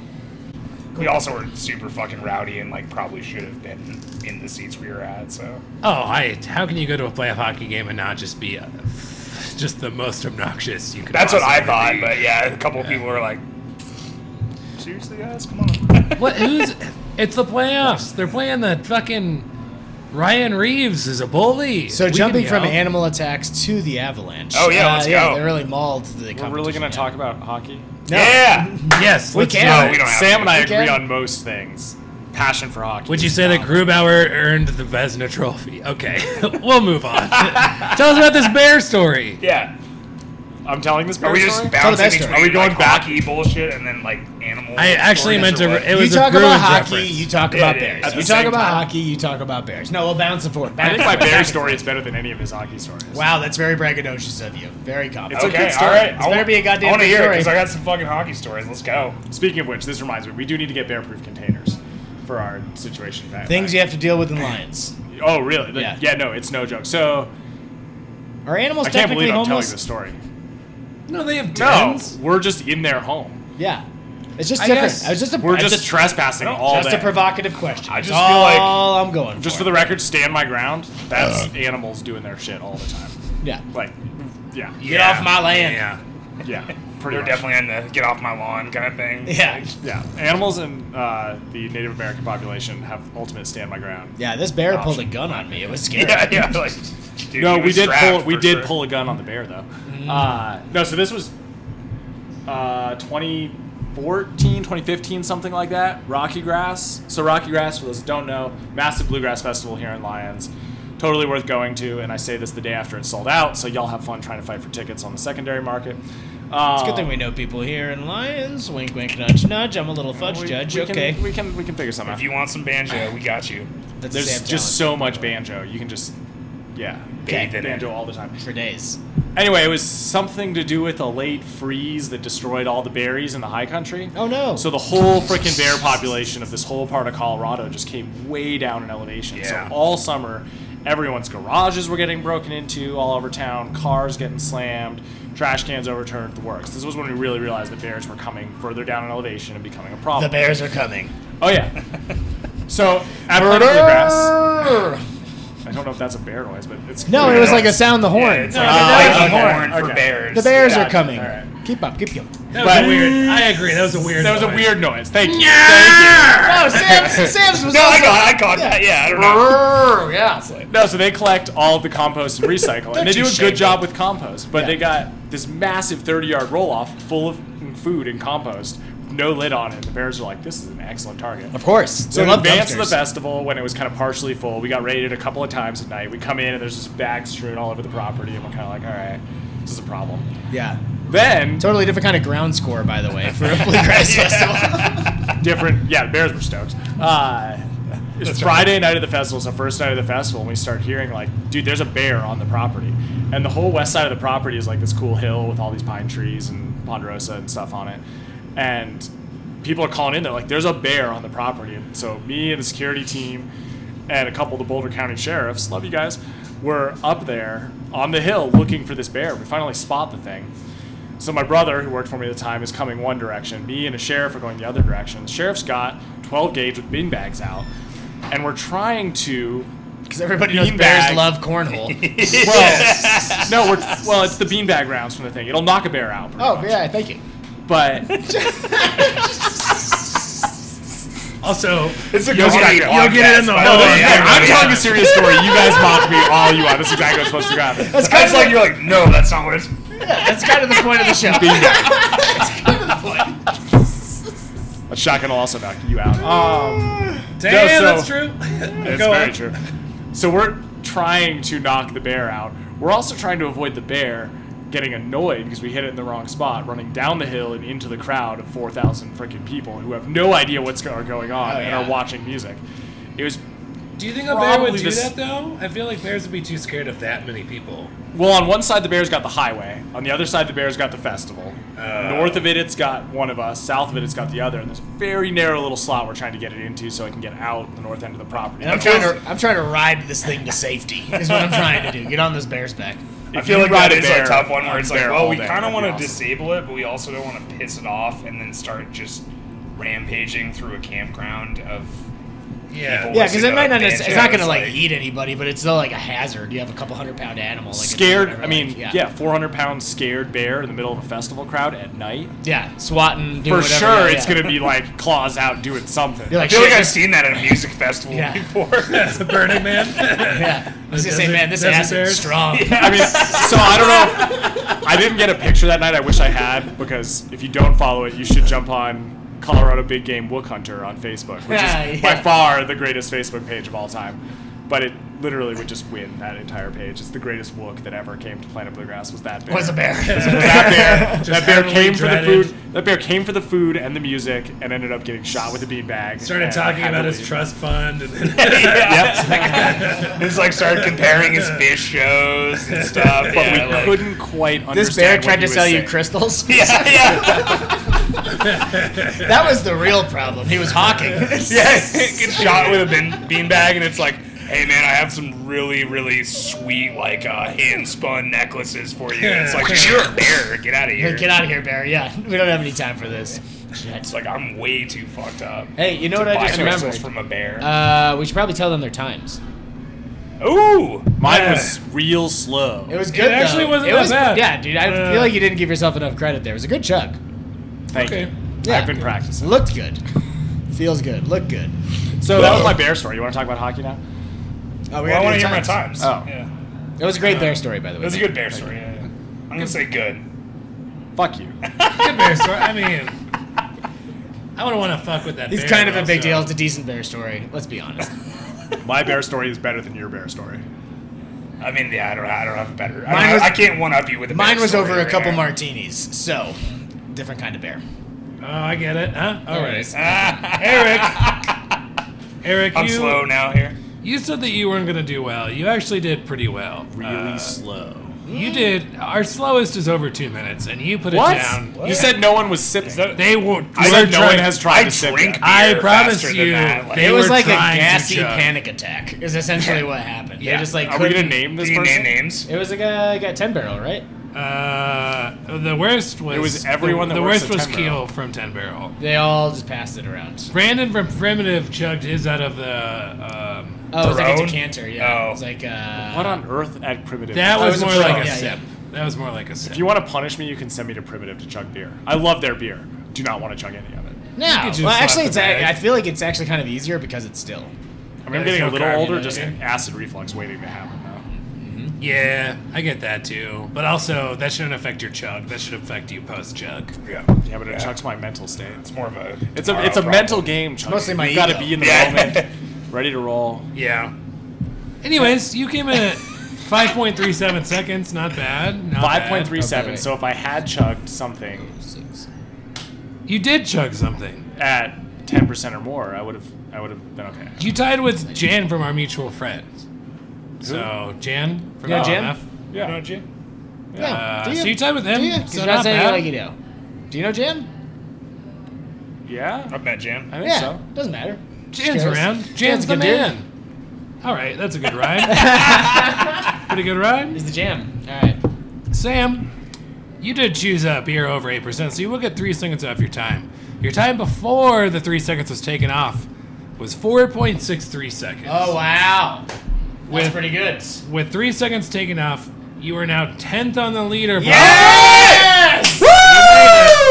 [SPEAKER 5] We also were super fucking rowdy and like probably should have been in the seats we were at. So
[SPEAKER 4] Oh, I, how can you go to a playoff hockey game and not just be uh, just the most obnoxious you could?
[SPEAKER 5] that's what I
[SPEAKER 4] possibly
[SPEAKER 5] thought.
[SPEAKER 4] be?
[SPEAKER 5] But yeah, a couple of people were like, "Seriously, guys,
[SPEAKER 1] *laughs*
[SPEAKER 5] come on."
[SPEAKER 4] What? Who's? It's the playoffs. They're playing the fucking. Ryan Reeves is a bully.
[SPEAKER 1] So
[SPEAKER 4] We can
[SPEAKER 1] jumping from
[SPEAKER 4] yell.
[SPEAKER 1] animal attacks to the avalanche.
[SPEAKER 5] Oh, yeah,
[SPEAKER 1] Uh,
[SPEAKER 5] let's
[SPEAKER 1] yeah,
[SPEAKER 5] go.
[SPEAKER 1] They really mauled the.
[SPEAKER 6] We're really gonna
[SPEAKER 1] competition,
[SPEAKER 6] talk about hockey.
[SPEAKER 1] yeah.
[SPEAKER 5] Yeah.
[SPEAKER 4] Yes,
[SPEAKER 1] We
[SPEAKER 4] let's do
[SPEAKER 1] can.
[SPEAKER 4] it.
[SPEAKER 5] No, we don't have
[SPEAKER 6] Sam
[SPEAKER 5] to.
[SPEAKER 6] and I
[SPEAKER 1] We
[SPEAKER 6] agree
[SPEAKER 1] can.
[SPEAKER 6] on most things. Passion for hockey.
[SPEAKER 4] Would you say that Grubauer earned the Vesna *laughs* Trophy? Okay, we'll move on. Tell us about this bear story.
[SPEAKER 5] Yeah.
[SPEAKER 6] I'm telling this
[SPEAKER 5] Are
[SPEAKER 6] bear
[SPEAKER 5] we just
[SPEAKER 6] story?
[SPEAKER 1] Tell the best
[SPEAKER 5] bouncing
[SPEAKER 1] story.
[SPEAKER 5] between
[SPEAKER 1] Are we
[SPEAKER 5] like, hockey bullshit and then like animal?
[SPEAKER 4] I actually meant
[SPEAKER 5] stories or
[SPEAKER 4] to. It
[SPEAKER 5] what?
[SPEAKER 4] was
[SPEAKER 1] you talk
[SPEAKER 4] a
[SPEAKER 1] about
[SPEAKER 4] Bruins
[SPEAKER 1] hockey,
[SPEAKER 4] reference.
[SPEAKER 1] you talk
[SPEAKER 5] Yeah,
[SPEAKER 1] about
[SPEAKER 5] it is.
[SPEAKER 1] bears. You
[SPEAKER 5] At the
[SPEAKER 1] talk
[SPEAKER 5] same
[SPEAKER 1] about
[SPEAKER 5] time.
[SPEAKER 1] hockey, you talk about bears. No, we'll bounce and forth.
[SPEAKER 6] I
[SPEAKER 1] Back
[SPEAKER 5] *laughs*
[SPEAKER 6] think
[SPEAKER 1] and
[SPEAKER 6] my
[SPEAKER 1] forth,
[SPEAKER 6] bear
[SPEAKER 1] back and
[SPEAKER 6] story is better than any of his hockey stories.
[SPEAKER 1] forth. Wow, that's very braggadocious of you. Very confident.
[SPEAKER 6] It's a
[SPEAKER 5] Okay,
[SPEAKER 6] good
[SPEAKER 5] all
[SPEAKER 6] story.
[SPEAKER 5] right.
[SPEAKER 6] It's
[SPEAKER 5] I
[SPEAKER 1] better
[SPEAKER 5] wa-
[SPEAKER 1] be a goddamn
[SPEAKER 5] I wanna
[SPEAKER 1] good
[SPEAKER 5] hear it
[SPEAKER 1] story.
[SPEAKER 5] because I got some fucking hockey stories. Let's go.
[SPEAKER 6] Speaking of which, this reminds me, we do need to get bear-proof containers for our situation. Back
[SPEAKER 1] Things you have to deal with in lions.
[SPEAKER 6] Oh, really? Like,
[SPEAKER 1] Yeah.
[SPEAKER 6] yeah. No, it's no joke. So
[SPEAKER 1] Are animals
[SPEAKER 6] I can't
[SPEAKER 1] technically
[SPEAKER 6] believe I'm telling
[SPEAKER 1] homeless?
[SPEAKER 6] this story.
[SPEAKER 4] No, they have
[SPEAKER 6] No,
[SPEAKER 4] dens.
[SPEAKER 6] we're just in their home.
[SPEAKER 1] Yeah. It's just
[SPEAKER 4] I
[SPEAKER 1] different.
[SPEAKER 4] guess-
[SPEAKER 1] I was just a,
[SPEAKER 6] We're
[SPEAKER 1] I
[SPEAKER 6] just, trespassing all
[SPEAKER 1] just
[SPEAKER 6] day.
[SPEAKER 1] a provocative question.
[SPEAKER 6] I
[SPEAKER 1] That's
[SPEAKER 6] just feel like-
[SPEAKER 1] all I'm going
[SPEAKER 6] just
[SPEAKER 1] for.
[SPEAKER 6] for the record, stand my ground. That's animals doing their shit all the time.
[SPEAKER 1] Yeah.
[SPEAKER 6] Like, yeah,
[SPEAKER 5] Get
[SPEAKER 1] off my land.
[SPEAKER 5] Yeah,
[SPEAKER 1] *laughs*
[SPEAKER 6] yeah,
[SPEAKER 5] they're
[SPEAKER 6] pretty much.
[SPEAKER 5] definitely on the get off my lawn kind of thing.
[SPEAKER 1] Yeah.
[SPEAKER 6] Yeah, animals in uh, the Native American population have ultimate stand my ground.
[SPEAKER 1] Yeah, this bear pulled a gun on me. It was
[SPEAKER 6] *laughs*
[SPEAKER 1] scary.
[SPEAKER 5] *laughs* yeah, yeah. Like, dude,
[SPEAKER 6] no,
[SPEAKER 5] he
[SPEAKER 6] we
[SPEAKER 5] was
[SPEAKER 6] did
[SPEAKER 5] strapped
[SPEAKER 6] pull we
[SPEAKER 5] for
[SPEAKER 6] did
[SPEAKER 5] sure.
[SPEAKER 6] pull a gun on the bear though.
[SPEAKER 1] Mm.
[SPEAKER 6] Uh, no, so this was uh, 2014, 2015, something like that. Rocky Grass. So Rocky Grass, for those who don't know, massive bluegrass festival here in Lyons. Totally worth going to, and I say this the day after it's sold out. So y'all have fun trying to fight for tickets on the secondary market. Uh,
[SPEAKER 1] It's a good thing we know people here in Lions. Wink, wink, nudge, nudge. I'm a little fudge
[SPEAKER 6] we-
[SPEAKER 1] judge.
[SPEAKER 6] we can-
[SPEAKER 1] okay.
[SPEAKER 6] we can we can figure something out.
[SPEAKER 5] If you want some banjo, we got you.
[SPEAKER 1] That's a
[SPEAKER 6] There's
[SPEAKER 1] Sam Talent
[SPEAKER 6] just so much banjo. You can just yeah,
[SPEAKER 1] Okay.
[SPEAKER 5] Bathe it in.
[SPEAKER 6] banjo all the time.
[SPEAKER 1] for days.
[SPEAKER 6] Anyway, it was something to do with a late freeze that destroyed all the berries in the high country.
[SPEAKER 1] Oh no.
[SPEAKER 6] So the whole freaking bear population of this whole part of Colorado just came way down in elevation.
[SPEAKER 5] Yeah.
[SPEAKER 6] So all summer, everyone's garages were getting broken into all over town, cars getting slammed, trash cans overturned, the works. This was when we really realized the bears were coming further down in elevation and becoming a problem.
[SPEAKER 1] the bears are coming.
[SPEAKER 4] *laughs*
[SPEAKER 6] Oh yeah. So at Plenty of Grass. I don't know if that's a bear noise, but it's
[SPEAKER 1] No, it was like a sound the
[SPEAKER 5] Yeah,
[SPEAKER 1] horn.
[SPEAKER 5] it's
[SPEAKER 1] No,
[SPEAKER 5] like
[SPEAKER 1] the
[SPEAKER 5] a
[SPEAKER 1] bears are
[SPEAKER 5] lightning
[SPEAKER 1] coming.
[SPEAKER 5] horn for
[SPEAKER 6] Okay.
[SPEAKER 5] bears.
[SPEAKER 1] The bears
[SPEAKER 6] Gotcha.
[SPEAKER 1] are coming.
[SPEAKER 6] All right.
[SPEAKER 1] Keep up, keep up.
[SPEAKER 4] That was
[SPEAKER 6] But-
[SPEAKER 4] weird. I agree. That was a weird.
[SPEAKER 6] That was a
[SPEAKER 4] noise.
[SPEAKER 6] weird noise. Thank you.
[SPEAKER 1] *laughs* No, Sam's, Sam's was
[SPEAKER 5] No, I
[SPEAKER 1] also-
[SPEAKER 5] caught, I caught that. Yeah, I don't know.
[SPEAKER 1] yeah.
[SPEAKER 6] No, so they collect all of the compost and recycle, and they do a good job with compost. But they got this massive thirty-yard roll-off full of food and compost, no lid on it. The bears are like, "This is an excellent target."
[SPEAKER 1] Of course.
[SPEAKER 6] So
[SPEAKER 1] they
[SPEAKER 6] in
[SPEAKER 1] love
[SPEAKER 6] advance of the
[SPEAKER 1] dumpsters.
[SPEAKER 6] festival, when it was kind of partially full, we got raided a couple of times at night. We come in and there's just bags strewn all over the property, and we're kind of like, "All right, this is a problem."
[SPEAKER 1] Yeah.
[SPEAKER 6] Then
[SPEAKER 1] Totally different kind of ground score, by the way, for a
[SPEAKER 6] *laughs*
[SPEAKER 1] bluegrass festival.
[SPEAKER 6] different. Yeah, the Bears were stoked. Uh, it's Friday night of the festival. It's the first night of the festival, and we start hearing like, dude, there's a bear on the property, and the whole west side of the property is like this cool hill with all these pine trees and ponderosa and stuff on it, and people are calling in. They're like, there's a bear on the property, and so me and the security team and a couple of the Boulder County sheriffs, love you guys, were up there on the hill looking for this bear. We finally spot the thing. So my brother, who worked for me at the time, is coming one direction. Me and a sheriff are going the other direction. The sheriff's got 12 gauge with bean bags out, and we're trying to.
[SPEAKER 1] Because everybody knows
[SPEAKER 6] Beanbag.
[SPEAKER 1] bears love cornhole.
[SPEAKER 6] *laughs* Well, no, we're well. It's the bean bag rounds from the thing. It'll knock a bear out. pretty
[SPEAKER 1] oh,
[SPEAKER 6] much.
[SPEAKER 1] yeah, thank you.
[SPEAKER 4] *laughs*
[SPEAKER 6] But
[SPEAKER 4] Also,
[SPEAKER 5] It's a
[SPEAKER 4] you'll
[SPEAKER 5] good
[SPEAKER 4] get,
[SPEAKER 5] idea.
[SPEAKER 4] it- you'll get it in the hole.
[SPEAKER 5] Podcast, by the way.
[SPEAKER 4] Yeah,
[SPEAKER 5] Yeah,
[SPEAKER 6] I'm
[SPEAKER 5] yeah.
[SPEAKER 6] telling a serious story. You guys mock me all you want. That's exactly what's supposed
[SPEAKER 4] *laughs*
[SPEAKER 6] to happen.
[SPEAKER 5] It's kind of like you're like, no, that's not what it's.
[SPEAKER 1] That's kind of the point of the show.
[SPEAKER 6] That shotgun will also knock you out. Um,
[SPEAKER 4] Damn,
[SPEAKER 6] so-
[SPEAKER 4] that's true.
[SPEAKER 6] It's
[SPEAKER 4] Go
[SPEAKER 6] very
[SPEAKER 4] on.
[SPEAKER 6] true. *laughs* So we're trying to knock the bear out. We're also trying to avoid the bear getting annoyed because we hit it in the wrong spot, running down the hill and into the crowd of 4,000 freaking people who have no idea what's go- are going on
[SPEAKER 1] Oh,
[SPEAKER 6] and
[SPEAKER 1] yeah.
[SPEAKER 6] are watching music. It was
[SPEAKER 4] Do you think a bear would
[SPEAKER 6] Probably
[SPEAKER 4] do
[SPEAKER 6] this-
[SPEAKER 4] that though? I feel like bears would be too scared of that many people.
[SPEAKER 6] well on one side the bear's got the highway, on the other side the bear's got the festival.
[SPEAKER 5] Uh.
[SPEAKER 6] North of it it's got one of us, south of it it's got the other, and there's a very narrow little slot we're trying to get it into so it can get out the north end of the property.
[SPEAKER 1] And I'm trying to I'm trying to ride this thing to safety. Is what I'm trying to do. Get on this bear's back.
[SPEAKER 5] I
[SPEAKER 6] If
[SPEAKER 5] feel
[SPEAKER 6] you
[SPEAKER 5] like that
[SPEAKER 6] ride a
[SPEAKER 5] is
[SPEAKER 6] bear
[SPEAKER 5] a tough one where
[SPEAKER 6] on
[SPEAKER 5] it's
[SPEAKER 6] a
[SPEAKER 5] like,
[SPEAKER 6] bear
[SPEAKER 5] well,
[SPEAKER 6] all
[SPEAKER 5] we
[SPEAKER 6] day,
[SPEAKER 5] kind
[SPEAKER 6] that'd
[SPEAKER 5] of
[SPEAKER 6] be
[SPEAKER 5] want to
[SPEAKER 6] awesome.
[SPEAKER 5] disable it, but we also don't want to piss it off and then start just rampaging through a campground of.
[SPEAKER 4] Yeah.
[SPEAKER 5] People.
[SPEAKER 1] Yeah, because it might not.
[SPEAKER 5] Yeah,
[SPEAKER 1] It's, it's not going to
[SPEAKER 5] it's
[SPEAKER 1] like,
[SPEAKER 5] like-
[SPEAKER 1] eat anybody, but it's still like a hazard. You have a couple hundred pound animal. Like, it's
[SPEAKER 6] scared.
[SPEAKER 1] whatever,
[SPEAKER 6] I mean,
[SPEAKER 1] like,
[SPEAKER 6] yeah. 400 pound scared bear in the middle of a festival crowd at night.
[SPEAKER 1] yeah, swatting.
[SPEAKER 6] For
[SPEAKER 1] Doing whatever,
[SPEAKER 6] sure,
[SPEAKER 1] yeah,
[SPEAKER 6] it's
[SPEAKER 1] yeah.
[SPEAKER 6] gonna be like claws out doing something.
[SPEAKER 1] You're
[SPEAKER 5] I
[SPEAKER 1] like,
[SPEAKER 5] feel
[SPEAKER 1] shit,
[SPEAKER 5] like I've
[SPEAKER 1] this-
[SPEAKER 6] *laughs*
[SPEAKER 5] seen that at a music festival
[SPEAKER 1] Yeah. *laughs*
[SPEAKER 5] before. *laughs*
[SPEAKER 4] That's a Burning Man.
[SPEAKER 1] yeah. I was gonna say,
[SPEAKER 4] Desert-
[SPEAKER 1] man, this
[SPEAKER 4] desert
[SPEAKER 1] acid's
[SPEAKER 4] bears.
[SPEAKER 1] strong.
[SPEAKER 6] I mean, so I don't know. If, I didn't get a picture that night. I wish I had because if you don't follow it, you should jump on Colorado Big Game Wook Hunter on Facebook,
[SPEAKER 1] *laughs*
[SPEAKER 6] which
[SPEAKER 1] Yeah,
[SPEAKER 6] is
[SPEAKER 1] yeah.
[SPEAKER 6] by far the greatest Facebook page of all time. But it literally would just win that entire page. It's the greatest look that ever came to Planet Bluegrass was that bear.
[SPEAKER 4] Was a
[SPEAKER 1] *laughs*
[SPEAKER 4] bear.
[SPEAKER 6] that bear.
[SPEAKER 4] Just
[SPEAKER 6] that bear
[SPEAKER 4] heavily
[SPEAKER 6] came for the
[SPEAKER 4] dreaded.
[SPEAKER 6] food. That bear came for the food and the music, and ended up getting shot with a beanbag.
[SPEAKER 4] Started
[SPEAKER 6] and
[SPEAKER 4] talking
[SPEAKER 6] had to
[SPEAKER 4] about his
[SPEAKER 6] leave.
[SPEAKER 4] trust fund. And then
[SPEAKER 5] yep. It's like started
[SPEAKER 1] *laughs*
[SPEAKER 5] comparing his fish shows and stuff.
[SPEAKER 6] But
[SPEAKER 5] yeah,
[SPEAKER 6] we
[SPEAKER 5] like-
[SPEAKER 6] couldn't quite understand.
[SPEAKER 1] This bear
[SPEAKER 6] what
[SPEAKER 1] tried
[SPEAKER 6] he
[SPEAKER 1] to
[SPEAKER 6] was
[SPEAKER 1] sell you
[SPEAKER 6] saying. *laughs*
[SPEAKER 1] crystals.
[SPEAKER 5] Yeah, *laughs*
[SPEAKER 1] *laughs*
[SPEAKER 5] yeah.
[SPEAKER 1] that was the real problem. He was hawking. *laughs*
[SPEAKER 5] Yeah, gets shot with a bin, beanbag, and it's like, hey man, I have some really, really sweet like uh, hand spun necklaces for you. And
[SPEAKER 1] *laughs*
[SPEAKER 5] it's like you're a bear, get out of here.
[SPEAKER 1] Get out of here, bear. Yeah, we don't have any time for this.
[SPEAKER 5] It's like I'm way too fucked up.
[SPEAKER 1] Hey, you know
[SPEAKER 5] to
[SPEAKER 1] what I
[SPEAKER 5] buy
[SPEAKER 1] just
[SPEAKER 5] crystals
[SPEAKER 1] remembered?
[SPEAKER 5] from a bear.
[SPEAKER 1] Uh, we should probably tell them their times.
[SPEAKER 5] Ooh,
[SPEAKER 6] Mine
[SPEAKER 5] yeah.
[SPEAKER 6] was real slow.
[SPEAKER 1] It was good.
[SPEAKER 4] actually
[SPEAKER 1] though.
[SPEAKER 4] wasn't
[SPEAKER 1] it
[SPEAKER 4] that
[SPEAKER 1] was,
[SPEAKER 4] bad.
[SPEAKER 1] Yeah, dude. I
[SPEAKER 4] Uh,
[SPEAKER 1] feel like you didn't give yourself enough credit there. It was a good chug.
[SPEAKER 6] Thank
[SPEAKER 4] okay.
[SPEAKER 6] you.
[SPEAKER 1] Yeah,
[SPEAKER 6] I've been practicing.
[SPEAKER 1] looked good. Feels good. Looked good.
[SPEAKER 6] So that was my bear story. You want to talk about hockey now?
[SPEAKER 1] Oh, we
[SPEAKER 5] Well, I
[SPEAKER 1] gotta
[SPEAKER 5] want to
[SPEAKER 1] do the
[SPEAKER 5] hear my
[SPEAKER 1] times.
[SPEAKER 5] times. *laughs*
[SPEAKER 6] Oh.
[SPEAKER 5] Yeah.
[SPEAKER 1] It was a great bear story, by the way.
[SPEAKER 5] It was a good bear story. Yeah, yeah. I'm gonna say good.
[SPEAKER 6] Fuck you.
[SPEAKER 4] Good bear story. I mean, I wouldn't want to fuck with that.
[SPEAKER 1] It's
[SPEAKER 4] bear,
[SPEAKER 1] kind of
[SPEAKER 4] but
[SPEAKER 1] a big
[SPEAKER 4] also-
[SPEAKER 1] deal. It's a decent bear story. Let's be honest.
[SPEAKER 6] My bear story is better than your bear story.
[SPEAKER 5] I mean, yeah, I don't, I don't have a better.
[SPEAKER 1] Mine
[SPEAKER 5] I, don't have-
[SPEAKER 1] was-
[SPEAKER 5] I can't one up you with a.
[SPEAKER 1] Mine
[SPEAKER 5] bear
[SPEAKER 1] was
[SPEAKER 5] story
[SPEAKER 1] over a
[SPEAKER 5] right
[SPEAKER 1] couple
[SPEAKER 5] now. *laughs*
[SPEAKER 1] martinis, so different kind of bear.
[SPEAKER 4] Oh, I get it. Huh? All right,
[SPEAKER 5] Ah,
[SPEAKER 4] Eric. Eric,
[SPEAKER 5] I'm
[SPEAKER 4] you
[SPEAKER 5] slow now here.
[SPEAKER 4] you said that you weren't gonna do well. You actually did pretty well.
[SPEAKER 6] Really
[SPEAKER 4] Uh,
[SPEAKER 6] slow.
[SPEAKER 4] you did. Our slowest is over two minutes, and you put
[SPEAKER 6] What?
[SPEAKER 4] it down.
[SPEAKER 6] You said no one was sipping.
[SPEAKER 4] They won't.
[SPEAKER 6] I said no one has tried
[SPEAKER 5] I
[SPEAKER 6] to sip.
[SPEAKER 5] drink
[SPEAKER 6] yet.
[SPEAKER 5] beer
[SPEAKER 4] I promise
[SPEAKER 5] faster
[SPEAKER 4] you,
[SPEAKER 5] Than that.
[SPEAKER 4] they
[SPEAKER 1] it was
[SPEAKER 4] were
[SPEAKER 1] like a
[SPEAKER 4] trying to
[SPEAKER 1] gassy
[SPEAKER 4] chug.
[SPEAKER 1] panic attack. Is essentially what happened. They
[SPEAKER 4] Yeah.
[SPEAKER 1] just like
[SPEAKER 6] Are we gonna
[SPEAKER 1] couldn't-
[SPEAKER 6] name this
[SPEAKER 5] do you
[SPEAKER 6] person?
[SPEAKER 5] name names?
[SPEAKER 1] It was a guy got ten barrel, right?
[SPEAKER 4] Uh, the worst was.
[SPEAKER 6] It was everyone
[SPEAKER 4] The,
[SPEAKER 6] that
[SPEAKER 4] the
[SPEAKER 6] works
[SPEAKER 4] worst
[SPEAKER 6] at
[SPEAKER 4] was
[SPEAKER 6] 10
[SPEAKER 4] Keel
[SPEAKER 6] Barrel.
[SPEAKER 4] from Ten Barrel.
[SPEAKER 1] They all just passed it around.
[SPEAKER 4] Brandon from Primitive chugged his out of the. Um,
[SPEAKER 1] Oh, it was like a
[SPEAKER 5] Barone?
[SPEAKER 1] decanter. Yeah,
[SPEAKER 5] Oh.
[SPEAKER 1] it was like uh,
[SPEAKER 6] What on earth at primitive?
[SPEAKER 4] that
[SPEAKER 1] Oh, it
[SPEAKER 4] was,
[SPEAKER 1] was a
[SPEAKER 4] more
[SPEAKER 1] pro,
[SPEAKER 4] like a
[SPEAKER 1] yeah,
[SPEAKER 4] sip. That was more like a sip.
[SPEAKER 6] If you want to punish me, you can send me to primitive to chug beer. I love their beer. Do not want to chug any of it.
[SPEAKER 1] No,
[SPEAKER 4] just
[SPEAKER 1] well,
[SPEAKER 4] slap
[SPEAKER 1] actually,
[SPEAKER 4] the
[SPEAKER 1] it's
[SPEAKER 4] bag.
[SPEAKER 1] I feel like it's actually kind of easier because it's still.
[SPEAKER 6] I mean, I'm
[SPEAKER 4] There's
[SPEAKER 6] getting
[SPEAKER 4] no
[SPEAKER 6] a little
[SPEAKER 4] carb in
[SPEAKER 6] older,
[SPEAKER 4] it,
[SPEAKER 6] just
[SPEAKER 4] yeah.
[SPEAKER 6] acid reflux waiting to happen. Though.
[SPEAKER 4] yeah, I get that too. But also, that shouldn't affect your chug. That should affect you post chug.
[SPEAKER 5] Yeah,
[SPEAKER 6] Yeah, but it chugs my mental state. It's,
[SPEAKER 5] It's more of a.
[SPEAKER 6] it's a
[SPEAKER 5] tomorrow
[SPEAKER 6] it's a
[SPEAKER 5] problem.
[SPEAKER 6] mental game. Chugging.
[SPEAKER 1] mostly my
[SPEAKER 6] You've got to
[SPEAKER 1] ego.
[SPEAKER 6] be in the
[SPEAKER 5] Yeah. *laughs*
[SPEAKER 6] moment, ready to roll.
[SPEAKER 4] Yeah. Anyways, you came
[SPEAKER 6] *laughs*
[SPEAKER 4] in at 5.37 seconds. Not bad. Not
[SPEAKER 6] Five
[SPEAKER 4] bad.
[SPEAKER 6] point three seven.
[SPEAKER 1] Okay.
[SPEAKER 6] So if I had chugged something
[SPEAKER 4] You did chug something.
[SPEAKER 6] at ten percent or more, I would have I would have been okay.
[SPEAKER 4] You tied with Jan from our mutual friend. So Jan from
[SPEAKER 1] Yeah,
[SPEAKER 4] OMF.
[SPEAKER 1] Jan.
[SPEAKER 6] Yeah.
[SPEAKER 1] Yeah.
[SPEAKER 4] Uh,
[SPEAKER 1] do you?
[SPEAKER 4] so you tied with him.
[SPEAKER 1] do you? 'Cause
[SPEAKER 4] So
[SPEAKER 1] you're
[SPEAKER 4] not
[SPEAKER 1] not saying
[SPEAKER 4] bad.
[SPEAKER 1] it like you know. Do you know Jan?
[SPEAKER 6] Yeah,
[SPEAKER 5] I've met Jam.
[SPEAKER 6] I think
[SPEAKER 1] Yeah,
[SPEAKER 6] so.
[SPEAKER 1] doesn't matter.
[SPEAKER 4] Jan's
[SPEAKER 1] Scares.
[SPEAKER 4] around. Jan's
[SPEAKER 1] a
[SPEAKER 4] the
[SPEAKER 1] good dude.
[SPEAKER 4] man. All right, that's a good *laughs* ride. Pretty good ride.
[SPEAKER 1] He's the jam. All right.
[SPEAKER 4] Sam, you did choose a beer over eight percent, so you will get three seconds off your time. Your time before the three seconds was taken off was four point six three seconds.
[SPEAKER 1] Oh wow, that's
[SPEAKER 4] With-
[SPEAKER 1] pretty good.
[SPEAKER 4] With three seconds taken off, you are now tenth on the leaderboard.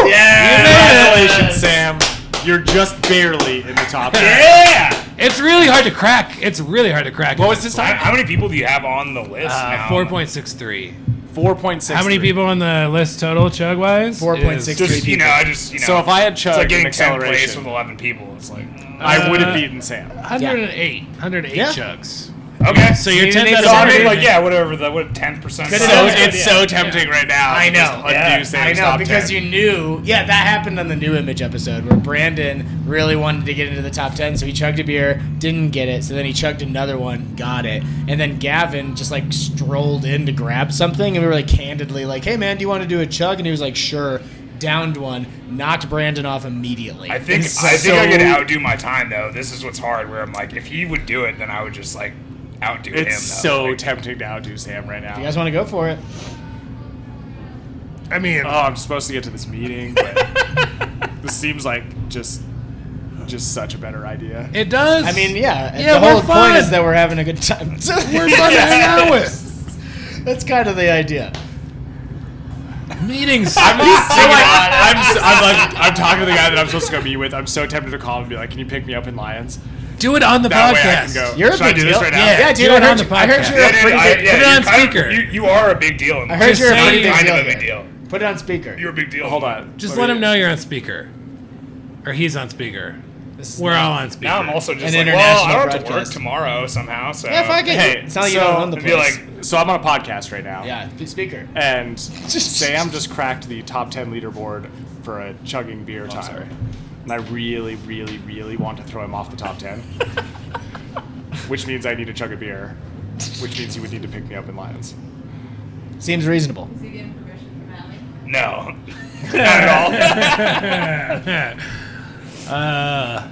[SPEAKER 1] Yes.
[SPEAKER 6] Congratulations, Sam. You're just barely in the top. ten.
[SPEAKER 5] Yeah.
[SPEAKER 4] It's really hard to crack. It's really hard to crack.
[SPEAKER 6] What was his
[SPEAKER 5] How,
[SPEAKER 6] time?
[SPEAKER 5] how many people do you have on the list
[SPEAKER 4] Uh,
[SPEAKER 5] now?
[SPEAKER 4] four point six three.
[SPEAKER 6] Four point six.
[SPEAKER 4] How many people on the list total chug wise?
[SPEAKER 1] 4.63.
[SPEAKER 5] Just you know, I just you know.
[SPEAKER 6] So if I had
[SPEAKER 5] it's
[SPEAKER 6] chugged
[SPEAKER 5] like
[SPEAKER 6] an
[SPEAKER 5] getting tenth place
[SPEAKER 6] acceleration,
[SPEAKER 5] with eleven people, it's like mm,
[SPEAKER 6] I would
[SPEAKER 4] Uh,
[SPEAKER 6] have beaten Sam.
[SPEAKER 4] 108. 108
[SPEAKER 1] Yeah.
[SPEAKER 4] chugs.
[SPEAKER 5] okay.
[SPEAKER 4] So you're
[SPEAKER 5] You
[SPEAKER 4] 10th
[SPEAKER 5] need
[SPEAKER 4] out
[SPEAKER 5] to-
[SPEAKER 4] of
[SPEAKER 5] so I mean,
[SPEAKER 4] 100.
[SPEAKER 5] like yeah, whatever. That what ten percent.
[SPEAKER 1] Good
[SPEAKER 6] So
[SPEAKER 1] enough.
[SPEAKER 5] So
[SPEAKER 6] it's so tempting right now.
[SPEAKER 1] I
[SPEAKER 6] to just
[SPEAKER 1] know.
[SPEAKER 6] undo
[SPEAKER 5] Yeah.
[SPEAKER 1] I
[SPEAKER 6] Sam's
[SPEAKER 1] know
[SPEAKER 6] top
[SPEAKER 1] because
[SPEAKER 6] 10.
[SPEAKER 1] you knew. Yeah, that happened on the new image episode where Brandon really wanted to get into the top ten, so he chugged a beer, didn't get it, so then he chugged another one, got it, and then Gavin just like strolled in to grab something, and we were like candidly like, "Hey man, do you want to do a chug?" And he was like, "Sure." Downed one, knocked Brandon off immediately.
[SPEAKER 5] I think
[SPEAKER 1] so,
[SPEAKER 5] I think I could outdo my time though. This is what's hard. Where I'm like, if he would do it, then I would just like outdo him.
[SPEAKER 6] It's
[SPEAKER 5] though.
[SPEAKER 6] so tempting to outdo Sam right now.
[SPEAKER 1] You guys want to go for it?
[SPEAKER 5] I mean,
[SPEAKER 6] oh, I'm supposed to get to this meeting,
[SPEAKER 5] *laughs*
[SPEAKER 6] but this seems like just just such a better idea.
[SPEAKER 4] It does.
[SPEAKER 1] I mean, yeah.
[SPEAKER 4] Yeah,
[SPEAKER 1] the
[SPEAKER 4] we're
[SPEAKER 1] whole
[SPEAKER 4] fun.
[SPEAKER 1] point is that we're having a good time. *laughs*
[SPEAKER 4] we're fun to hang
[SPEAKER 5] *laughs*
[SPEAKER 4] out with.
[SPEAKER 1] That's kind of the idea.
[SPEAKER 5] *laughs*
[SPEAKER 4] Meetings.
[SPEAKER 6] I'm like, I'm, s- I'm like, I'm talking to the guy that I'm supposed to go meet with. I'm so tempted to call him and be like, "Can you pick me up in Lions?"
[SPEAKER 4] do it on the
[SPEAKER 5] That way I
[SPEAKER 4] podcast.
[SPEAKER 5] can go.
[SPEAKER 1] You're a
[SPEAKER 5] Should I
[SPEAKER 1] big
[SPEAKER 5] do
[SPEAKER 1] deal.
[SPEAKER 5] this right now?
[SPEAKER 1] yeah,
[SPEAKER 4] Yeah,
[SPEAKER 1] dude.
[SPEAKER 4] do
[SPEAKER 1] I
[SPEAKER 4] it
[SPEAKER 1] heard,
[SPEAKER 4] on
[SPEAKER 1] you,
[SPEAKER 4] the
[SPEAKER 1] I heard
[SPEAKER 4] podcast.
[SPEAKER 1] you're
[SPEAKER 5] Yeah,
[SPEAKER 1] a
[SPEAKER 5] dude,
[SPEAKER 1] pretty
[SPEAKER 5] I-
[SPEAKER 1] big.
[SPEAKER 5] yeah,
[SPEAKER 4] put it
[SPEAKER 5] you're
[SPEAKER 4] on
[SPEAKER 5] kind of-
[SPEAKER 4] speaker.
[SPEAKER 5] you, you are a big deal. in
[SPEAKER 1] I
[SPEAKER 5] this.
[SPEAKER 1] heard
[SPEAKER 4] Just
[SPEAKER 1] you're a
[SPEAKER 4] say
[SPEAKER 1] pretty
[SPEAKER 4] you're
[SPEAKER 1] big
[SPEAKER 5] kind
[SPEAKER 1] deal.
[SPEAKER 5] of a big
[SPEAKER 1] there.
[SPEAKER 5] deal.
[SPEAKER 1] Put it on speaker.
[SPEAKER 5] You're a big deal.
[SPEAKER 6] Hold on.
[SPEAKER 4] Just
[SPEAKER 6] me-
[SPEAKER 4] let him know you're on speaker, or he's on speaker.
[SPEAKER 1] This is
[SPEAKER 4] We're all on speaker.
[SPEAKER 5] Now I'm also just
[SPEAKER 1] An
[SPEAKER 5] like, well, I
[SPEAKER 1] international
[SPEAKER 5] don't have to work
[SPEAKER 1] broadcast.
[SPEAKER 5] tomorrow somehow. So
[SPEAKER 1] Yeah, fuck it.
[SPEAKER 6] Hey,
[SPEAKER 1] It's not like
[SPEAKER 6] so
[SPEAKER 1] you don't own the
[SPEAKER 6] it'd be
[SPEAKER 1] place.
[SPEAKER 6] like, so I'm on a podcast right now.
[SPEAKER 1] yeah, speaker.
[SPEAKER 6] And Sam just cracked the top 10 leaderboard for a chugging
[SPEAKER 5] Oh,
[SPEAKER 6] beer time.
[SPEAKER 1] sorry.
[SPEAKER 6] And I really, really, really want to throw him off the
[SPEAKER 5] *laughs*
[SPEAKER 6] top 10. which means I need to chug a beer, which means he would need to pick me up in Lions.
[SPEAKER 1] Seems reasonable.
[SPEAKER 7] Is he getting permission from Allie?
[SPEAKER 5] no, *laughs* not
[SPEAKER 6] *laughs*
[SPEAKER 5] at all.
[SPEAKER 4] *laughs* Uh,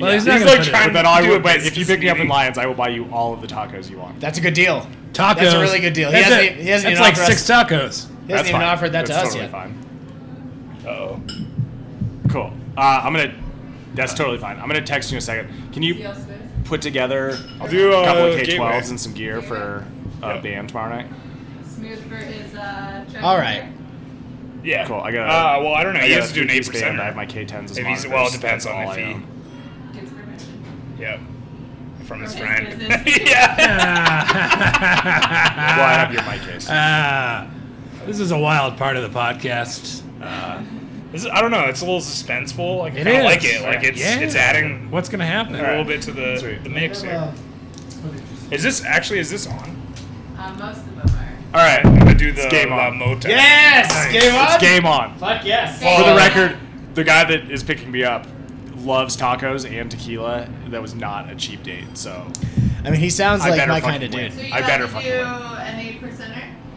[SPEAKER 4] well, he's not gonna
[SPEAKER 5] He's like
[SPEAKER 4] put it-
[SPEAKER 5] trying
[SPEAKER 6] But then I
[SPEAKER 5] Do a
[SPEAKER 6] would, but if you
[SPEAKER 5] business
[SPEAKER 6] pick me up in
[SPEAKER 5] meeting.
[SPEAKER 6] Lions, I will buy you all of the tacos you want.
[SPEAKER 1] That's a good deal.
[SPEAKER 4] tacos.
[SPEAKER 1] That's a really good deal. He
[SPEAKER 4] That's
[SPEAKER 1] hasn't
[SPEAKER 4] it.
[SPEAKER 1] e- he hasn't
[SPEAKER 4] That's
[SPEAKER 1] even
[SPEAKER 4] like
[SPEAKER 1] offered
[SPEAKER 4] six tacos.
[SPEAKER 1] He hasn't even
[SPEAKER 6] fine.
[SPEAKER 1] offered that to us
[SPEAKER 6] That's totally
[SPEAKER 1] yet.
[SPEAKER 6] Fine.
[SPEAKER 5] Oh,
[SPEAKER 6] Cool. Uh, I'm gonna. That's totally fine. I'm gonna text you in a second. Can
[SPEAKER 7] Deal
[SPEAKER 6] you
[SPEAKER 7] Swift?
[SPEAKER 6] put together
[SPEAKER 5] I'll do
[SPEAKER 6] a
[SPEAKER 5] a
[SPEAKER 6] couple of K12s
[SPEAKER 5] gateway.
[SPEAKER 6] and some gear for a
[SPEAKER 5] Yeah.
[SPEAKER 6] band tomorrow night?
[SPEAKER 7] Smooth for his, uh, check.
[SPEAKER 1] All right.
[SPEAKER 5] Yeah.
[SPEAKER 6] Cool. I got.
[SPEAKER 5] Uh, well, I don't know. He
[SPEAKER 6] got
[SPEAKER 5] has to do an
[SPEAKER 6] three-piece
[SPEAKER 5] eight percent.
[SPEAKER 6] band. I have my K10s.
[SPEAKER 5] If
[SPEAKER 6] As
[SPEAKER 5] he's-
[SPEAKER 6] monitors.
[SPEAKER 5] well, it depends
[SPEAKER 6] That's
[SPEAKER 5] on
[SPEAKER 6] all
[SPEAKER 5] if
[SPEAKER 6] I
[SPEAKER 5] he-
[SPEAKER 6] own.
[SPEAKER 7] Gets permission.
[SPEAKER 5] Yep. From his
[SPEAKER 7] From his
[SPEAKER 5] friend. *laughs*
[SPEAKER 7] business.
[SPEAKER 5] yeah.
[SPEAKER 4] *laughs*
[SPEAKER 6] Well, I have your mic case.
[SPEAKER 4] Ah, *laughs* this is a wild part of the podcast.
[SPEAKER 5] This is, I don't know. It's a little suspenseful. Like, I
[SPEAKER 4] It
[SPEAKER 5] kinda
[SPEAKER 4] is.
[SPEAKER 5] like it. Like it's
[SPEAKER 4] Yeah.
[SPEAKER 5] it's adding
[SPEAKER 4] What's gonna happen?
[SPEAKER 5] a little bit to the,
[SPEAKER 6] Sweet.
[SPEAKER 5] the mix here. Is this actually is this on?
[SPEAKER 7] Uh, most of them are.
[SPEAKER 5] All right, I'm gonna do the
[SPEAKER 6] game
[SPEAKER 5] La
[SPEAKER 6] on.
[SPEAKER 5] Mota.
[SPEAKER 1] Yes, game on.
[SPEAKER 6] It's game on.
[SPEAKER 1] Fuck yes.
[SPEAKER 5] Oh.
[SPEAKER 6] For the record, the guy that is picking me up loves tacos and tequila. That was not a cheap date. So
[SPEAKER 1] I mean, he sounds
[SPEAKER 6] I
[SPEAKER 1] like
[SPEAKER 6] better
[SPEAKER 1] my
[SPEAKER 6] fucking
[SPEAKER 1] kind of
[SPEAKER 6] win.
[SPEAKER 1] dude.
[SPEAKER 7] So you
[SPEAKER 6] I
[SPEAKER 7] have
[SPEAKER 6] better
[SPEAKER 7] to
[SPEAKER 6] fucking
[SPEAKER 7] do
[SPEAKER 6] win.
[SPEAKER 7] an eight percenter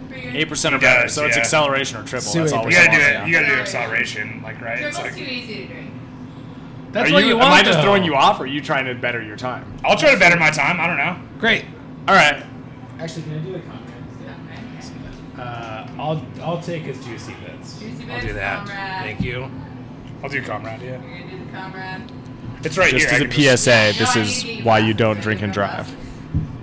[SPEAKER 7] for your
[SPEAKER 6] eight percent or
[SPEAKER 5] He does,
[SPEAKER 6] better. So it's
[SPEAKER 5] yeah.
[SPEAKER 6] acceleration or triple.
[SPEAKER 1] Sue
[SPEAKER 6] That's
[SPEAKER 1] eight
[SPEAKER 6] always.
[SPEAKER 5] You gotta do
[SPEAKER 6] awesome.
[SPEAKER 5] it. You gotta do acceleration, like right. It's
[SPEAKER 7] Triple's
[SPEAKER 5] like
[SPEAKER 7] too easy to drink.
[SPEAKER 4] That's
[SPEAKER 6] Are
[SPEAKER 4] what you,
[SPEAKER 6] you,
[SPEAKER 4] want.
[SPEAKER 6] am I just
[SPEAKER 4] though.
[SPEAKER 6] throwing you off, or are you trying to better your time?
[SPEAKER 5] I'll try to better my time. I don't know.
[SPEAKER 4] Great.
[SPEAKER 6] All right.
[SPEAKER 1] Actually, can I do a contract?
[SPEAKER 7] Okay.
[SPEAKER 4] Uh, I'll I'll take his juicy bits.
[SPEAKER 7] Juicy
[SPEAKER 4] I'll do
[SPEAKER 7] bits,
[SPEAKER 4] that.
[SPEAKER 7] comrade.
[SPEAKER 4] Thank you.
[SPEAKER 5] I'll do comrade. Yeah,
[SPEAKER 7] We're gonna do the comrade.
[SPEAKER 5] it's right
[SPEAKER 8] Just
[SPEAKER 5] here.
[SPEAKER 8] as
[SPEAKER 5] I
[SPEAKER 8] a
[SPEAKER 5] can just-
[SPEAKER 8] PSA, this
[SPEAKER 7] No, I
[SPEAKER 8] is
[SPEAKER 7] need to-
[SPEAKER 8] why you don't drink and drive.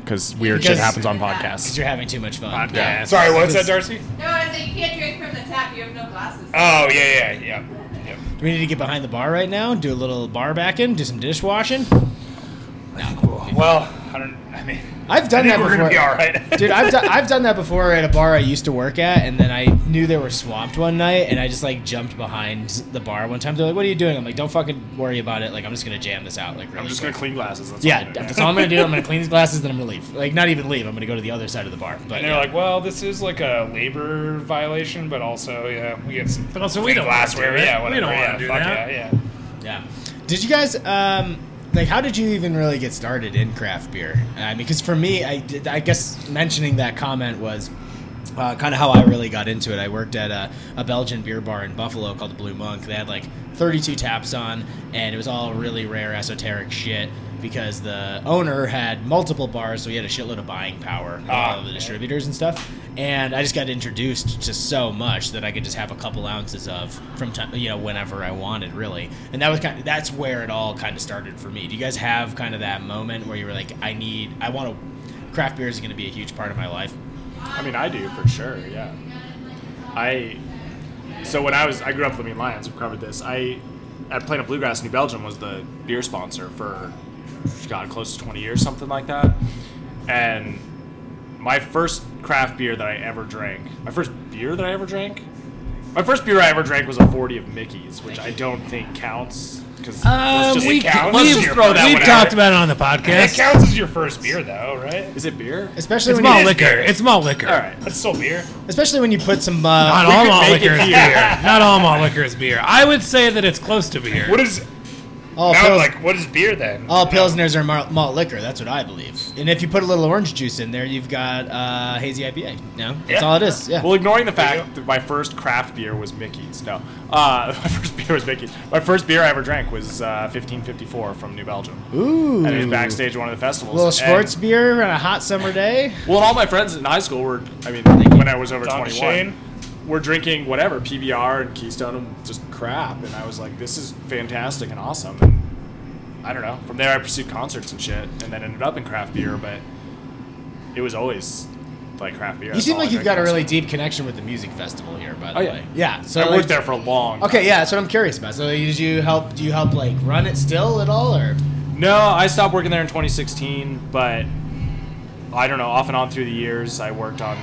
[SPEAKER 8] Because weird shit
[SPEAKER 1] Because-
[SPEAKER 8] happens on
[SPEAKER 1] Because
[SPEAKER 8] podcasts.
[SPEAKER 1] you're having too much fun.
[SPEAKER 5] Yeah. Sorry, what's that, Darcy?
[SPEAKER 7] No, I said you can't drink from the tap. You have no glasses.
[SPEAKER 5] Oh yeah, yeah, yeah. Yep.
[SPEAKER 1] Do we need to get behind the bar right now? Do a little bar backing? Do some dishwashing?
[SPEAKER 5] Well, I don't. I mean,
[SPEAKER 1] I've
[SPEAKER 5] I
[SPEAKER 1] done
[SPEAKER 5] think
[SPEAKER 1] that before.
[SPEAKER 5] we're gonna be all *laughs* right.
[SPEAKER 1] Dude, I've done, I've done that before at a bar I used to work at, and then I knew they were swamped one night, and I just like jumped behind the bar one time. They're like, "What are you doing?" I'm like, "Don't fucking worry about it. Like, I'm just gonna jam this out. Like, really
[SPEAKER 6] I'm just
[SPEAKER 1] quick."
[SPEAKER 6] gonna clean glasses. That's
[SPEAKER 1] yeah,
[SPEAKER 6] all I'm gonna do.
[SPEAKER 1] that's all I'm gonna do. I'm gonna clean these glasses, then I'm gonna leave. Like, not even leave. I'm gonna go to the other side of the bar. But
[SPEAKER 5] And they're
[SPEAKER 1] yeah.
[SPEAKER 5] like, well, this is like a labor violation, but also, yeah, we get some.
[SPEAKER 4] But also, we
[SPEAKER 5] clean
[SPEAKER 4] don't wanna
[SPEAKER 5] glassware,
[SPEAKER 4] do it.
[SPEAKER 5] yeah,
[SPEAKER 4] We
[SPEAKER 5] whatever.
[SPEAKER 4] don't wanna
[SPEAKER 5] yeah,
[SPEAKER 4] do
[SPEAKER 5] fuck
[SPEAKER 4] that.
[SPEAKER 5] Yeah, yeah.
[SPEAKER 1] Yeah. Did you guys um like how did you even really get started in craft beer? I mean, because for me, I did, I guess mentioning that comment was. Uh, kind of how I really got into it. I worked at a, a Belgian beer bar in Buffalo called the Blue Monk. They had like 32 taps on, and it was all really rare, esoteric shit because the owner had multiple bars, so he had a shitload of buying power, and all of the distributors and stuff. And I just got introduced to so much that I could just have a couple ounces of from time, you know whenever I wanted, really. And that was kind of that's where it all kind of started for me. Do you guys have kind of that moment where you were like, I need, I want to, craft beer is going to be a huge part of my life.
[SPEAKER 6] I mean, I do for sure. Yeah. I. So when I was, I grew up living in Lions. We've covered this. I, at Planet Bluegrass, New Belgium was the beer sponsor for, God, close to 20 years, something like that. And my first craft beer that I ever drank, my first beer that I ever drank, my first beer I ever drank was a 40 of Mickey's, which I don't think counts because
[SPEAKER 4] Uh,
[SPEAKER 6] just,
[SPEAKER 4] we
[SPEAKER 6] it counts.
[SPEAKER 4] we've,
[SPEAKER 6] Um, Let's just throw that
[SPEAKER 4] we've
[SPEAKER 6] one
[SPEAKER 4] talked
[SPEAKER 6] out.
[SPEAKER 4] about it on the
[SPEAKER 5] It
[SPEAKER 4] podcast.
[SPEAKER 5] counts as your first beer, though, right?
[SPEAKER 6] Is it beer?
[SPEAKER 1] Especially
[SPEAKER 4] It's
[SPEAKER 1] when you,
[SPEAKER 4] malt liquor. It's malt liquor.
[SPEAKER 6] All right.
[SPEAKER 5] That's still beer.
[SPEAKER 1] especially when you put some
[SPEAKER 4] Not
[SPEAKER 1] uh,
[SPEAKER 4] all
[SPEAKER 6] could
[SPEAKER 4] malt
[SPEAKER 6] *laughs* make it
[SPEAKER 4] liquor is
[SPEAKER 6] beer.
[SPEAKER 4] beer. Not all malt liquor is beer. I would say that it's close to beer.
[SPEAKER 5] What is
[SPEAKER 1] all,
[SPEAKER 5] now?
[SPEAKER 1] pils-
[SPEAKER 5] Like, what is beer then?
[SPEAKER 1] all
[SPEAKER 5] No.
[SPEAKER 1] pilsners are malt, malt liquor. That's what I believe. And if you put a little orange juice in there, you've got uh, hazy IPA. No, that's
[SPEAKER 5] Yeah.
[SPEAKER 1] all it is. Yeah.
[SPEAKER 6] Well, ignoring the
[SPEAKER 5] you
[SPEAKER 6] fact
[SPEAKER 5] go.
[SPEAKER 6] that my first craft beer was Mickey's. No, uh, *laughs* my first beer was Mickey's. My first beer I ever drank was uh, 1554 from New Belgium.
[SPEAKER 1] Ooh,
[SPEAKER 6] And it was
[SPEAKER 1] a
[SPEAKER 6] backstage at one of the festivals.
[SPEAKER 1] little
[SPEAKER 6] And-
[SPEAKER 1] Schwartz beer on a hot
[SPEAKER 6] *laughs*
[SPEAKER 1] summer day.
[SPEAKER 6] well, and all my friends in high school were, I mean, when I was over
[SPEAKER 5] Don
[SPEAKER 6] 21,
[SPEAKER 5] Shane.
[SPEAKER 6] were drinking whatever, PBR and Keystone and just crap. And I was like, this is fantastic and awesome. And I don't know. From there, I pursued concerts and shit and then ended up in craft beer, but it was always like craft beer.
[SPEAKER 1] you
[SPEAKER 6] That's
[SPEAKER 1] seem
[SPEAKER 6] all I
[SPEAKER 1] like you've
[SPEAKER 6] drank
[SPEAKER 1] got a
[SPEAKER 6] most of
[SPEAKER 1] really deep connection with the music festival here, by the
[SPEAKER 6] Oh, yeah.
[SPEAKER 1] way. Yeah. So
[SPEAKER 6] I
[SPEAKER 1] like-
[SPEAKER 6] worked there for a long.
[SPEAKER 1] Okay, yeah, that's what I'm curious about. So, did you help? Do you help like run it still at all, or
[SPEAKER 6] No, I stopped working there in 2016, but I don't know. Off and on through the years, I worked on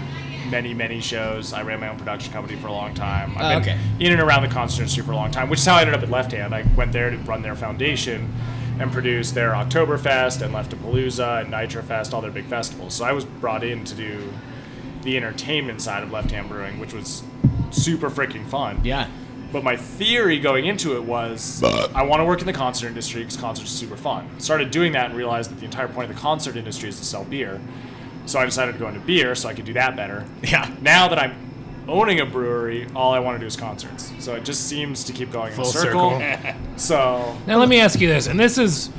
[SPEAKER 6] many, many shows. I ran my own production company for a long time.
[SPEAKER 1] Oh,
[SPEAKER 6] I've been
[SPEAKER 1] okay.
[SPEAKER 6] in and around the concert industry for a long time, which is how I ended up at Left Hand. I went there to run their foundation and produce their Oktoberfest and Leftapalooza and Nitrofest, all their big festivals. So I was brought in to do the entertainment side of Left Hand Brewing, which was super freaking fun.
[SPEAKER 1] Yeah.
[SPEAKER 6] But my theory going into it was I want to work in the concert industry because concerts are super fun. Started doing that and realized that the entire point of the concert industry is to sell beer. So I decided to go into beer so I could do that *laughs* better.
[SPEAKER 1] Yeah.
[SPEAKER 6] Now that I'm owning a brewery, all I want to do is concerts. So it just seems to keep going
[SPEAKER 4] Full
[SPEAKER 6] in a circle.
[SPEAKER 4] circle.
[SPEAKER 6] *laughs* so
[SPEAKER 4] Now let me ask you this, and this is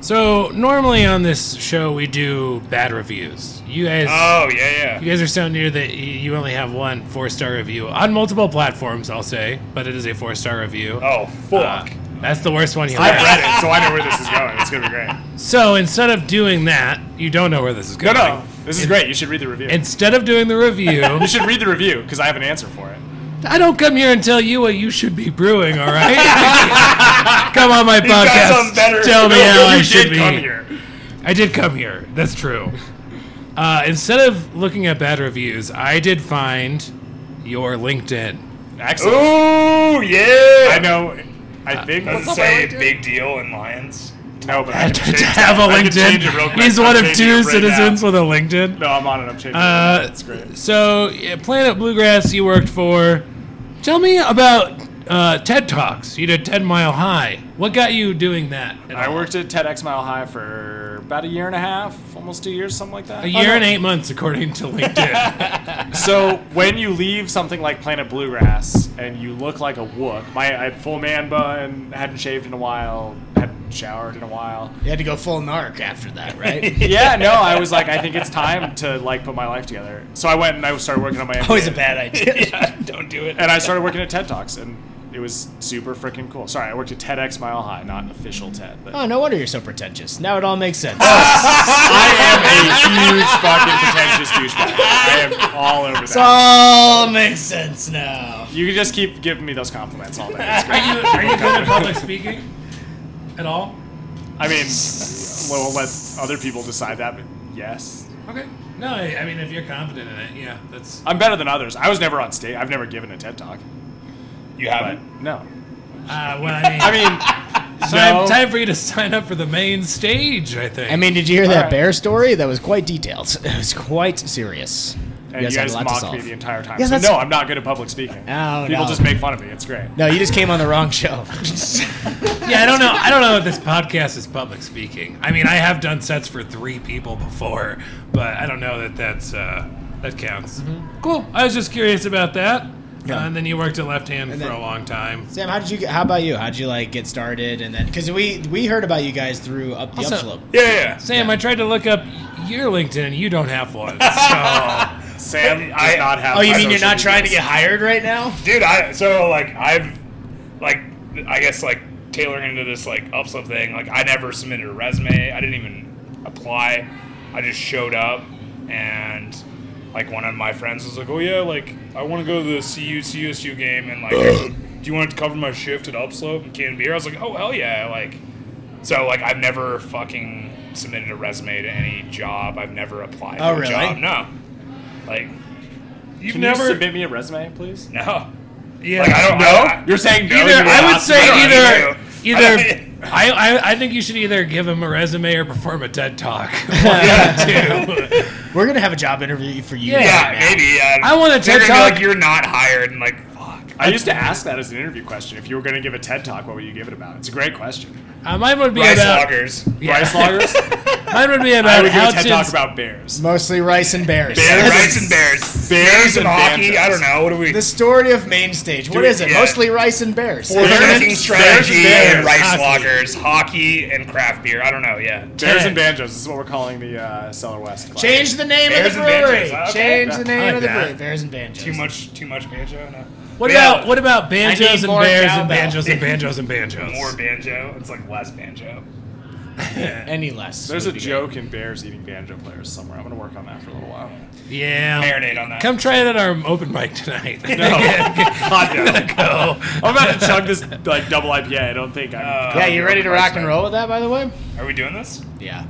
[SPEAKER 4] so normally on this show we do bad reviews. You guys,
[SPEAKER 6] Uh,
[SPEAKER 5] Oh yeah,
[SPEAKER 4] you
[SPEAKER 5] yeah.
[SPEAKER 4] guys are so new that y- you only have one four star review on multiple platforms. I'll say, but it is a four star review. Uh,
[SPEAKER 5] Oh fuck!
[SPEAKER 4] That's the worst one you
[SPEAKER 6] I've
[SPEAKER 4] have.
[SPEAKER 6] read it, so I know where this *laughs* is going. It's going to be great.
[SPEAKER 4] So instead of doing that, you don't know where this is
[SPEAKER 6] No,
[SPEAKER 4] going.
[SPEAKER 6] no. This is great. You should read the review.
[SPEAKER 4] Instead of doing the
[SPEAKER 6] *laughs*
[SPEAKER 4] review,
[SPEAKER 6] You should read the review because I have an answer for it.
[SPEAKER 4] I don't come here and tell you what you should be brewing. All right,
[SPEAKER 6] *laughs*
[SPEAKER 4] come on my
[SPEAKER 5] You got
[SPEAKER 4] podcast.
[SPEAKER 5] something better.
[SPEAKER 4] Tell me
[SPEAKER 5] No,
[SPEAKER 4] how
[SPEAKER 5] you
[SPEAKER 4] Oh, I
[SPEAKER 5] did
[SPEAKER 4] should be.
[SPEAKER 5] come here.
[SPEAKER 4] I did come here. That's true. Uh, instead of looking at bad reviews, I did find your LinkedIn.
[SPEAKER 6] Excellent.
[SPEAKER 5] Oh yeah.
[SPEAKER 6] Ah. I know. I
[SPEAKER 4] Uh,
[SPEAKER 6] think.
[SPEAKER 5] Doesn't say big deal in Lions.
[SPEAKER 6] No, but I
[SPEAKER 4] And *laughs*
[SPEAKER 6] can
[SPEAKER 4] to
[SPEAKER 6] change
[SPEAKER 4] have
[SPEAKER 6] that.
[SPEAKER 4] a
[SPEAKER 6] I can change it real
[SPEAKER 4] LinkedIn,
[SPEAKER 6] quick.
[SPEAKER 4] he's
[SPEAKER 6] I'm
[SPEAKER 4] one of
[SPEAKER 6] changing it
[SPEAKER 4] two
[SPEAKER 6] right
[SPEAKER 4] citizens
[SPEAKER 6] now.
[SPEAKER 4] with a LinkedIn.
[SPEAKER 6] No, I'm on it. I'm changing it.
[SPEAKER 4] Uh,
[SPEAKER 6] That's great.
[SPEAKER 4] so, yeah, Planet Bluegrass, you worked for. Tell me about uh, TED Talks. You did 10 Mile High. What got you doing that? at
[SPEAKER 6] I
[SPEAKER 4] all?
[SPEAKER 6] worked at TEDx Mile High for about a year and a half, almost two years, something like that. Oh,
[SPEAKER 4] a year and eight months, according to LinkedIn.
[SPEAKER 6] So when you leave something like Planet Bluegrass and you look like a wook, my I had full man bun, hadn't shaved in a while, hadn't showered in a while.
[SPEAKER 1] You had to go full narc after
[SPEAKER 6] *laughs*
[SPEAKER 1] that, right?
[SPEAKER 6] Yeah, no, I was like, I think it's time to like put my life together. So I went and I started working on my.
[SPEAKER 1] Always a
[SPEAKER 6] MBA.
[SPEAKER 1] bad *laughs* idea.
[SPEAKER 5] Don't do it.
[SPEAKER 6] and I started working at TED Talks, and it was super freaking cool. Sorry, I worked at TEDx Mile High, not official TED. But
[SPEAKER 1] Oh, no wonder you're so pretentious. Now it all makes
[SPEAKER 6] *laughs*
[SPEAKER 1] sense.
[SPEAKER 6] I am
[SPEAKER 4] *laughs*
[SPEAKER 6] a huge fucking pretentious douchebag. I am all over that.
[SPEAKER 1] It all makes sense now.
[SPEAKER 6] you can just keep giving me those compliments all day. It's
[SPEAKER 4] are,
[SPEAKER 6] great.
[SPEAKER 4] you, are you
[SPEAKER 6] *laughs*
[SPEAKER 4] good at public speaking at all?
[SPEAKER 6] I mean, we'll let other people decide that, but yes.
[SPEAKER 4] Okay. No, I, I mean, if you're confident in it, yeah, that's.
[SPEAKER 6] I'm better than others. I was never on stage. I've never given a TED Talk.
[SPEAKER 5] You
[SPEAKER 6] But
[SPEAKER 5] haven't.
[SPEAKER 6] no.
[SPEAKER 4] Uh, well, I mean,
[SPEAKER 6] I mean,
[SPEAKER 4] *laughs* time,
[SPEAKER 6] no.
[SPEAKER 4] time for you to sign up for the main stage, I think.
[SPEAKER 1] I mean, did you hear that
[SPEAKER 6] right.
[SPEAKER 1] bear story? That was quite detailed. *laughs* It was quite serious.
[SPEAKER 6] and you
[SPEAKER 1] had
[SPEAKER 6] guys
[SPEAKER 1] a lot to
[SPEAKER 6] mocked
[SPEAKER 1] solve.
[SPEAKER 6] me the entire time.
[SPEAKER 1] Yeah,
[SPEAKER 6] so
[SPEAKER 1] that's-
[SPEAKER 6] no, I'm not good at public speaking.
[SPEAKER 1] Oh,
[SPEAKER 6] people
[SPEAKER 1] no.
[SPEAKER 6] just make fun of me. It's great.
[SPEAKER 1] No, you just came on the wrong show. *laughs*
[SPEAKER 4] yeah, I don't know. I don't know if this podcast is public speaking. I mean, I have done sets for three people before, but I don't know that that's uh, that counts. Cool. I was just curious about that. Uh, and then you worked at Left Hand for
[SPEAKER 1] then-
[SPEAKER 4] a long time.
[SPEAKER 1] Sam, how did you? get- How about you? How did you like get started? And then, because we we heard about you guys through up the
[SPEAKER 4] Also-
[SPEAKER 1] upslope.
[SPEAKER 5] Yeah, yeah.
[SPEAKER 4] Sam, I tried to look up your LinkedIn. and You don't have one. So
[SPEAKER 6] Sam does
[SPEAKER 5] I-
[SPEAKER 6] not have.
[SPEAKER 1] Oh, you
[SPEAKER 6] my
[SPEAKER 1] mean you're
[SPEAKER 6] social
[SPEAKER 1] not trying to
[SPEAKER 6] medias.
[SPEAKER 1] get hired right now?
[SPEAKER 5] dude i so like i've like i guess like tailoring into this like upslope thing like i never submitted a resume i didn't even apply i just showed up and like one of my friends was like oh yeah like i want to go to the cu csu game and like do you want to cover my shift at upslope and can beer i was like oh hell yeah like so like i've never fucking submitted a resume to any job i've never applied
[SPEAKER 1] Oh,
[SPEAKER 5] to
[SPEAKER 1] really?
[SPEAKER 5] a job no like
[SPEAKER 4] you've
[SPEAKER 6] Can
[SPEAKER 4] never.
[SPEAKER 6] you submit me a resume, please?
[SPEAKER 5] *laughs* no
[SPEAKER 4] yeah.
[SPEAKER 5] Like I don't know.
[SPEAKER 6] You're saying no.
[SPEAKER 4] either
[SPEAKER 6] you will
[SPEAKER 4] I would
[SPEAKER 6] not
[SPEAKER 4] say
[SPEAKER 5] submit a
[SPEAKER 4] either
[SPEAKER 5] resume.
[SPEAKER 4] either I, I I think you should either give him a resume or perform a TED talk. One of *laughs* the two.
[SPEAKER 1] We're gonna have a job interview for you.
[SPEAKER 5] *laughs* Yeah,
[SPEAKER 1] right now.
[SPEAKER 5] maybe. Yeah.
[SPEAKER 4] I want a
[SPEAKER 5] They're
[SPEAKER 4] TED
[SPEAKER 5] gonna be
[SPEAKER 4] Talk.
[SPEAKER 5] Like you're not hired, and like fuck.
[SPEAKER 6] I used to ask that as an interview question. If you were going to give a TED talk, what would you give it about? It's a great question.
[SPEAKER 4] Uh, mine would be
[SPEAKER 5] Rice
[SPEAKER 4] about
[SPEAKER 5] loggers.
[SPEAKER 4] Yeah.
[SPEAKER 5] *laughs*
[SPEAKER 6] Rice loggers.
[SPEAKER 4] *laughs* mine would be
[SPEAKER 6] I
[SPEAKER 4] about
[SPEAKER 6] would give
[SPEAKER 4] how
[SPEAKER 6] a TED
[SPEAKER 4] to
[SPEAKER 6] talk about bears.
[SPEAKER 1] Mostly rice and bears.
[SPEAKER 5] Bears, rice and bears. Bears and
[SPEAKER 6] and
[SPEAKER 5] hockey.
[SPEAKER 6] banjos.
[SPEAKER 5] I don't know. What do we?
[SPEAKER 1] The story of main stage. What
[SPEAKER 5] we-
[SPEAKER 1] is it?
[SPEAKER 5] yeah.
[SPEAKER 1] Mostly rice and bears.
[SPEAKER 5] Drinking
[SPEAKER 6] Bears,
[SPEAKER 5] strategy
[SPEAKER 6] bears, bears,
[SPEAKER 5] and rice
[SPEAKER 4] hockey.
[SPEAKER 5] loggers, hockey and craft beer. I don't know. Yeah.
[SPEAKER 6] Bears and banjos. This is what we're calling the uh, Cellar West. Class.
[SPEAKER 1] Change the name
[SPEAKER 5] Bears
[SPEAKER 1] of the
[SPEAKER 5] and banjos.
[SPEAKER 1] brewery.
[SPEAKER 5] Okay.
[SPEAKER 1] Change
[SPEAKER 5] Yeah,
[SPEAKER 1] the name
[SPEAKER 4] like
[SPEAKER 1] of the
[SPEAKER 4] that.
[SPEAKER 1] brewery. Bears and banjos.
[SPEAKER 5] Too much. Too much banjo. No.
[SPEAKER 4] What
[SPEAKER 5] Yeah.
[SPEAKER 4] about what about
[SPEAKER 1] I need
[SPEAKER 4] banjos and
[SPEAKER 1] more
[SPEAKER 4] bears
[SPEAKER 1] cowbell.
[SPEAKER 4] and banjos and banjos
[SPEAKER 5] *laughs*
[SPEAKER 4] and banjos?
[SPEAKER 5] More banjo. It's like less banjo.
[SPEAKER 1] Any less.
[SPEAKER 6] There's a
[SPEAKER 1] would be
[SPEAKER 6] joke in bears eating banjo players somewhere. I'm going to work on that for a little
[SPEAKER 5] *laughs*
[SPEAKER 6] while.
[SPEAKER 4] yeah.
[SPEAKER 5] Marinate on that.
[SPEAKER 4] Come try it at our open mic
[SPEAKER 5] *laughs*
[SPEAKER 4] tonight. No.
[SPEAKER 6] Hot dog.
[SPEAKER 4] Go.
[SPEAKER 6] I'm about to chug this like double IPA. I don't think I'm.
[SPEAKER 5] Uh,
[SPEAKER 1] good. Yeah, you ready to rock and roll with that, by the way?
[SPEAKER 5] Are we doing this?
[SPEAKER 1] Yeah.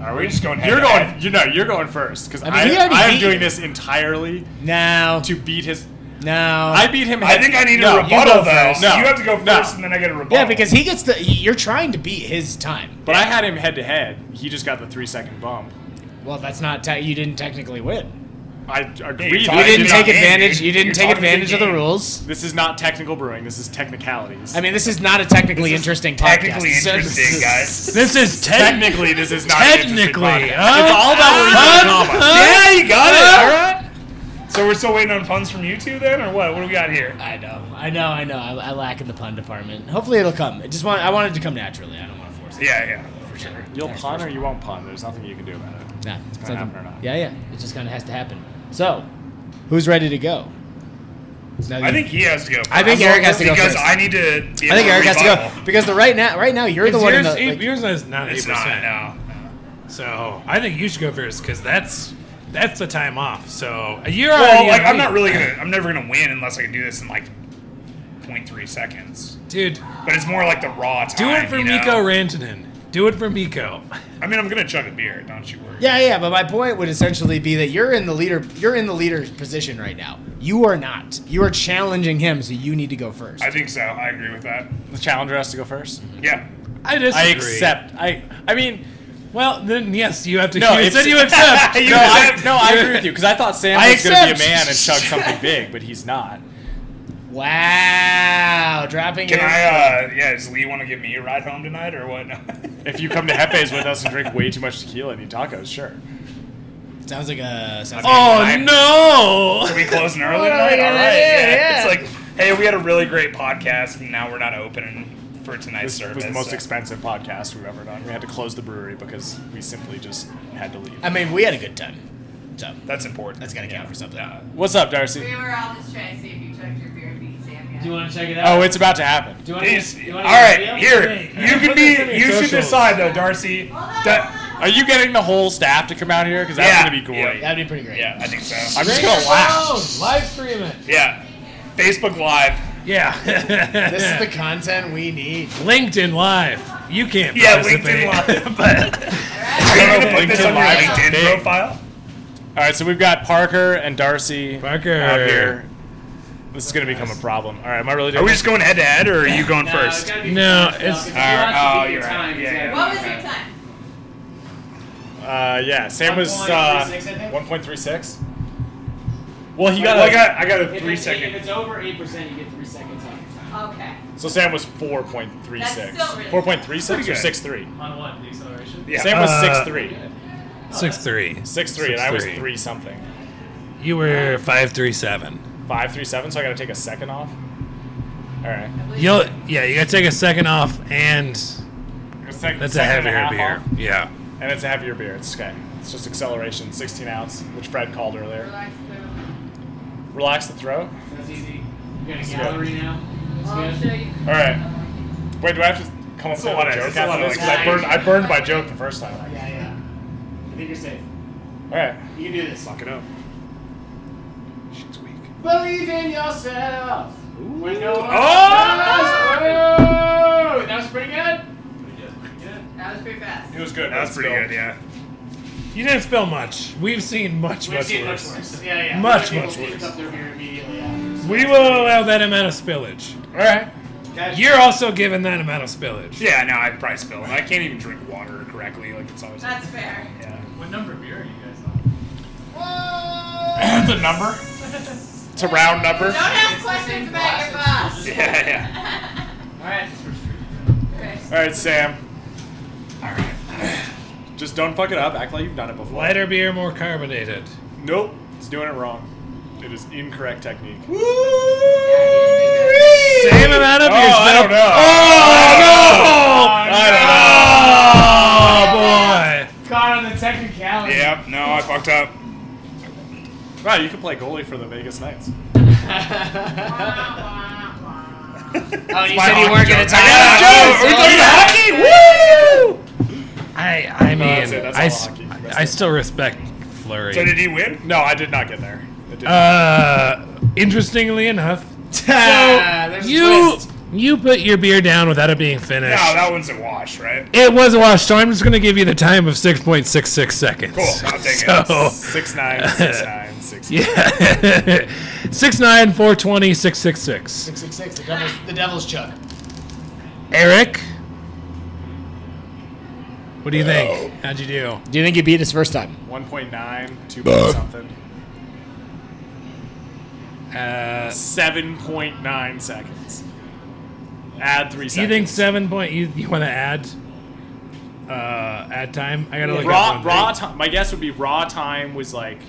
[SPEAKER 5] Are we just going? head to
[SPEAKER 6] You're going.
[SPEAKER 5] head?
[SPEAKER 6] You know, you're going first because I,
[SPEAKER 1] mean, he already
[SPEAKER 6] I, am
[SPEAKER 1] beat
[SPEAKER 6] doing
[SPEAKER 1] you.
[SPEAKER 6] this entirely
[SPEAKER 1] No,
[SPEAKER 6] to beat his.
[SPEAKER 1] no.
[SPEAKER 6] I beat him.
[SPEAKER 5] I
[SPEAKER 6] head-
[SPEAKER 5] think I need
[SPEAKER 6] No,
[SPEAKER 5] a
[SPEAKER 6] you
[SPEAKER 5] rebuttal
[SPEAKER 6] go
[SPEAKER 5] though.
[SPEAKER 6] first.
[SPEAKER 5] So
[SPEAKER 6] No,
[SPEAKER 5] you have to go
[SPEAKER 6] no.
[SPEAKER 5] first, and then I get a rebuttal.
[SPEAKER 1] yeah, because he gets the. You're trying to beat his time.
[SPEAKER 6] But I had him head to head. He just got the three second bump.
[SPEAKER 1] Well, that's not. Te- you didn't technically win.
[SPEAKER 6] I agreed.
[SPEAKER 5] talking-
[SPEAKER 1] You
[SPEAKER 5] I
[SPEAKER 1] didn't
[SPEAKER 5] did
[SPEAKER 1] take
[SPEAKER 5] not win,
[SPEAKER 1] advantage.
[SPEAKER 5] dude.
[SPEAKER 1] You didn't
[SPEAKER 5] You're
[SPEAKER 1] take
[SPEAKER 5] talking a big
[SPEAKER 1] advantage of the
[SPEAKER 5] game.
[SPEAKER 1] rules.
[SPEAKER 6] This is not technical brewing. This is technicalities.
[SPEAKER 1] I mean, this is not a technically interesting podcast.
[SPEAKER 5] technically
[SPEAKER 1] So this
[SPEAKER 5] interesting,
[SPEAKER 1] *laughs* is- Uh,
[SPEAKER 5] guys.
[SPEAKER 4] This is technically.
[SPEAKER 6] technically, this is not an interesting
[SPEAKER 4] Technically,
[SPEAKER 6] podcast.
[SPEAKER 4] huh?
[SPEAKER 6] It's all about where you put a comma.
[SPEAKER 5] Yeah, you got it. All right. So we're still waiting on puns from you two, then, or what? What do we got here?
[SPEAKER 1] I know, I know, I know. I, I lack in the pun department. Hopefully, it'll come. I just want. I want it to come naturally. I don't want to force it.
[SPEAKER 5] Yeah, yeah, for sure.
[SPEAKER 6] You'll pun or you won't pun. There's nothing you can do about it.
[SPEAKER 1] Nah, it's
[SPEAKER 6] gonna
[SPEAKER 1] something-
[SPEAKER 6] happen or not.
[SPEAKER 1] Yeah, yeah. It just kind of has to happen. So, who's ready to go? It's not
[SPEAKER 5] I
[SPEAKER 1] you.
[SPEAKER 5] think he has to go. First.
[SPEAKER 1] I think Eric has to go
[SPEAKER 5] because
[SPEAKER 1] first.
[SPEAKER 5] I need to. Be
[SPEAKER 1] I think
[SPEAKER 5] able to
[SPEAKER 1] Eric has to
[SPEAKER 5] rebuttal.
[SPEAKER 1] go because the right now, right now, you're the one. In
[SPEAKER 4] Yours,
[SPEAKER 1] the,
[SPEAKER 4] eight-
[SPEAKER 1] like-
[SPEAKER 4] yours is not eight
[SPEAKER 5] It's not.
[SPEAKER 4] percent.
[SPEAKER 5] No.
[SPEAKER 4] So I think you should go first because that's that's the time off. So you're
[SPEAKER 5] Well,
[SPEAKER 4] already
[SPEAKER 5] like I'm
[SPEAKER 4] late.
[SPEAKER 5] not really gonna. I'm never gonna win unless I can do this in like 0.3 seconds.
[SPEAKER 4] *laughs* dude.
[SPEAKER 5] But it's more like the raw time.
[SPEAKER 4] Do it for
[SPEAKER 5] you know?
[SPEAKER 4] Miko Rantanen. Do it for Miko. *laughs*
[SPEAKER 5] I mean, I'm gonna chug a beer. Don't you worry.
[SPEAKER 1] yeah, yeah. But my point would essentially be that you're in the leader. You're in the leader's position right now. You are not. You are challenging him, so you need to go first.
[SPEAKER 5] I think so. I agree with that.
[SPEAKER 6] The challenger has to go first.
[SPEAKER 5] Yeah.
[SPEAKER 4] I disagree.
[SPEAKER 6] I accept. *laughs* I. I mean,
[SPEAKER 4] Well, then yes, you have to.
[SPEAKER 6] No,
[SPEAKER 4] you
[SPEAKER 6] it's-
[SPEAKER 4] said you
[SPEAKER 6] *laughs*
[SPEAKER 4] accept.
[SPEAKER 6] no, I,
[SPEAKER 4] accept.
[SPEAKER 6] no, I agree with you because I thought Sam
[SPEAKER 1] I
[SPEAKER 6] was going to be
[SPEAKER 1] accept.
[SPEAKER 6] a man and *laughs* chug something big, but he's not.
[SPEAKER 1] wow, dropping.
[SPEAKER 5] Can
[SPEAKER 1] your-
[SPEAKER 5] I? uh Yeah. Does Lee want to give me a ride home tonight or what? *laughs*
[SPEAKER 6] If you come to Hefe's with us and drink way too much tequila and eat tacos, sure.
[SPEAKER 1] Sounds like a. Sounds like
[SPEAKER 4] Oh
[SPEAKER 5] I- Are
[SPEAKER 4] no!
[SPEAKER 5] we closing early
[SPEAKER 1] What are we
[SPEAKER 5] tonight? All
[SPEAKER 1] gonna
[SPEAKER 5] right.
[SPEAKER 1] do?
[SPEAKER 5] Yeah.
[SPEAKER 1] Yeah.
[SPEAKER 5] It's like, hey, we had a really great podcast, and now we're not opening for tonight's
[SPEAKER 6] This
[SPEAKER 5] service.
[SPEAKER 6] was the most
[SPEAKER 5] so-
[SPEAKER 6] expensive podcast we've ever done. We had to close the brewery because we simply just had to leave.
[SPEAKER 1] I mean, we had a good time, so
[SPEAKER 5] That's important.
[SPEAKER 1] that's gotta count for something.
[SPEAKER 6] What's up, Darcy?
[SPEAKER 7] We were all just trying to see if you checked your beer and beat Sam. yet.
[SPEAKER 4] want to check it
[SPEAKER 6] Oh, it's about to happen.
[SPEAKER 4] Do you
[SPEAKER 5] He's- all right, here. You can be. You should decide though, Darcy. That-
[SPEAKER 6] Are you getting the whole staff to come out here? Because that's
[SPEAKER 5] Yeah.
[SPEAKER 6] going to be great.
[SPEAKER 5] Yeah.
[SPEAKER 1] That'd be pretty great.
[SPEAKER 5] yeah, I think so.
[SPEAKER 6] *laughs* I'm just going to laugh.
[SPEAKER 4] Live stream it.
[SPEAKER 5] yeah, Facebook Live.
[SPEAKER 4] Yeah.
[SPEAKER 1] This is the content we need.
[SPEAKER 4] LinkedIn Live. You can't
[SPEAKER 5] Yeah,
[SPEAKER 4] participate.
[SPEAKER 5] LinkedIn
[SPEAKER 6] *laughs*
[SPEAKER 5] Live. but *laughs* are you gonna put this
[SPEAKER 6] LinkedIn
[SPEAKER 5] on your
[SPEAKER 6] Live is
[SPEAKER 5] LinkedIn
[SPEAKER 6] big.
[SPEAKER 5] profile?
[SPEAKER 6] *laughs* All right, so we've got Parker and Darcy
[SPEAKER 4] Parker.
[SPEAKER 6] out here. This is going to become a problem. All right, am I really
[SPEAKER 5] Are
[SPEAKER 6] doing
[SPEAKER 5] we just going head to head, or are you going first?
[SPEAKER 4] No, it's
[SPEAKER 5] Alright, oh, you're right. Yeah, yeah.
[SPEAKER 7] What was your time?
[SPEAKER 6] Uh, yeah, Sam was uh,
[SPEAKER 1] 1.36, I think?
[SPEAKER 6] 1.36. Well, he got,
[SPEAKER 5] Well,
[SPEAKER 6] a,
[SPEAKER 5] I got I got a three second.
[SPEAKER 1] it's over eight percent, you get three seconds on your time.
[SPEAKER 7] Okay.
[SPEAKER 6] so Sam was 4.36.
[SPEAKER 7] That's still really
[SPEAKER 6] 4.36 or
[SPEAKER 5] good.
[SPEAKER 6] 6.3?
[SPEAKER 1] On what? The acceleration.
[SPEAKER 5] Yeah.
[SPEAKER 6] Sam was
[SPEAKER 4] Uh,
[SPEAKER 6] 6.3.
[SPEAKER 4] six three.
[SPEAKER 6] 6.3, and I was
[SPEAKER 4] 6'3".
[SPEAKER 6] 3 something.
[SPEAKER 4] You were five three seven.
[SPEAKER 6] 5.37, so I got to take a second off? All right.
[SPEAKER 4] You'll yeah. You gotta take a second off, and
[SPEAKER 6] A sec-
[SPEAKER 4] that's a
[SPEAKER 6] second and
[SPEAKER 4] heavier
[SPEAKER 6] half
[SPEAKER 4] beer.
[SPEAKER 6] off,
[SPEAKER 4] Yeah.
[SPEAKER 6] and it's a heavier beer. It's okay. It's just acceleration, 16 ounce, which Fred called earlier.
[SPEAKER 7] Relax, clear.
[SPEAKER 6] Relax the throat.
[SPEAKER 1] That's easy. You got a
[SPEAKER 6] gallery
[SPEAKER 1] now.
[SPEAKER 7] I'll show you.
[SPEAKER 6] All right. Wait, do I have to come up
[SPEAKER 5] It's
[SPEAKER 6] with
[SPEAKER 5] a lot
[SPEAKER 6] a
[SPEAKER 5] of-
[SPEAKER 6] joke
[SPEAKER 5] it's a lot
[SPEAKER 6] after
[SPEAKER 5] of
[SPEAKER 6] this? 'Cause I burned, I burned my joke the first time.
[SPEAKER 1] Yeah, yeah. I think you're safe.
[SPEAKER 6] All right.
[SPEAKER 1] You can do this.
[SPEAKER 5] Fuck it up. Shit's weak.
[SPEAKER 1] Believe in yourself. When no one
[SPEAKER 5] Oh!
[SPEAKER 1] does. Whoa, that was pretty good.
[SPEAKER 7] That was pretty fast.
[SPEAKER 6] It was good.
[SPEAKER 5] That's pretty good. Yeah.
[SPEAKER 4] You didn't spill much. We've seen much, much, worse.
[SPEAKER 1] Yeah, yeah.
[SPEAKER 4] Much,
[SPEAKER 1] People
[SPEAKER 4] much
[SPEAKER 1] picked
[SPEAKER 4] worse.
[SPEAKER 1] up their beer immediately after.
[SPEAKER 4] We will allow that amount of spillage.
[SPEAKER 6] All right.
[SPEAKER 4] You're also given that amount of spillage.
[SPEAKER 5] Yeah. No, I probably spilled. I can't even drink water correctly. Like it's always.
[SPEAKER 7] That's fair.
[SPEAKER 1] What number beer are you guys on?
[SPEAKER 5] That's a number.
[SPEAKER 6] It's a round number.
[SPEAKER 7] Don't ask questions about your
[SPEAKER 6] *laughs*
[SPEAKER 7] boss.
[SPEAKER 5] *laughs* Yeah. Yeah.
[SPEAKER 6] All right, Sam. Just don't fuck it up. Act like you've done it before.
[SPEAKER 4] Lighter beer, more carbonated.
[SPEAKER 6] Nope. It's doing it wrong. It is incorrect technique.
[SPEAKER 4] Same amount of
[SPEAKER 6] Oh,
[SPEAKER 4] beer spill.
[SPEAKER 6] I don't know.
[SPEAKER 4] Oh, boy.
[SPEAKER 1] Caught on the technicality.
[SPEAKER 5] Yeah, no, I fucked up.
[SPEAKER 6] Wow, you can play goalie for the
[SPEAKER 4] *laughs*
[SPEAKER 6] Vegas Knights.
[SPEAKER 1] Oh, you
[SPEAKER 5] my
[SPEAKER 1] said you
[SPEAKER 5] hockey
[SPEAKER 1] weren't going to
[SPEAKER 5] joke.
[SPEAKER 1] talk
[SPEAKER 5] I
[SPEAKER 1] about
[SPEAKER 5] got a joke.
[SPEAKER 1] it.
[SPEAKER 5] Are we talking
[SPEAKER 1] Oh,
[SPEAKER 5] about
[SPEAKER 1] yeah.
[SPEAKER 4] I, I mean,
[SPEAKER 6] that's it. That's
[SPEAKER 4] I,
[SPEAKER 6] all
[SPEAKER 4] s-
[SPEAKER 6] hockey.
[SPEAKER 4] I still respect Flurry.
[SPEAKER 5] So did he win? Oh,
[SPEAKER 6] No, I did not get there. It
[SPEAKER 5] *laughs*
[SPEAKER 6] did
[SPEAKER 4] uh, interestingly enough,
[SPEAKER 1] Ah, there's a
[SPEAKER 4] you
[SPEAKER 1] twist.
[SPEAKER 4] You put your beer down without it being finished.
[SPEAKER 5] No, that one's a wash, right?
[SPEAKER 4] it was a wash, so I'm just going to give you the time of 6.66 seconds.
[SPEAKER 6] Oh,
[SPEAKER 5] Cool. I'll take
[SPEAKER 4] so, *laughs*
[SPEAKER 5] it. Six nine, six nine, six.
[SPEAKER 4] Yeah. 6'9", 420, 666.
[SPEAKER 1] Six six six. The devil's the devil's chug.
[SPEAKER 4] Eric, what
[SPEAKER 5] Oh,
[SPEAKER 4] do you think? How'd you do?
[SPEAKER 1] Do you think you beat us first time?
[SPEAKER 5] 1.9, 2 point something.
[SPEAKER 4] Uh,
[SPEAKER 5] 7.9 seconds. Add 3 seconds.
[SPEAKER 4] you think seven point? You, you want to add? Uh, add time. I gotta look
[SPEAKER 5] Raw-
[SPEAKER 4] up one
[SPEAKER 5] raw
[SPEAKER 4] thing.
[SPEAKER 5] time. My guess would be raw time was like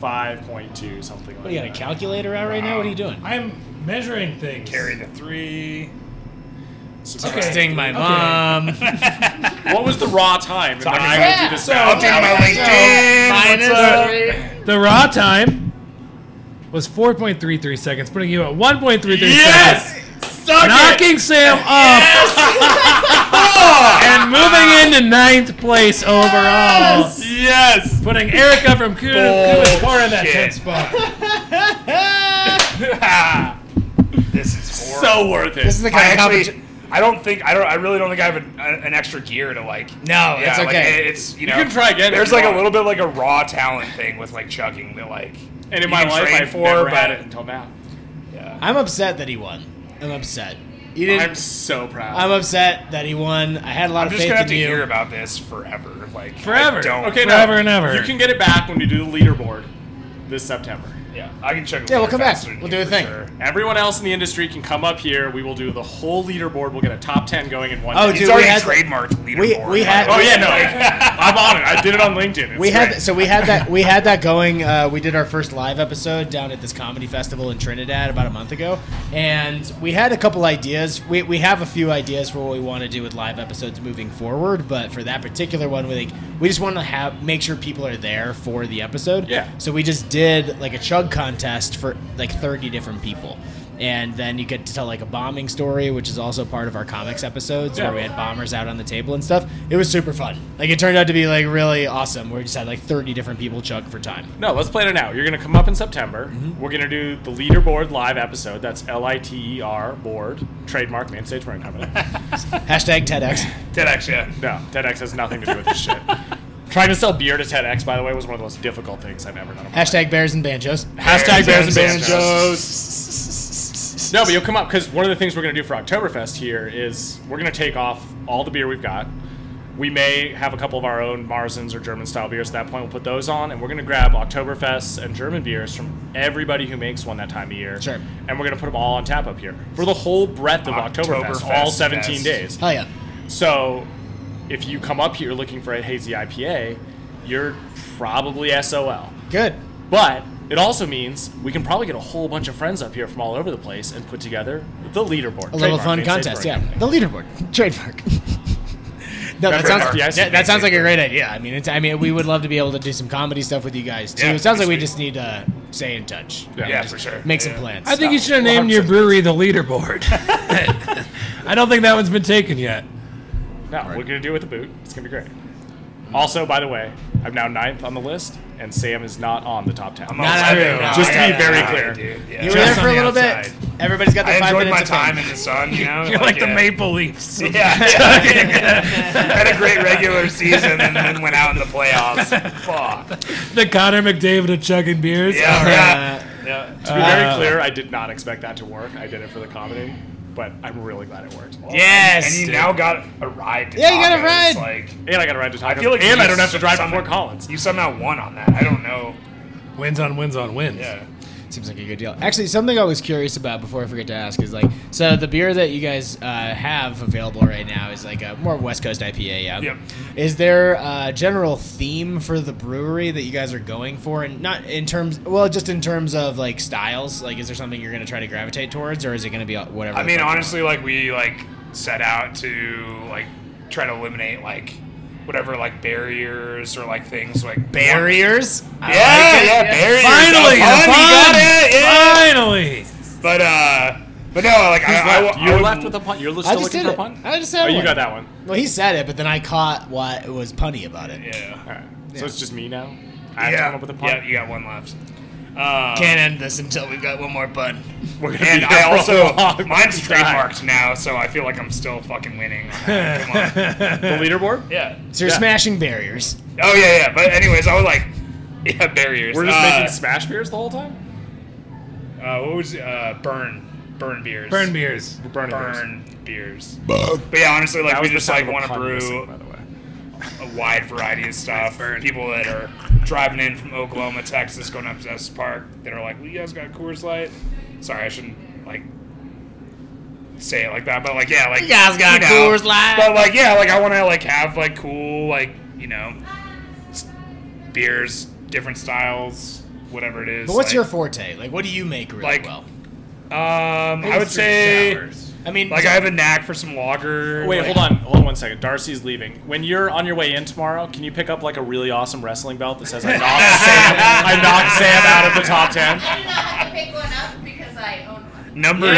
[SPEAKER 5] five point two something like
[SPEAKER 1] What, you got a
[SPEAKER 5] that.
[SPEAKER 1] calculator out right now? What are you doing?
[SPEAKER 4] I'm measuring things.
[SPEAKER 5] Carry the three.
[SPEAKER 4] Texting my mom. *laughs*
[SPEAKER 5] What was the raw time? And then I would do this.
[SPEAKER 4] I'll do my The raw time was 4.33 seconds, putting you at 1.33 seconds. Knocking Sam up
[SPEAKER 5] Ah!
[SPEAKER 4] and moving into ninth place overall.
[SPEAKER 5] Yes. *laughs*
[SPEAKER 4] Putting Erica from Kudos Kudos in that
[SPEAKER 5] Bullshit.
[SPEAKER 4] 10th spot.
[SPEAKER 5] This is so worth it. This
[SPEAKER 1] is the kind of
[SPEAKER 5] I actually-
[SPEAKER 1] competi-
[SPEAKER 5] I don't think I don't. I really don't think I have an, a- an extra gear to like.
[SPEAKER 1] No,
[SPEAKER 5] yeah,
[SPEAKER 1] it's
[SPEAKER 5] like,
[SPEAKER 1] okay.
[SPEAKER 5] it- it's you know.
[SPEAKER 6] can try again if
[SPEAKER 5] There's
[SPEAKER 6] you
[SPEAKER 5] like a
[SPEAKER 6] want.
[SPEAKER 5] little bit like a raw talent thing with like chugging that like.
[SPEAKER 6] And
[SPEAKER 5] you
[SPEAKER 6] in my
[SPEAKER 5] can
[SPEAKER 6] life,
[SPEAKER 5] train
[SPEAKER 6] I've
[SPEAKER 5] for,
[SPEAKER 6] never
[SPEAKER 5] but
[SPEAKER 6] had it until now.
[SPEAKER 1] I'm upset that he won. I'm upset. You didn't.
[SPEAKER 6] I'm so proud.
[SPEAKER 1] I'm upset that he won. I had a lot
[SPEAKER 5] I'm
[SPEAKER 1] of
[SPEAKER 5] just
[SPEAKER 1] faith
[SPEAKER 5] gonna have
[SPEAKER 1] in
[SPEAKER 5] to
[SPEAKER 1] you.
[SPEAKER 5] hear about this forever. Like I
[SPEAKER 4] Forever.
[SPEAKER 5] don't.
[SPEAKER 4] Okay, Forever and ever.
[SPEAKER 6] You can get it back when you do the leaderboard this September.
[SPEAKER 5] Yeah, I can check. it
[SPEAKER 1] Yeah, we'll
[SPEAKER 5] later
[SPEAKER 1] come back.
[SPEAKER 5] faster than
[SPEAKER 1] We'll
[SPEAKER 5] you
[SPEAKER 1] do a
[SPEAKER 5] for
[SPEAKER 1] thing.
[SPEAKER 5] sure.
[SPEAKER 6] Everyone else in the industry can come up here. We will do the whole leaderboard. We'll get a top ten going in one.
[SPEAKER 1] Oh,
[SPEAKER 6] day.
[SPEAKER 1] dude,
[SPEAKER 5] He's
[SPEAKER 1] we
[SPEAKER 5] already
[SPEAKER 1] had-
[SPEAKER 5] trademarked leaderboard.
[SPEAKER 1] we had-
[SPEAKER 5] Like,
[SPEAKER 6] Oh yeah, no, *laughs*
[SPEAKER 5] like,
[SPEAKER 6] I'm on it. I did it on LinkedIn. It's
[SPEAKER 1] We had
[SPEAKER 6] great.
[SPEAKER 1] so we had that we had
[SPEAKER 5] *laughs*
[SPEAKER 1] that going. Uh, we did our first live episode down at this comedy festival in Trinidad about a month ago, and we had a couple ideas. We, we have a few ideas for what we want to do with live episodes moving forward, but for that particular one, we like we just want to have make sure people are there for the episode.
[SPEAKER 6] Yeah.
[SPEAKER 1] So we just did like a chug contest for like thirty different people. And then you get to tell like a bombing story, which is also part of our comics episodes where
[SPEAKER 6] Yeah.
[SPEAKER 1] we had bombers out on the table and stuff. It was super fun. Like it turned out to be like really awesome. We just had like 30 different people chug for time.
[SPEAKER 6] No, let's plan it out. You're gonna come up in September.
[SPEAKER 1] Mm-hmm.
[SPEAKER 6] We're gonna do the leaderboard live episode. That's L I T E R board trademark main stage brand company.
[SPEAKER 1] Hashtag TEDx.
[SPEAKER 5] *laughs* TEDx, yeah.
[SPEAKER 6] No, TEDx has nothing to do with this shit. *laughs* Trying to sell beer to TEDx, by the way, was one of the most difficult things I've ever done. in my
[SPEAKER 1] Hashtag bears and banjos.
[SPEAKER 6] Hashtag Bears and
[SPEAKER 5] Bears and
[SPEAKER 6] Banjos. No, but you'll come up because one of the things we're going to do for Oktoberfest here is we're going to take off all the beer we've got. We may have a couple of our own Marzens or German style beers at that point. We'll put those on, and we're going to grab Oktoberfest and German beers from everybody who makes one that time of year.
[SPEAKER 1] Sure.
[SPEAKER 6] And we're going to put them all on tap up here for the whole breadth of Oktoberfest, all
[SPEAKER 5] Oktoberfest,
[SPEAKER 6] 17
[SPEAKER 5] yes.
[SPEAKER 6] days.
[SPEAKER 1] Hell yeah.
[SPEAKER 6] So, if you come up here looking for a hazy IPA, you're probably SOL.
[SPEAKER 1] Good.
[SPEAKER 6] But it also means we can probably get a whole bunch of friends up here from all over the place and put together the leaderboard.
[SPEAKER 1] A little
[SPEAKER 6] Trademark,
[SPEAKER 1] fun
[SPEAKER 6] Main Stage
[SPEAKER 1] contest. Yeah.
[SPEAKER 6] Brewing
[SPEAKER 1] The leaderboard. Trademark. *laughs* No, that sounds,
[SPEAKER 6] Trademark. Yes,
[SPEAKER 1] that,
[SPEAKER 6] main
[SPEAKER 1] that sounds like a
[SPEAKER 6] stage
[SPEAKER 1] great idea. I mean, it's, I mean, we would love to be able to do some comedy stuff with you guys too.
[SPEAKER 5] Yeah,
[SPEAKER 1] it sounds like we
[SPEAKER 5] sweet.
[SPEAKER 1] just need to stay in touch.
[SPEAKER 5] Yeah,
[SPEAKER 6] Yeah,
[SPEAKER 5] for sure.
[SPEAKER 1] Make
[SPEAKER 5] Yeah.
[SPEAKER 1] some plans.
[SPEAKER 4] I think you should have named your brewery the leaderboard. *laughs* I don't think that one's been taken yet.
[SPEAKER 6] Company. No, we're going to do it with the boot. It's going to be great. Also, by the way, I'm now ninth on the list, and Sam is not on the top 10
[SPEAKER 5] I'm
[SPEAKER 1] Not
[SPEAKER 5] eleven
[SPEAKER 1] true.
[SPEAKER 5] now.
[SPEAKER 6] Just to
[SPEAKER 5] I
[SPEAKER 6] be
[SPEAKER 5] got
[SPEAKER 6] very
[SPEAKER 5] it.
[SPEAKER 6] clear.
[SPEAKER 5] Dude, yeah.
[SPEAKER 1] You were there
[SPEAKER 4] Just
[SPEAKER 1] for a
[SPEAKER 4] on the
[SPEAKER 1] little
[SPEAKER 5] outside.
[SPEAKER 1] bit. Everybody's got the
[SPEAKER 5] I
[SPEAKER 1] five
[SPEAKER 5] enjoyed
[SPEAKER 1] minutes
[SPEAKER 5] my
[SPEAKER 1] of fame.
[SPEAKER 5] time in the sun, you
[SPEAKER 6] *laughs*
[SPEAKER 5] know?
[SPEAKER 4] You're like the
[SPEAKER 5] yeah.
[SPEAKER 4] Maple
[SPEAKER 5] *laughs*
[SPEAKER 4] Leafs.
[SPEAKER 5] Yeah, yeah. *laughs* had a great regular season and then went out in the playoffs. Fuck.
[SPEAKER 4] The Connor McDavid of chugging beers.
[SPEAKER 5] Yeah, yeah.
[SPEAKER 1] Uh,
[SPEAKER 5] yeah.
[SPEAKER 6] To be very
[SPEAKER 4] Uh,
[SPEAKER 6] clear, I did not expect that to work. I did it for the comedy, but I'm really glad it worked.
[SPEAKER 5] Yes. And you now got a ride. To
[SPEAKER 1] Yeah, you got a
[SPEAKER 5] tacos,
[SPEAKER 1] ride.
[SPEAKER 5] Like
[SPEAKER 6] And I got to ride to Taco.
[SPEAKER 5] I feel like
[SPEAKER 6] and I
[SPEAKER 5] you
[SPEAKER 6] don't have to drive to
[SPEAKER 5] somehow-
[SPEAKER 6] Fort Collins.
[SPEAKER 5] you somehow won on that. I don't know.
[SPEAKER 4] Wins on wins on wins.
[SPEAKER 5] Yeah.
[SPEAKER 1] Seems like a good deal. Actually, something I was curious about before I forget to ask is like, so the beer that you guys uh, have available right now is like a more West Coast IPA. Yeah.
[SPEAKER 5] Yep.
[SPEAKER 1] Is there a general theme for the brewery that you guys are going for, and not in terms, well, just in terms of like styles? Like, is there something you're going to try to gravitate towards, or is it going to be whatever?
[SPEAKER 5] I
[SPEAKER 1] the
[SPEAKER 5] mean,
[SPEAKER 1] fuck you
[SPEAKER 5] honestly, like we like set out to like try to eliminate like whatever like barriers or like things like
[SPEAKER 1] want? barriers?
[SPEAKER 5] Yeah, yeah, barriers.
[SPEAKER 4] Finally,
[SPEAKER 5] Oh,
[SPEAKER 4] the
[SPEAKER 5] fun, you
[SPEAKER 4] pun!
[SPEAKER 5] got it, yeah.
[SPEAKER 4] Finally,
[SPEAKER 5] But uh, but no, like I, I,
[SPEAKER 6] Left.
[SPEAKER 5] I,
[SPEAKER 6] you're
[SPEAKER 5] would-
[SPEAKER 6] left with a punt. You're still
[SPEAKER 1] I just
[SPEAKER 6] looking
[SPEAKER 1] did
[SPEAKER 6] for a
[SPEAKER 1] it.
[SPEAKER 6] punt.
[SPEAKER 1] I just
[SPEAKER 6] Oh,
[SPEAKER 1] said.
[SPEAKER 6] you got that one.
[SPEAKER 1] Well, he said it, but then I caught what was punny about it.
[SPEAKER 5] Yeah.
[SPEAKER 6] All right. So it's just me now. I have
[SPEAKER 5] yeah.
[SPEAKER 6] to come up with a pun.
[SPEAKER 5] Yeah, you got one left. Uh,
[SPEAKER 9] Can't end this until we've got one more button.
[SPEAKER 5] We're gonna
[SPEAKER 9] And
[SPEAKER 5] be
[SPEAKER 9] I
[SPEAKER 5] here for a
[SPEAKER 9] also-
[SPEAKER 5] long mine's
[SPEAKER 9] time.
[SPEAKER 5] trademarked now, so I feel like I'm still fucking *laughs* winning. on that. Come on.
[SPEAKER 6] *laughs* The leaderboard?
[SPEAKER 5] Yeah.
[SPEAKER 1] So you're smashing barriers.
[SPEAKER 5] Oh yeah, yeah. But anyways, I was like, *laughs* yeah, barriers.
[SPEAKER 6] We're just
[SPEAKER 5] Uh,
[SPEAKER 6] making smash beers the whole time?
[SPEAKER 5] uh, what was it? uh, burn burn beers
[SPEAKER 4] Burn beers.
[SPEAKER 6] We're burning beers.
[SPEAKER 5] burn beers. But yeah, honestly, like we
[SPEAKER 6] That was the
[SPEAKER 5] just
[SPEAKER 6] sound
[SPEAKER 5] like
[SPEAKER 6] of a
[SPEAKER 5] want to
[SPEAKER 6] pun
[SPEAKER 5] brew
[SPEAKER 6] missing, by the way.
[SPEAKER 5] a wide variety of stuff. People that are driving in from Oklahoma, Texas, going up to Estes Park, that are like, "Well, you guys got Coors Light." Sorry, I shouldn't like say it like that, but like, yeah, like
[SPEAKER 9] You guys got
[SPEAKER 5] you know.
[SPEAKER 9] Coors Light.
[SPEAKER 5] But like, yeah, like I want to like have like cool like you know s- beers, different styles, whatever it is.
[SPEAKER 1] But what's
[SPEAKER 5] like-
[SPEAKER 1] your forte? Like, what do you make really
[SPEAKER 5] Like-
[SPEAKER 1] well?
[SPEAKER 5] Um, I would say
[SPEAKER 1] I mean,
[SPEAKER 5] like I have a knack for some lager.
[SPEAKER 6] Wait,
[SPEAKER 5] like-
[SPEAKER 6] hold on, hold on one second. Darcy's leaving. When you're on your way in tomorrow, can you pick up like a really awesome wrestling belt that says I knocked Sam,
[SPEAKER 5] *laughs*
[SPEAKER 6] I knocked Sam out of the top ten?
[SPEAKER 7] I did not have to pick one up because I own one.
[SPEAKER 5] Number nine.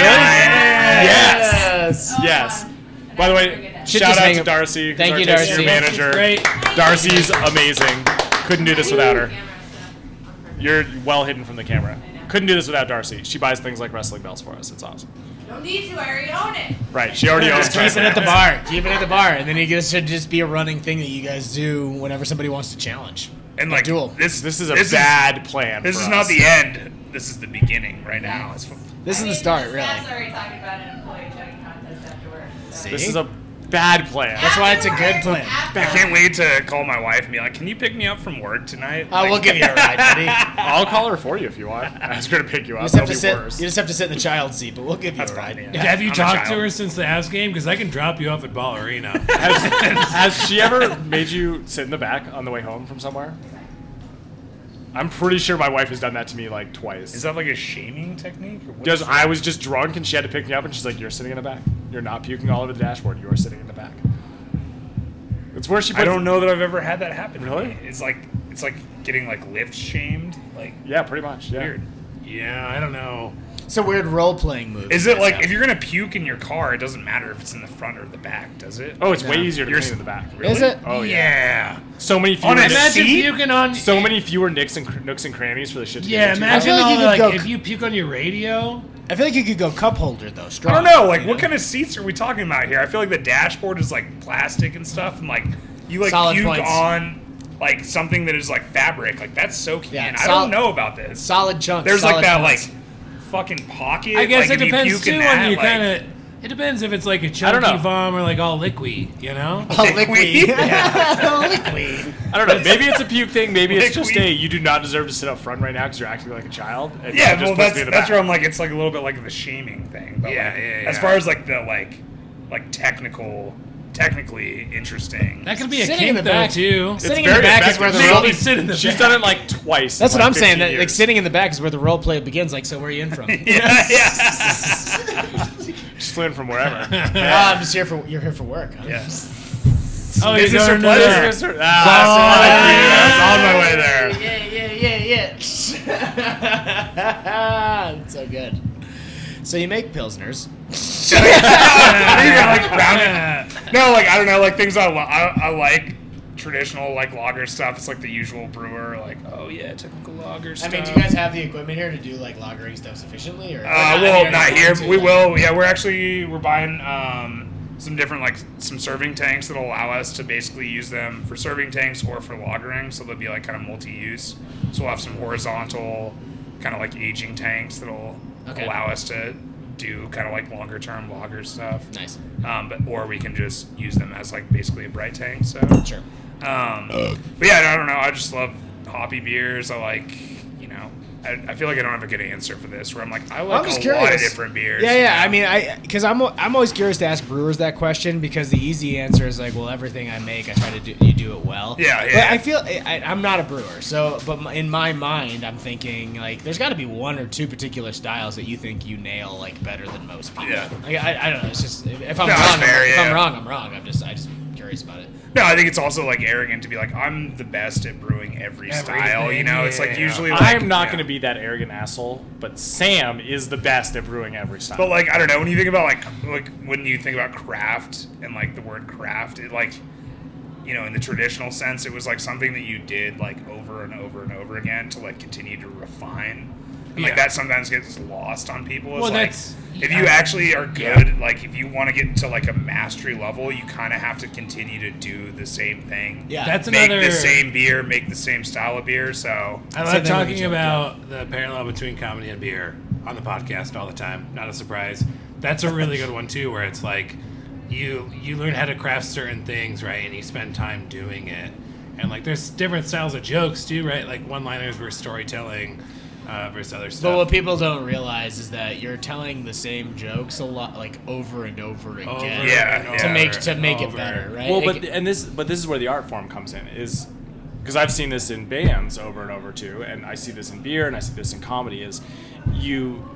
[SPEAKER 6] Yes.
[SPEAKER 7] Own
[SPEAKER 6] Yes.
[SPEAKER 7] one, Um, and
[SPEAKER 6] By
[SPEAKER 7] I
[SPEAKER 6] the
[SPEAKER 7] never
[SPEAKER 6] way,
[SPEAKER 7] get it.
[SPEAKER 1] just
[SPEAKER 6] shout out
[SPEAKER 1] make
[SPEAKER 6] to
[SPEAKER 1] a-
[SPEAKER 6] Darcy, who's
[SPEAKER 1] Thank
[SPEAKER 6] our
[SPEAKER 1] you, Darcy.
[SPEAKER 6] tasting manager.
[SPEAKER 4] Great.
[SPEAKER 6] Darcy's amazing. Couldn't do this without her.
[SPEAKER 7] Camera stuff on purpose.
[SPEAKER 6] You're well hidden from the camera.
[SPEAKER 7] I know.
[SPEAKER 6] Couldn't do this without Darcy. She buys things like wrestling belts for us. It's awesome.
[SPEAKER 7] Don't need to. I already own it.
[SPEAKER 6] Right. She already owns
[SPEAKER 1] just keep it
[SPEAKER 6] wrestling
[SPEAKER 1] at the
[SPEAKER 6] belts.
[SPEAKER 1] bar. Keep it at the bar, and then it gets to just be a running thing that you guys do whenever somebody wants to challenge.
[SPEAKER 5] And like
[SPEAKER 1] duel.
[SPEAKER 5] this,
[SPEAKER 6] This is a
[SPEAKER 5] this
[SPEAKER 6] bad plan.
[SPEAKER 5] this
[SPEAKER 6] for
[SPEAKER 5] is not
[SPEAKER 6] us.
[SPEAKER 5] the end. This is the beginning right now. It's,
[SPEAKER 1] This
[SPEAKER 7] I
[SPEAKER 1] is the
[SPEAKER 7] mean,
[SPEAKER 1] start,
[SPEAKER 7] the
[SPEAKER 1] really.
[SPEAKER 7] staff's already talking about an employee chugging contest after work. So.
[SPEAKER 6] This is a bad plan.
[SPEAKER 1] That's why it's a good
[SPEAKER 7] Afterwards,
[SPEAKER 1] plan.
[SPEAKER 7] after-
[SPEAKER 5] I can't wait to call my wife and be like, "Can you pick me up from work tonight?"
[SPEAKER 1] I will give you a ride, buddy. You
[SPEAKER 6] *laughs* I'll call her for you if you want. Ask her to pick you up.
[SPEAKER 1] just have to
[SPEAKER 6] That'll be
[SPEAKER 1] sit.
[SPEAKER 6] worse.
[SPEAKER 1] You just have to sit in the child seat, but we'll give you
[SPEAKER 5] That's
[SPEAKER 1] a
[SPEAKER 5] fine,
[SPEAKER 1] ride.
[SPEAKER 5] yeah.
[SPEAKER 4] Have you
[SPEAKER 5] I'm a
[SPEAKER 4] talked to
[SPEAKER 5] child.
[SPEAKER 4] her since the Avs game? Because I can drop you off at Ball Arena.
[SPEAKER 6] Has, has she ever made you sit in the back on the way home from somewhere? I'm pretty sure my wife has done that to me like
[SPEAKER 5] *laughs*
[SPEAKER 6] twice.
[SPEAKER 5] Is that like a shaming technique? Or what
[SPEAKER 6] Because
[SPEAKER 5] is
[SPEAKER 6] I was just drunk and she had to pick me up, and she's like, "You're sitting in the back. You're not puking all over the dashboard. You are sitting in the back." It's where she.
[SPEAKER 5] that? I
[SPEAKER 6] puts-
[SPEAKER 5] don't know that I've ever had that happen. to
[SPEAKER 6] Really?
[SPEAKER 5] me. It's like it's like getting like lift shamed. Like
[SPEAKER 6] Yeah, pretty much. Yeah.
[SPEAKER 5] weird.
[SPEAKER 4] yeah, I don't know.
[SPEAKER 1] It's a weird role playing movie.
[SPEAKER 5] Is it like if you're gonna puke in your car, it doesn't matter if it's in the front or the back, does it?
[SPEAKER 6] Oh, it's way
[SPEAKER 1] No.
[SPEAKER 6] easier to
[SPEAKER 5] You're
[SPEAKER 6] clean
[SPEAKER 5] s-
[SPEAKER 6] in the back.
[SPEAKER 1] Is it?
[SPEAKER 6] Oh yeah.
[SPEAKER 5] yeah.
[SPEAKER 6] So many fewer.
[SPEAKER 5] On a
[SPEAKER 6] nicks-
[SPEAKER 4] Imagine
[SPEAKER 5] See?
[SPEAKER 4] puking on.
[SPEAKER 6] so many fewer nicks and cr- nooks and crannies for the shit. To get
[SPEAKER 4] Yeah,
[SPEAKER 6] into.
[SPEAKER 1] I
[SPEAKER 4] imagine
[SPEAKER 1] feel like
[SPEAKER 4] all
[SPEAKER 1] you
[SPEAKER 4] the,
[SPEAKER 1] could
[SPEAKER 4] like,
[SPEAKER 1] go-
[SPEAKER 4] if you puke on your radio.
[SPEAKER 1] I feel like you could go cup holder though. Strong.
[SPEAKER 5] I don't
[SPEAKER 4] Oh,
[SPEAKER 5] know. Like, what kind of seats are we talking about here? I feel like the dashboard is like plastic and stuff, and like you like
[SPEAKER 1] Solid
[SPEAKER 5] puke
[SPEAKER 1] points.
[SPEAKER 5] on like something that is like fabric. Like that's soaking
[SPEAKER 1] Yeah,
[SPEAKER 5] in. I
[SPEAKER 1] solid-
[SPEAKER 5] don't know about this.
[SPEAKER 1] Solid chunks.
[SPEAKER 5] There's
[SPEAKER 1] solid
[SPEAKER 5] like that
[SPEAKER 1] points.
[SPEAKER 5] like fucking pocket.
[SPEAKER 4] I guess
[SPEAKER 5] like,
[SPEAKER 4] it
[SPEAKER 5] if you
[SPEAKER 4] depends
[SPEAKER 5] puke in
[SPEAKER 4] too
[SPEAKER 5] that,
[SPEAKER 4] on you
[SPEAKER 5] like,
[SPEAKER 4] kind
[SPEAKER 5] *laughs*
[SPEAKER 4] of. It depends if it's like a
[SPEAKER 6] don't
[SPEAKER 4] chunky
[SPEAKER 6] know.
[SPEAKER 4] vom or like all liquidy,
[SPEAKER 1] *laughs*
[SPEAKER 4] you know.
[SPEAKER 1] Oh,
[SPEAKER 5] *laughs*
[SPEAKER 1] liquid.
[SPEAKER 6] I don't know. Maybe it's a puke thing. Maybe it's
[SPEAKER 5] Like
[SPEAKER 6] just
[SPEAKER 5] we-
[SPEAKER 6] a you do not deserve to sit up front right now because you're acting like a child. And
[SPEAKER 5] Yeah,
[SPEAKER 6] it
[SPEAKER 5] well,
[SPEAKER 6] just puts
[SPEAKER 5] that's
[SPEAKER 6] me in the
[SPEAKER 5] that's
[SPEAKER 6] back.
[SPEAKER 5] where I'm like, it's like a little bit like the shaming thing. But
[SPEAKER 4] Yeah,
[SPEAKER 5] like,
[SPEAKER 4] yeah,
[SPEAKER 5] As
[SPEAKER 4] yeah.
[SPEAKER 5] far as like the like, like technical, technically interesting.
[SPEAKER 4] That could be a
[SPEAKER 1] Sitting
[SPEAKER 4] kink
[SPEAKER 1] in the
[SPEAKER 4] though
[SPEAKER 1] back-
[SPEAKER 4] too.
[SPEAKER 1] Sitting in
[SPEAKER 6] It's
[SPEAKER 1] the
[SPEAKER 6] very
[SPEAKER 1] back is where the
[SPEAKER 6] effective.
[SPEAKER 1] role.
[SPEAKER 4] Only sit in the
[SPEAKER 6] She's
[SPEAKER 4] back.
[SPEAKER 6] done it like twice.
[SPEAKER 1] That's
[SPEAKER 6] in,
[SPEAKER 1] what
[SPEAKER 6] like,
[SPEAKER 1] I'm saying.
[SPEAKER 6] 15
[SPEAKER 1] That, like
[SPEAKER 6] years.
[SPEAKER 1] sitting in the back is where the role play begins. Like, so where are you in
[SPEAKER 5] *laughs*
[SPEAKER 1] from?
[SPEAKER 5] yeah, yeah.
[SPEAKER 6] Just flew in from wherever.
[SPEAKER 1] oh, *laughs* I'm just here for you're here for work. Huh?
[SPEAKER 5] yes.
[SPEAKER 4] Oh, you're
[SPEAKER 5] Business or
[SPEAKER 4] going to
[SPEAKER 5] pleasure?
[SPEAKER 4] there.
[SPEAKER 6] Yes, sir.
[SPEAKER 5] That's
[SPEAKER 6] Ah,
[SPEAKER 5] on my way there.
[SPEAKER 1] Yeah, yeah, yeah, *laughs* yeah. it's so good. So you make pilsners.
[SPEAKER 5] Yeah,
[SPEAKER 1] *laughs*
[SPEAKER 5] like round it. No, like I don't know, like things I, li- I I like traditional like lager stuff. It's like the usual brewer, like oh yeah, technical lager
[SPEAKER 1] I
[SPEAKER 5] stuff.
[SPEAKER 1] mean, do you guys have the equipment here to do like lagering stuff sufficiently? Or
[SPEAKER 5] uh, well, not here. but We will. Yeah, we're actually we're buying um, some different like some serving tanks that allow us to basically use them for serving tanks or for lagering. So they'll be like kind of multi-use. So we'll have some horizontal, kind of like aging tanks that'll
[SPEAKER 1] Okay.
[SPEAKER 5] allow us to do kind of like longer term lager stuff.
[SPEAKER 1] Nice.
[SPEAKER 5] um, but or we can just use them as like basically a bright tank. So,
[SPEAKER 1] Sure.
[SPEAKER 5] um, but yeah, I don't know. I just love hoppy beers. I like, you know, I, I feel like I don't have a good answer for this. Where I'm like, I like
[SPEAKER 1] I'm just
[SPEAKER 5] a
[SPEAKER 1] curious.
[SPEAKER 5] lot of different beers.
[SPEAKER 1] Yeah,
[SPEAKER 5] you
[SPEAKER 1] yeah.
[SPEAKER 5] know?
[SPEAKER 1] I mean, I because I'm al- I'm always curious to ask brewers that question because the easy answer is like, well, everything I make, I try to do you do it well.
[SPEAKER 5] Yeah, yeah.
[SPEAKER 1] But I feel I, I- I'm not a brewer, so but m- in my mind, I'm thinking like there's got to be one or two particular styles that you think you nail like better than most people.
[SPEAKER 5] Yeah.
[SPEAKER 1] Like, I, I don't know. It's just if, if I'm
[SPEAKER 5] No,
[SPEAKER 1] wrong,
[SPEAKER 5] that's
[SPEAKER 1] I'm-
[SPEAKER 5] fair,
[SPEAKER 1] if I'm
[SPEAKER 5] yeah.
[SPEAKER 1] wrong, I'm wrong. I'm just I just curious about it.
[SPEAKER 5] no, I think it's also like arrogant to be like, I'm the best at brewing every style. You
[SPEAKER 4] Everything,
[SPEAKER 5] know, it's like
[SPEAKER 4] yeah.
[SPEAKER 5] usually like,
[SPEAKER 6] I am not
[SPEAKER 5] yeah.
[SPEAKER 6] going to be that arrogant asshole, but Sam is the best at brewing every style.
[SPEAKER 5] But like I don't know, when you think about like like when you think about craft and like the word craft, it like you know, in the traditional sense, it was like something that you did like over and over and over again to like continue to refine. And,
[SPEAKER 4] Yeah.
[SPEAKER 5] Like that sometimes gets lost on people. It's
[SPEAKER 4] Well,
[SPEAKER 5] like,
[SPEAKER 4] that's-
[SPEAKER 5] if you
[SPEAKER 4] yeah.
[SPEAKER 5] actually are
[SPEAKER 4] Yeah.
[SPEAKER 5] good, like if you want to get to like a mastery level, you kind of have to continue to do the same thing.
[SPEAKER 1] Yeah.
[SPEAKER 4] That's
[SPEAKER 5] make
[SPEAKER 4] another.
[SPEAKER 5] the same beer, make the same style of beer. So
[SPEAKER 1] Same
[SPEAKER 4] I love
[SPEAKER 1] thing with
[SPEAKER 4] talking
[SPEAKER 1] each other,
[SPEAKER 4] about the parallel between comedy and beer on the podcast all the time. Not a surprise. That's a really good one too, where it's like you you learn how to craft certain things, right? And you spend time doing it. And like there's different styles of jokes too, right? Like one liners versus storytelling uh, versus other
[SPEAKER 1] But
[SPEAKER 4] stuff.
[SPEAKER 1] what people don't realize is that you're telling the same jokes a lot, like over and over again,
[SPEAKER 4] Over
[SPEAKER 5] Yeah,
[SPEAKER 4] and
[SPEAKER 5] to
[SPEAKER 1] to
[SPEAKER 4] over
[SPEAKER 1] make to make
[SPEAKER 4] and
[SPEAKER 1] it
[SPEAKER 4] over.
[SPEAKER 1] better, right?
[SPEAKER 6] Well,
[SPEAKER 1] It-
[SPEAKER 6] but and this but this is where the art form comes in is because I've seen this in bands over and over too, and I see this in beer and I see this in comedy is you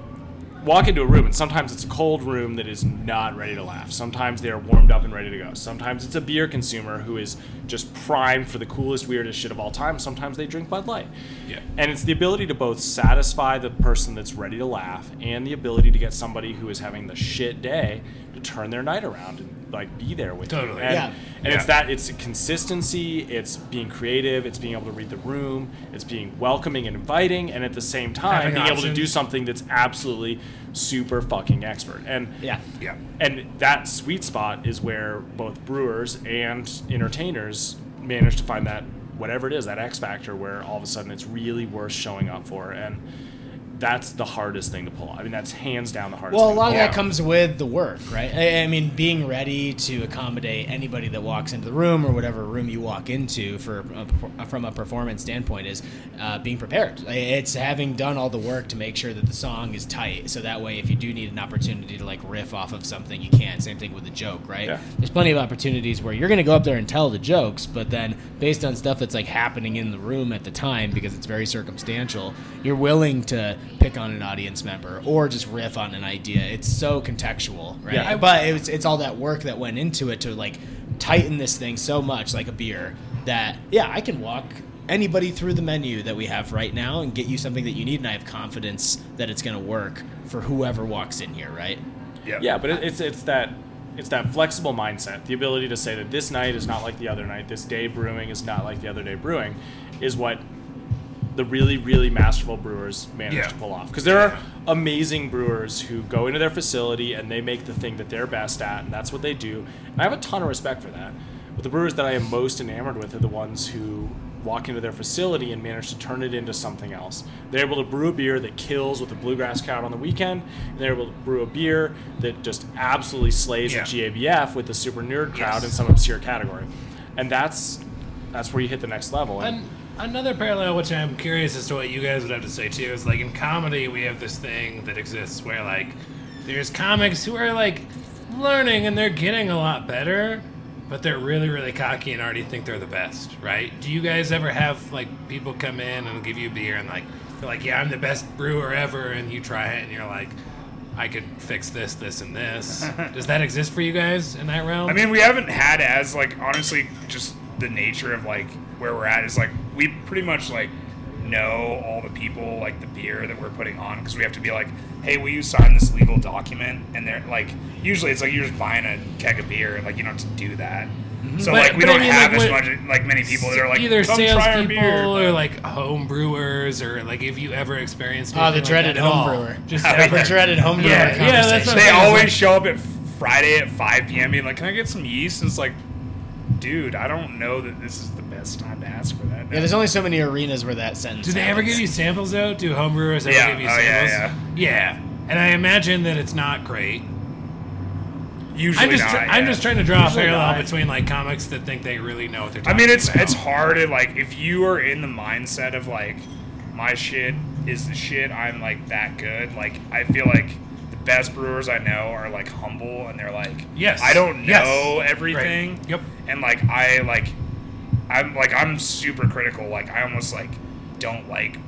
[SPEAKER 6] walk into a room and sometimes it's a cold room that is not ready to laugh. Sometimes they are warmed up and ready to go. Sometimes it's a beer consumer who is just primed for the coolest, weirdest shit of all time. Sometimes they drink Bud Light.
[SPEAKER 4] Yeah.
[SPEAKER 6] And it's the ability to both satisfy the person that's ready to laugh and the ability to get somebody who is having the shit day to turn their night around and like be there with
[SPEAKER 4] Totally.
[SPEAKER 6] you. And,
[SPEAKER 1] Yeah.
[SPEAKER 6] and it's that it's consistency, it's being creative, it's being able to read the room, it's being welcoming and inviting, and at the same time
[SPEAKER 4] Having
[SPEAKER 6] being able to
[SPEAKER 4] options.
[SPEAKER 6] do something that's absolutely super fucking expert. And
[SPEAKER 1] yeah,
[SPEAKER 4] Yeah.
[SPEAKER 6] and that sweet spot is where both brewers and entertainers manage to find that whatever it is, that X factor where all of a sudden it's really worth showing up for. And that's the hardest thing to pull. I mean, that's hands down the hardest
[SPEAKER 1] Well, a
[SPEAKER 6] thing. to
[SPEAKER 1] lot of
[SPEAKER 6] pull.
[SPEAKER 1] that comes with the work, right? I, I mean, being ready to accommodate anybody that walks into the room or whatever room you walk into for a, from a performance standpoint is uh, being prepared. It's having done all the work to make sure that the song is tight, so that way if you do need an opportunity to like riff off of something, you can. Same thing with a joke, right?
[SPEAKER 6] Yeah.
[SPEAKER 1] There's plenty of opportunities where you're going to go up there and tell the jokes, but then based on stuff that's like happening in the room at the time, because it's very circumstantial, you're willing to pick on an audience member or just riff on an idea. It's so contextual, right?
[SPEAKER 6] Yeah.
[SPEAKER 1] But it's it's all that work that went into it to like tighten this thing so much, like a beer, that yeah, I can walk anybody through the menu that we have right now and get you something that you need, and I have confidence that it's going to work for whoever walks in here, right?
[SPEAKER 6] Yeah, but it, it's it's that it's that flexible mindset, the ability to say that this night is not like the other night, this day brewing is not like the other day brewing, is what the really really masterful brewers manage
[SPEAKER 4] Yeah.
[SPEAKER 6] to pull off. Because there are amazing brewers who go into their facility and they make the thing that they're best at, and that's what they do. And I have a ton of respect for that. But the brewers that I am most enamored with are the ones who walk into their facility and manage to turn it into something else. They're able to brew a beer that kills with a bluegrass crowd on the weekend, and they're able to brew a beer that just absolutely slays
[SPEAKER 4] Yeah.
[SPEAKER 6] the GABF with the super nerd crowd
[SPEAKER 4] Yes.
[SPEAKER 6] in some obscure category. And that's that's where you hit the next level. And,
[SPEAKER 4] An- another parallel, which I'm curious as to what you guys would have to say too, is like in comedy, we have this thing that exists where like there's comics who are like learning and they're getting a lot better, but they're really, really cocky and already think they're the best, right? Do you guys ever have like people come in and give you a beer and like they're like, yeah, I'm the best brewer ever, and you try it and you're like, I could fix this, this, and this.
[SPEAKER 5] *laughs*
[SPEAKER 4] Does that exist for you guys in that realm?
[SPEAKER 5] I mean, we haven't had as like honestly just the nature of like where we're at is like we pretty much like know all the people like the beer that we're putting on because we have to be like, hey, will you sign this legal document? And they're like, usually it's like you're just buying a keg of beer, like you don't have to do that. So
[SPEAKER 4] Mm-hmm. But-
[SPEAKER 5] like we
[SPEAKER 4] but I
[SPEAKER 5] don't
[SPEAKER 4] mean,
[SPEAKER 5] have
[SPEAKER 4] like,
[SPEAKER 5] as
[SPEAKER 4] what-
[SPEAKER 5] much like many people that are like
[SPEAKER 4] either
[SPEAKER 5] Come try our
[SPEAKER 4] salespeople
[SPEAKER 5] beer.
[SPEAKER 4] or like home brewers or like if you ever experienced
[SPEAKER 1] Oh, the
[SPEAKER 4] anything like
[SPEAKER 1] dreaded
[SPEAKER 4] that at all.
[SPEAKER 1] home brewer.
[SPEAKER 5] *laughs*
[SPEAKER 4] Just
[SPEAKER 5] Oh,
[SPEAKER 4] ever.
[SPEAKER 5] yeah.
[SPEAKER 1] Dreaded home brewer
[SPEAKER 5] Yeah,
[SPEAKER 4] yeah, that's
[SPEAKER 1] conversation.
[SPEAKER 4] what I'm
[SPEAKER 5] they
[SPEAKER 4] saying,
[SPEAKER 5] always
[SPEAKER 4] like-
[SPEAKER 5] show up at Friday at 5 p.m. being like, "Can I get some yeast?" And it's like, dude, I don't know that this is the best time to ask for that.
[SPEAKER 1] Yeah, there's only so many arenas where that sentence.
[SPEAKER 4] Do they ever
[SPEAKER 1] happens.
[SPEAKER 4] give you samples though? Do home brewers ever
[SPEAKER 5] Yeah,
[SPEAKER 4] give you
[SPEAKER 5] oh, yeah,
[SPEAKER 4] samples? yeah. And I imagine that it's not great.
[SPEAKER 5] Usually
[SPEAKER 4] I'm just
[SPEAKER 5] not.
[SPEAKER 4] I'm
[SPEAKER 5] yeah.
[SPEAKER 4] just trying to draw a
[SPEAKER 6] Usually
[SPEAKER 4] parallel
[SPEAKER 6] not.
[SPEAKER 4] between like comics that think they really know what they're
[SPEAKER 5] I
[SPEAKER 4] talking
[SPEAKER 5] mean, it's
[SPEAKER 4] about.
[SPEAKER 5] it's hard. To, like, if you are in the mindset of like, my shit is the shit. I'm like that good. Like, I feel like the best brewers I know are like humble, and they're like,
[SPEAKER 4] Yes.
[SPEAKER 5] I don't
[SPEAKER 4] Yes.
[SPEAKER 5] know
[SPEAKER 4] Right.
[SPEAKER 5] everything.
[SPEAKER 4] Yep.
[SPEAKER 5] And like, I like, I'm like, I'm super critical. Like, I almost like don't like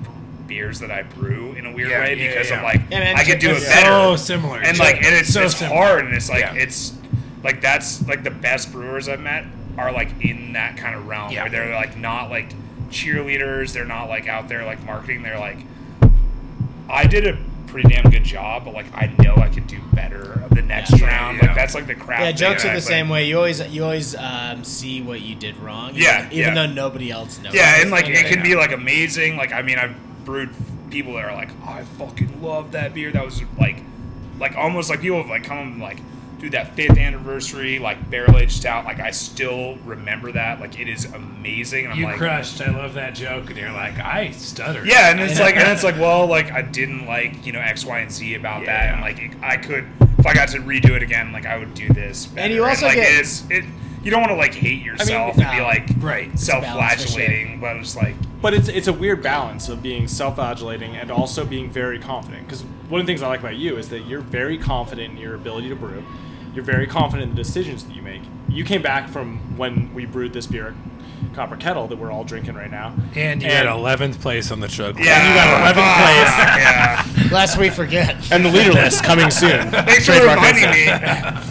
[SPEAKER 5] beers that I brew in a weird
[SPEAKER 4] Yeah,
[SPEAKER 5] way
[SPEAKER 4] yeah,
[SPEAKER 5] because
[SPEAKER 4] yeah.
[SPEAKER 5] I'm like,
[SPEAKER 1] Yeah, man,
[SPEAKER 5] I could do it
[SPEAKER 4] so
[SPEAKER 5] better.
[SPEAKER 4] similar.
[SPEAKER 5] and like and it's
[SPEAKER 4] so
[SPEAKER 5] it's
[SPEAKER 4] similar.
[SPEAKER 5] hard and it's like
[SPEAKER 4] Yeah.
[SPEAKER 5] it's like that's like the best brewers I've met are like in that kind of realm
[SPEAKER 4] Yeah.
[SPEAKER 5] where they're like not like cheerleaders they're not like out there like marketing they're like I did a pretty damn good job but like I know I could do better of the next round. Like that's like the crowd.
[SPEAKER 1] Yeah, jokes
[SPEAKER 5] thing,
[SPEAKER 1] are the
[SPEAKER 5] like-
[SPEAKER 1] same way. You always you always um, see what you did wrong.
[SPEAKER 5] Yeah,
[SPEAKER 1] even, even
[SPEAKER 5] yeah.
[SPEAKER 1] though nobody else knows.
[SPEAKER 5] Yeah, and like it
[SPEAKER 1] Okay.
[SPEAKER 5] can be like amazing. Like I mean, I've brewed people that are like, "Oh, I fucking love that beer. That was like, like almost like people have like come and like do that fifth anniversary like barrel aged stout. Like I still remember that. Like it is amazing. And I'm
[SPEAKER 4] You
[SPEAKER 5] like,
[SPEAKER 4] crushed. I love that joke, and you're like, I stuttered.
[SPEAKER 5] yeah, and
[SPEAKER 1] *laughs*
[SPEAKER 5] it's like, and it's like, well, like I didn't like you know X, Y, and Z about that, and like it, I could, if I got to redo it again, like I would do this. Better.
[SPEAKER 1] you also
[SPEAKER 5] like,
[SPEAKER 1] get-
[SPEAKER 5] it's it. You don't want to like hate yourself and be
[SPEAKER 1] no,
[SPEAKER 5] like
[SPEAKER 4] *laughs* right. It's
[SPEAKER 1] a balance for sure.
[SPEAKER 5] self-flagellating, but it's like
[SPEAKER 6] But it's it's a weird balance of being self-adulating and also being very confident. Because one of the things I like about you is that you're very confident in your ability to brew. You're very confident in the decisions that you make. You came back from when we brewed this beer, Copper Kettle, that we're all drinking right now.
[SPEAKER 4] And you got eleventh place on the chug.
[SPEAKER 5] yeah, you got eleven plays. Yeah.
[SPEAKER 1] *laughs* Lest we forget. *laughs*
[SPEAKER 8] And the leader list coming soon.
[SPEAKER 5] *laughs* Thanks for
[SPEAKER 8] Trademark
[SPEAKER 5] reminding
[SPEAKER 8] license.
[SPEAKER 5] me.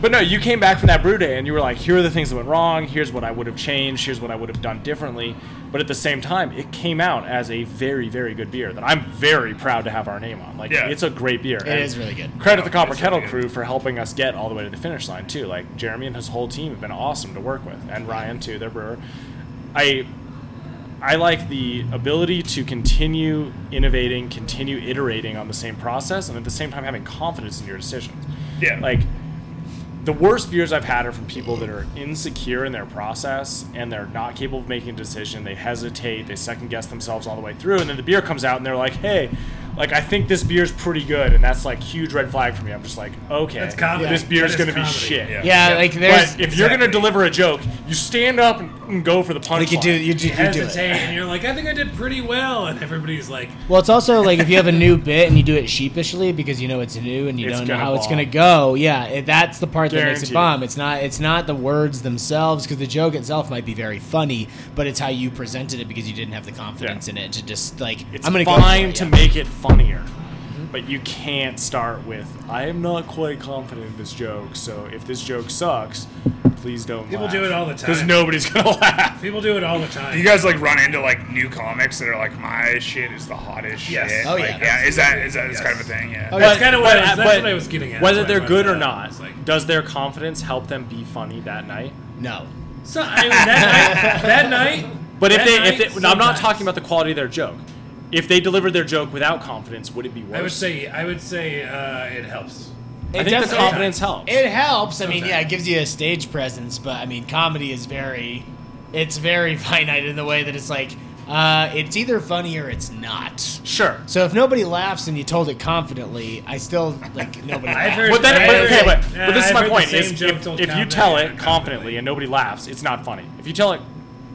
[SPEAKER 6] But no, you came back from that brew day and you were like, here are the things that went wrong. Here's what I would have changed. Here's what I would have done differently. But at the same time, it came out as a very, very good beer that I'm very proud to have our name on. Like,
[SPEAKER 5] Yeah.
[SPEAKER 6] it's a great beer.
[SPEAKER 1] It is really good.
[SPEAKER 6] Credit the Copper
[SPEAKER 5] it's
[SPEAKER 6] Kettle
[SPEAKER 5] really good.
[SPEAKER 6] crew for helping us get all the way to the finish line too. Like Jeremy and his whole team have been awesome to work with, and Ryan too, their brewer. I I like the ability to continue innovating, continue iterating on the same process, and at the same time having confidence in your decisions.
[SPEAKER 5] *laughs* Yeah.
[SPEAKER 6] Like the worst beers I've had are from people that are insecure in their process and they're not capable of making a decision. They hesitate, they second guess themselves all the way through, and then the beer comes out and they're like, "Hey, like I think this beer's pretty good," and that's like huge red flag for me. I'm just like, "Okay,
[SPEAKER 4] That's comedy.
[SPEAKER 6] this
[SPEAKER 4] That
[SPEAKER 6] beer's
[SPEAKER 4] is
[SPEAKER 6] gonna be
[SPEAKER 4] comedy.
[SPEAKER 6] shit."
[SPEAKER 5] Yeah.
[SPEAKER 1] Yeah, like
[SPEAKER 6] But
[SPEAKER 1] there's.
[SPEAKER 6] if you're gonna deliver a joke, you stand up and, and go for the punchline.
[SPEAKER 1] like you do, you do,
[SPEAKER 4] You
[SPEAKER 1] you do it.
[SPEAKER 4] hesitate, and you're like, I think I did pretty well, and everybody's like,
[SPEAKER 1] Well, it's also like if you have a new bit and you do it sheepishly because you know it's new and you
[SPEAKER 6] It's
[SPEAKER 1] don't know
[SPEAKER 6] gonna
[SPEAKER 1] how it's
[SPEAKER 6] bomb.
[SPEAKER 1] going to go. Yeah, it, that's the part that makes it
[SPEAKER 6] Guaranteed.
[SPEAKER 1] bomb. It's not it's not the words themselves because the joke itself might be very funny, but it's how you presented it because you didn't have the confidence
[SPEAKER 6] Yeah.
[SPEAKER 1] in it to just like
[SPEAKER 6] It's
[SPEAKER 1] I'm going
[SPEAKER 6] fine
[SPEAKER 1] go
[SPEAKER 6] to
[SPEAKER 1] for it, yeah.
[SPEAKER 6] make it funnier, but you can't start with "I am not quite confident in this joke." So if this joke sucks, please don't.
[SPEAKER 4] People do it all the time.
[SPEAKER 6] because nobody's gonna *laughs* laugh.
[SPEAKER 4] people do it all the
[SPEAKER 5] You
[SPEAKER 4] time.
[SPEAKER 5] guys like run into like new comics that are like, my shit is the hottest
[SPEAKER 4] Yes.
[SPEAKER 5] shit.
[SPEAKER 1] Oh,
[SPEAKER 5] like,
[SPEAKER 1] yeah.
[SPEAKER 5] yeah. Is that is that is kind of a thing?
[SPEAKER 1] Oh,
[SPEAKER 5] Yeah.
[SPEAKER 4] That's kind of what, I was-
[SPEAKER 6] But- uh,
[SPEAKER 4] that's
[SPEAKER 6] but
[SPEAKER 4] what I was getting at.
[SPEAKER 6] Whether
[SPEAKER 4] That's what I wanted
[SPEAKER 6] they're good
[SPEAKER 4] to
[SPEAKER 6] or
[SPEAKER 4] know.
[SPEAKER 6] not,
[SPEAKER 4] It's like,
[SPEAKER 6] does their confidence help them be funny that night?
[SPEAKER 1] no.
[SPEAKER 4] so, I mean, that night, that night.
[SPEAKER 6] But if
[SPEAKER 4] that
[SPEAKER 6] they,
[SPEAKER 4] night,
[SPEAKER 6] if they, no, I'm not
[SPEAKER 4] sometimes.
[SPEAKER 6] talking about the quality of their joke. If they delivered their joke without confidence, would it be worse?
[SPEAKER 4] I would say, I would say, uh, it helps.
[SPEAKER 6] I think the confidence helps.
[SPEAKER 1] It helps. I mean,
[SPEAKER 4] Sometimes.
[SPEAKER 1] yeah, it gives you a stage presence, but I mean, comedy is very, it's very *laughs* finite in the way that it's like, uh, it's either funny or it's not.
[SPEAKER 6] sure.
[SPEAKER 1] So if nobody laughs and you told it confidently, I still like
[SPEAKER 6] *laughs*
[SPEAKER 1] nobody.
[SPEAKER 4] I've
[SPEAKER 1] laughs.
[SPEAKER 4] heard-
[SPEAKER 6] But then,
[SPEAKER 4] Right,
[SPEAKER 6] but,
[SPEAKER 4] right,
[SPEAKER 6] okay,
[SPEAKER 4] right.
[SPEAKER 6] but, but this
[SPEAKER 4] Yeah,
[SPEAKER 6] is
[SPEAKER 4] I've heard
[SPEAKER 6] my
[SPEAKER 4] the
[SPEAKER 6] point:
[SPEAKER 4] same
[SPEAKER 6] is
[SPEAKER 4] joke
[SPEAKER 6] if,
[SPEAKER 4] told
[SPEAKER 6] if you
[SPEAKER 4] confidently and
[SPEAKER 6] tell it
[SPEAKER 4] confidently.
[SPEAKER 6] confidently and nobody laughs, it's not funny. If you tell it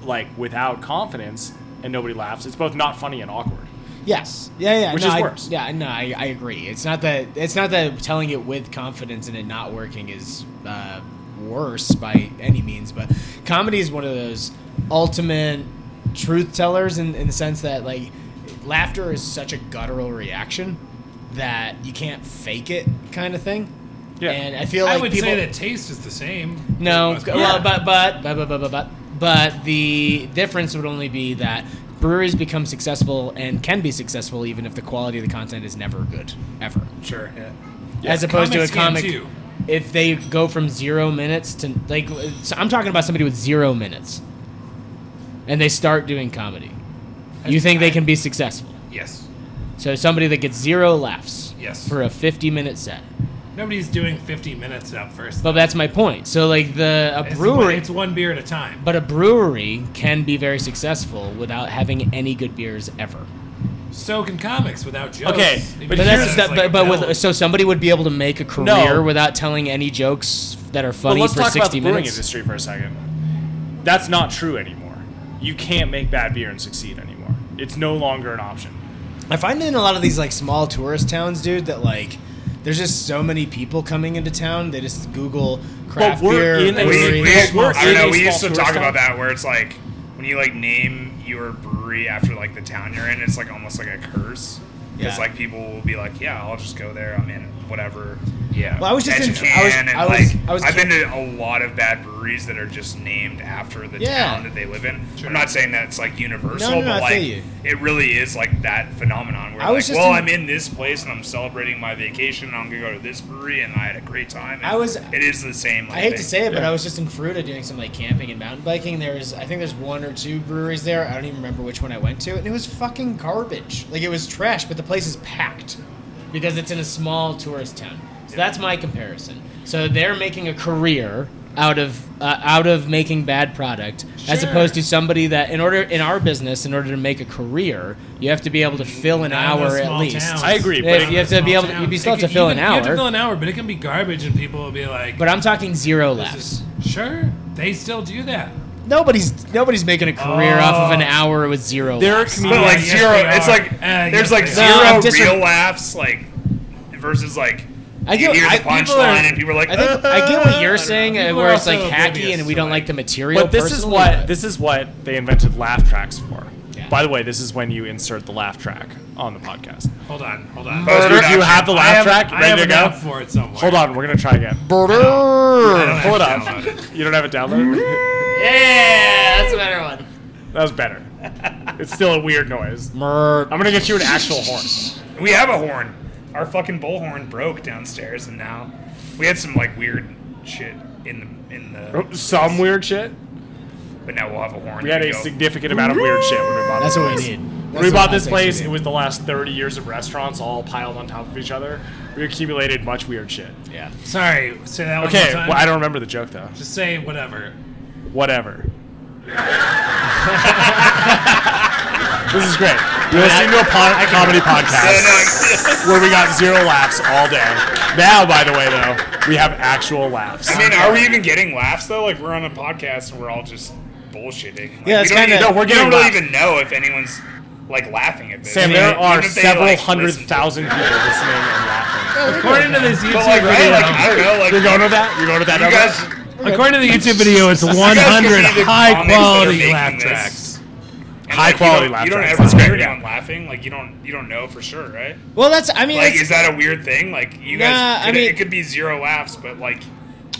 [SPEAKER 6] like without confidence and nobody laughs, it's both not funny and awkward.
[SPEAKER 1] Yes. Yeah. Yeah.
[SPEAKER 6] Which
[SPEAKER 1] no,
[SPEAKER 6] is
[SPEAKER 1] I-
[SPEAKER 6] worse.
[SPEAKER 1] yeah. No, I, I agree. It's not that. It's not that telling it with confidence and it not working is uh, worse by any means. But comedy is one of those ultimate truth tellers in, in the sense that like laughter is such a guttural reaction that you can't fake it, kind of thing.
[SPEAKER 6] Yeah.
[SPEAKER 1] And I feel like
[SPEAKER 4] I would
[SPEAKER 1] people,
[SPEAKER 4] say that taste is the same.
[SPEAKER 1] No,
[SPEAKER 4] For the most
[SPEAKER 1] well,
[SPEAKER 4] part.
[SPEAKER 1] but, but but but but but but but the difference would only be that breweries become successful and can be successful even if the quality of the content is never good ever,
[SPEAKER 4] sure. Yeah.
[SPEAKER 1] as opposed to a
[SPEAKER 4] Comics
[SPEAKER 1] comic.
[SPEAKER 4] can too.
[SPEAKER 1] If they go from zero minutes to like, so I'm talking about somebody with zero minutes, and they start doing comedy, you think they can be successful?
[SPEAKER 4] Yes.
[SPEAKER 1] So somebody that gets zero laughs
[SPEAKER 4] Yes.
[SPEAKER 1] for a 50 minute set.
[SPEAKER 4] Nobody's doing 50 minutes out first.
[SPEAKER 1] But that's my point. So like the a
[SPEAKER 4] It's
[SPEAKER 1] brewery,
[SPEAKER 4] one- It's one beer at a time.
[SPEAKER 1] But a brewery can be very successful without having any good beers ever.
[SPEAKER 4] So can comics without jokes.
[SPEAKER 6] Okay,
[SPEAKER 4] I mean,
[SPEAKER 6] but
[SPEAKER 1] But
[SPEAKER 6] here's
[SPEAKER 1] that's
[SPEAKER 4] it's
[SPEAKER 1] that,
[SPEAKER 4] like a
[SPEAKER 1] but, but
[SPEAKER 4] build.
[SPEAKER 1] with so somebody would be able to make a career
[SPEAKER 6] No.
[SPEAKER 1] without telling any jokes that are
[SPEAKER 6] But
[SPEAKER 1] funny
[SPEAKER 6] let's
[SPEAKER 1] for
[SPEAKER 6] talk about
[SPEAKER 1] sixty
[SPEAKER 6] the brewing
[SPEAKER 1] minutes.
[SPEAKER 6] industry for a second. That's not true anymore. You can't make bad beer and succeed anymore. It's no longer an option.
[SPEAKER 1] I find in a lot of these like small tourist towns, dude, that like there's just so many people coming into town. They just Google craft
[SPEAKER 6] we're
[SPEAKER 1] beer.
[SPEAKER 6] in a-
[SPEAKER 5] we,
[SPEAKER 1] brewery.
[SPEAKER 5] we,
[SPEAKER 6] We're
[SPEAKER 5] I don't know.
[SPEAKER 6] in a
[SPEAKER 5] We used
[SPEAKER 6] small
[SPEAKER 5] to
[SPEAKER 6] tourist
[SPEAKER 5] talk
[SPEAKER 6] town.
[SPEAKER 5] about that where it's like when you like name your brewery after like the town you're in, it's like almost like a curse. Because
[SPEAKER 1] Yeah.
[SPEAKER 5] like people will be like, yeah, I'll just go there. I'm in whatever. Yeah.
[SPEAKER 1] Well, I was just in-
[SPEAKER 5] Ketchikan
[SPEAKER 1] I was-
[SPEAKER 5] and
[SPEAKER 1] I was-
[SPEAKER 5] like
[SPEAKER 1] I was
[SPEAKER 5] I've been to a lot of bad breweries that are just named after the
[SPEAKER 1] Yeah.
[SPEAKER 5] town that they live in. I'm not saying that it's like universal,
[SPEAKER 1] No, no, no, I
[SPEAKER 5] but like
[SPEAKER 1] feel you.
[SPEAKER 5] it really is like that phenomenon where
[SPEAKER 1] I was
[SPEAKER 5] like,
[SPEAKER 1] just
[SPEAKER 5] well,
[SPEAKER 1] in-
[SPEAKER 5] I'm in this place and I'm celebrating my vacation and I'm gonna go to this brewery and I had a great time. and
[SPEAKER 1] I was-
[SPEAKER 5] It is the same. Like,
[SPEAKER 1] I hate
[SPEAKER 5] thing.
[SPEAKER 1] to say it, but I was just in Fruta doing some like camping and mountain biking. There was, I think there's one or two breweries there. I don't even remember which one I went to, and it was fucking garbage. Like it was trash, but the place is packed because it's in a small tourist town. So that's my comparison. So they're making a career out of uh, out of making bad product, as opposed to somebody that in order in our business, in order to make a career, you have to be able to fill an
[SPEAKER 4] Not in
[SPEAKER 1] hour
[SPEAKER 4] those
[SPEAKER 1] at
[SPEAKER 4] small
[SPEAKER 1] least.
[SPEAKER 4] towns.
[SPEAKER 8] I agree,
[SPEAKER 1] Yeah,
[SPEAKER 8] but
[SPEAKER 1] if
[SPEAKER 8] in
[SPEAKER 1] you have to be able, to, you still have to fill an
[SPEAKER 4] You have to fill
[SPEAKER 1] hour.
[SPEAKER 4] an hour, but it can be garbage, and people will be like,
[SPEAKER 1] But I'm talking zero laughs.
[SPEAKER 4] "Sure, they still do that."
[SPEAKER 1] Nobody's nobody's making a career off of an hour with zero.
[SPEAKER 8] There are
[SPEAKER 1] laughs.
[SPEAKER 5] But
[SPEAKER 8] comedians.
[SPEAKER 5] like
[SPEAKER 4] yes,
[SPEAKER 5] zero,
[SPEAKER 4] they
[SPEAKER 5] it's
[SPEAKER 4] are.
[SPEAKER 5] like
[SPEAKER 4] Uh, yes,
[SPEAKER 5] there's like
[SPEAKER 4] they
[SPEAKER 1] are. No,
[SPEAKER 5] zero
[SPEAKER 1] I'm dis-
[SPEAKER 5] real laughs, like versus like
[SPEAKER 1] I
[SPEAKER 5] you
[SPEAKER 1] get-
[SPEAKER 5] hear
[SPEAKER 1] I-
[SPEAKER 5] the
[SPEAKER 1] people are-
[SPEAKER 5] punchline and people are like,
[SPEAKER 1] I, think, I get what you're
[SPEAKER 5] "Uh."
[SPEAKER 1] saying,
[SPEAKER 4] People
[SPEAKER 1] uh,
[SPEAKER 4] are
[SPEAKER 1] where it's like
[SPEAKER 4] also
[SPEAKER 1] hacky
[SPEAKER 4] oblivious
[SPEAKER 1] and we
[SPEAKER 4] to,
[SPEAKER 1] don't
[SPEAKER 4] like-
[SPEAKER 1] like the material.
[SPEAKER 8] But this is
[SPEAKER 1] personally,
[SPEAKER 8] what
[SPEAKER 1] but-
[SPEAKER 8] this is what they invented laugh tracks for.
[SPEAKER 1] Yeah.
[SPEAKER 8] By the way, this is when you insert the laugh track on the podcast.
[SPEAKER 4] Hold on, hold on.
[SPEAKER 5] Post
[SPEAKER 8] Do you
[SPEAKER 5] production.
[SPEAKER 8] have the
[SPEAKER 5] I
[SPEAKER 8] laugh
[SPEAKER 5] have-
[SPEAKER 8] track
[SPEAKER 4] I
[SPEAKER 8] ready
[SPEAKER 4] have
[SPEAKER 8] to
[SPEAKER 4] an
[SPEAKER 8] go?
[SPEAKER 4] app for it somewhere.
[SPEAKER 8] Hold on, we're gonna try again.
[SPEAKER 1] *laughs*
[SPEAKER 8] Hold
[SPEAKER 5] I
[SPEAKER 8] on.
[SPEAKER 5] don't have it downloaded.
[SPEAKER 8] You don't have it downloaded?
[SPEAKER 1] Yeah, that's a better one.
[SPEAKER 8] that was better. It's still a weird noise. I'm gonna get you an actual horn.
[SPEAKER 5] We have a horn. Our fucking bullhorn broke downstairs, and now we had some like weird shit in the in the.
[SPEAKER 8] Some weird shit.
[SPEAKER 5] But now we'll have a horn.
[SPEAKER 8] We had
[SPEAKER 5] to
[SPEAKER 8] a
[SPEAKER 5] go.
[SPEAKER 8] significant amount of weird shit when we bought
[SPEAKER 1] That's
[SPEAKER 8] this
[SPEAKER 1] what we
[SPEAKER 8] place.
[SPEAKER 1] need.
[SPEAKER 8] When we bought this place, it was the last 30 years of restaurants all piled on top of each other. We accumulated much weird shit.
[SPEAKER 4] Sorry, say that one
[SPEAKER 8] Okay,
[SPEAKER 4] more time.
[SPEAKER 8] well, I don't remember the joke though.
[SPEAKER 4] Just say whatever.
[SPEAKER 8] *laughs* Whatever. this is great. You're listening to a pod- comedy podcast where we got zero laughs all day. Now, by the way, though, we have actual laughs.
[SPEAKER 5] I mean, are we even getting laughs though? Like we're on a podcast and we're all just bullshitting. Like,
[SPEAKER 1] Yeah, it's
[SPEAKER 5] we don't
[SPEAKER 1] kinda-
[SPEAKER 5] even-
[SPEAKER 8] No, we're
[SPEAKER 5] we don't
[SPEAKER 8] getting
[SPEAKER 5] really
[SPEAKER 8] laughs.
[SPEAKER 5] even know if anyone's like laughing at this.
[SPEAKER 8] Sam,
[SPEAKER 5] Even
[SPEAKER 8] there are
[SPEAKER 5] if they,
[SPEAKER 8] several
[SPEAKER 5] like,
[SPEAKER 8] hundred
[SPEAKER 5] listen to it.
[SPEAKER 8] thousand people listening and laughing.
[SPEAKER 4] According to this YouTube
[SPEAKER 5] But like,
[SPEAKER 4] video,
[SPEAKER 5] hey, like, I don't know, like
[SPEAKER 8] You're going with that? You're going with that?
[SPEAKER 5] you
[SPEAKER 8] number?
[SPEAKER 5] guys.
[SPEAKER 4] according to the YouTube video, it's 100
[SPEAKER 5] could be the
[SPEAKER 4] high
[SPEAKER 5] comics that are
[SPEAKER 4] quality
[SPEAKER 5] making
[SPEAKER 4] laugh
[SPEAKER 5] this.
[SPEAKER 4] tracks.
[SPEAKER 5] And,
[SPEAKER 8] High
[SPEAKER 5] like,
[SPEAKER 8] quality
[SPEAKER 5] you don't,
[SPEAKER 8] laugh
[SPEAKER 5] You don't
[SPEAKER 8] tracks.
[SPEAKER 5] ever
[SPEAKER 8] That's
[SPEAKER 5] hear
[SPEAKER 8] great, yeah.
[SPEAKER 5] anyone laughing. Like you don't you don't know for sure, right?
[SPEAKER 1] Well, that's. I mean,
[SPEAKER 5] Like
[SPEAKER 1] that's-
[SPEAKER 5] is that a weird thing? Like you
[SPEAKER 1] Nah,
[SPEAKER 5] guys,
[SPEAKER 1] I
[SPEAKER 5] could,
[SPEAKER 1] mean-
[SPEAKER 5] it could be zero laughs, but like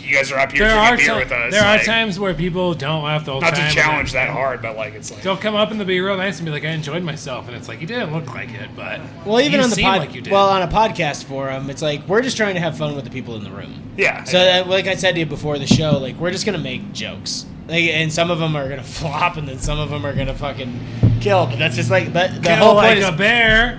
[SPEAKER 5] you guys are up here
[SPEAKER 4] There
[SPEAKER 5] drinking
[SPEAKER 4] are
[SPEAKER 5] beer
[SPEAKER 4] some-
[SPEAKER 5] with us.
[SPEAKER 4] there are
[SPEAKER 5] like,
[SPEAKER 4] times where people don't laugh the whole
[SPEAKER 5] not
[SPEAKER 4] time.
[SPEAKER 5] to
[SPEAKER 4] and
[SPEAKER 5] challenge that hard, but like it's like
[SPEAKER 4] They'll come up and they'll be real nice and be like, "I enjoyed myself," and it's like you didn't look like it, but
[SPEAKER 1] well, even
[SPEAKER 4] you
[SPEAKER 1] on the
[SPEAKER 4] seem
[SPEAKER 1] pod,
[SPEAKER 4] like you did.
[SPEAKER 1] well, on a podcast forum, it's like we're just trying to have fun with the people in the room.
[SPEAKER 5] yeah.
[SPEAKER 1] So, uh, that, like I said to you before the show, like we're just gonna make jokes, like, and some of them are gonna *laughs* flop, and then some of them are gonna fucking kill. But that's just like that. The
[SPEAKER 4] Kill
[SPEAKER 1] whole point
[SPEAKER 4] like
[SPEAKER 1] is,
[SPEAKER 4] a bear.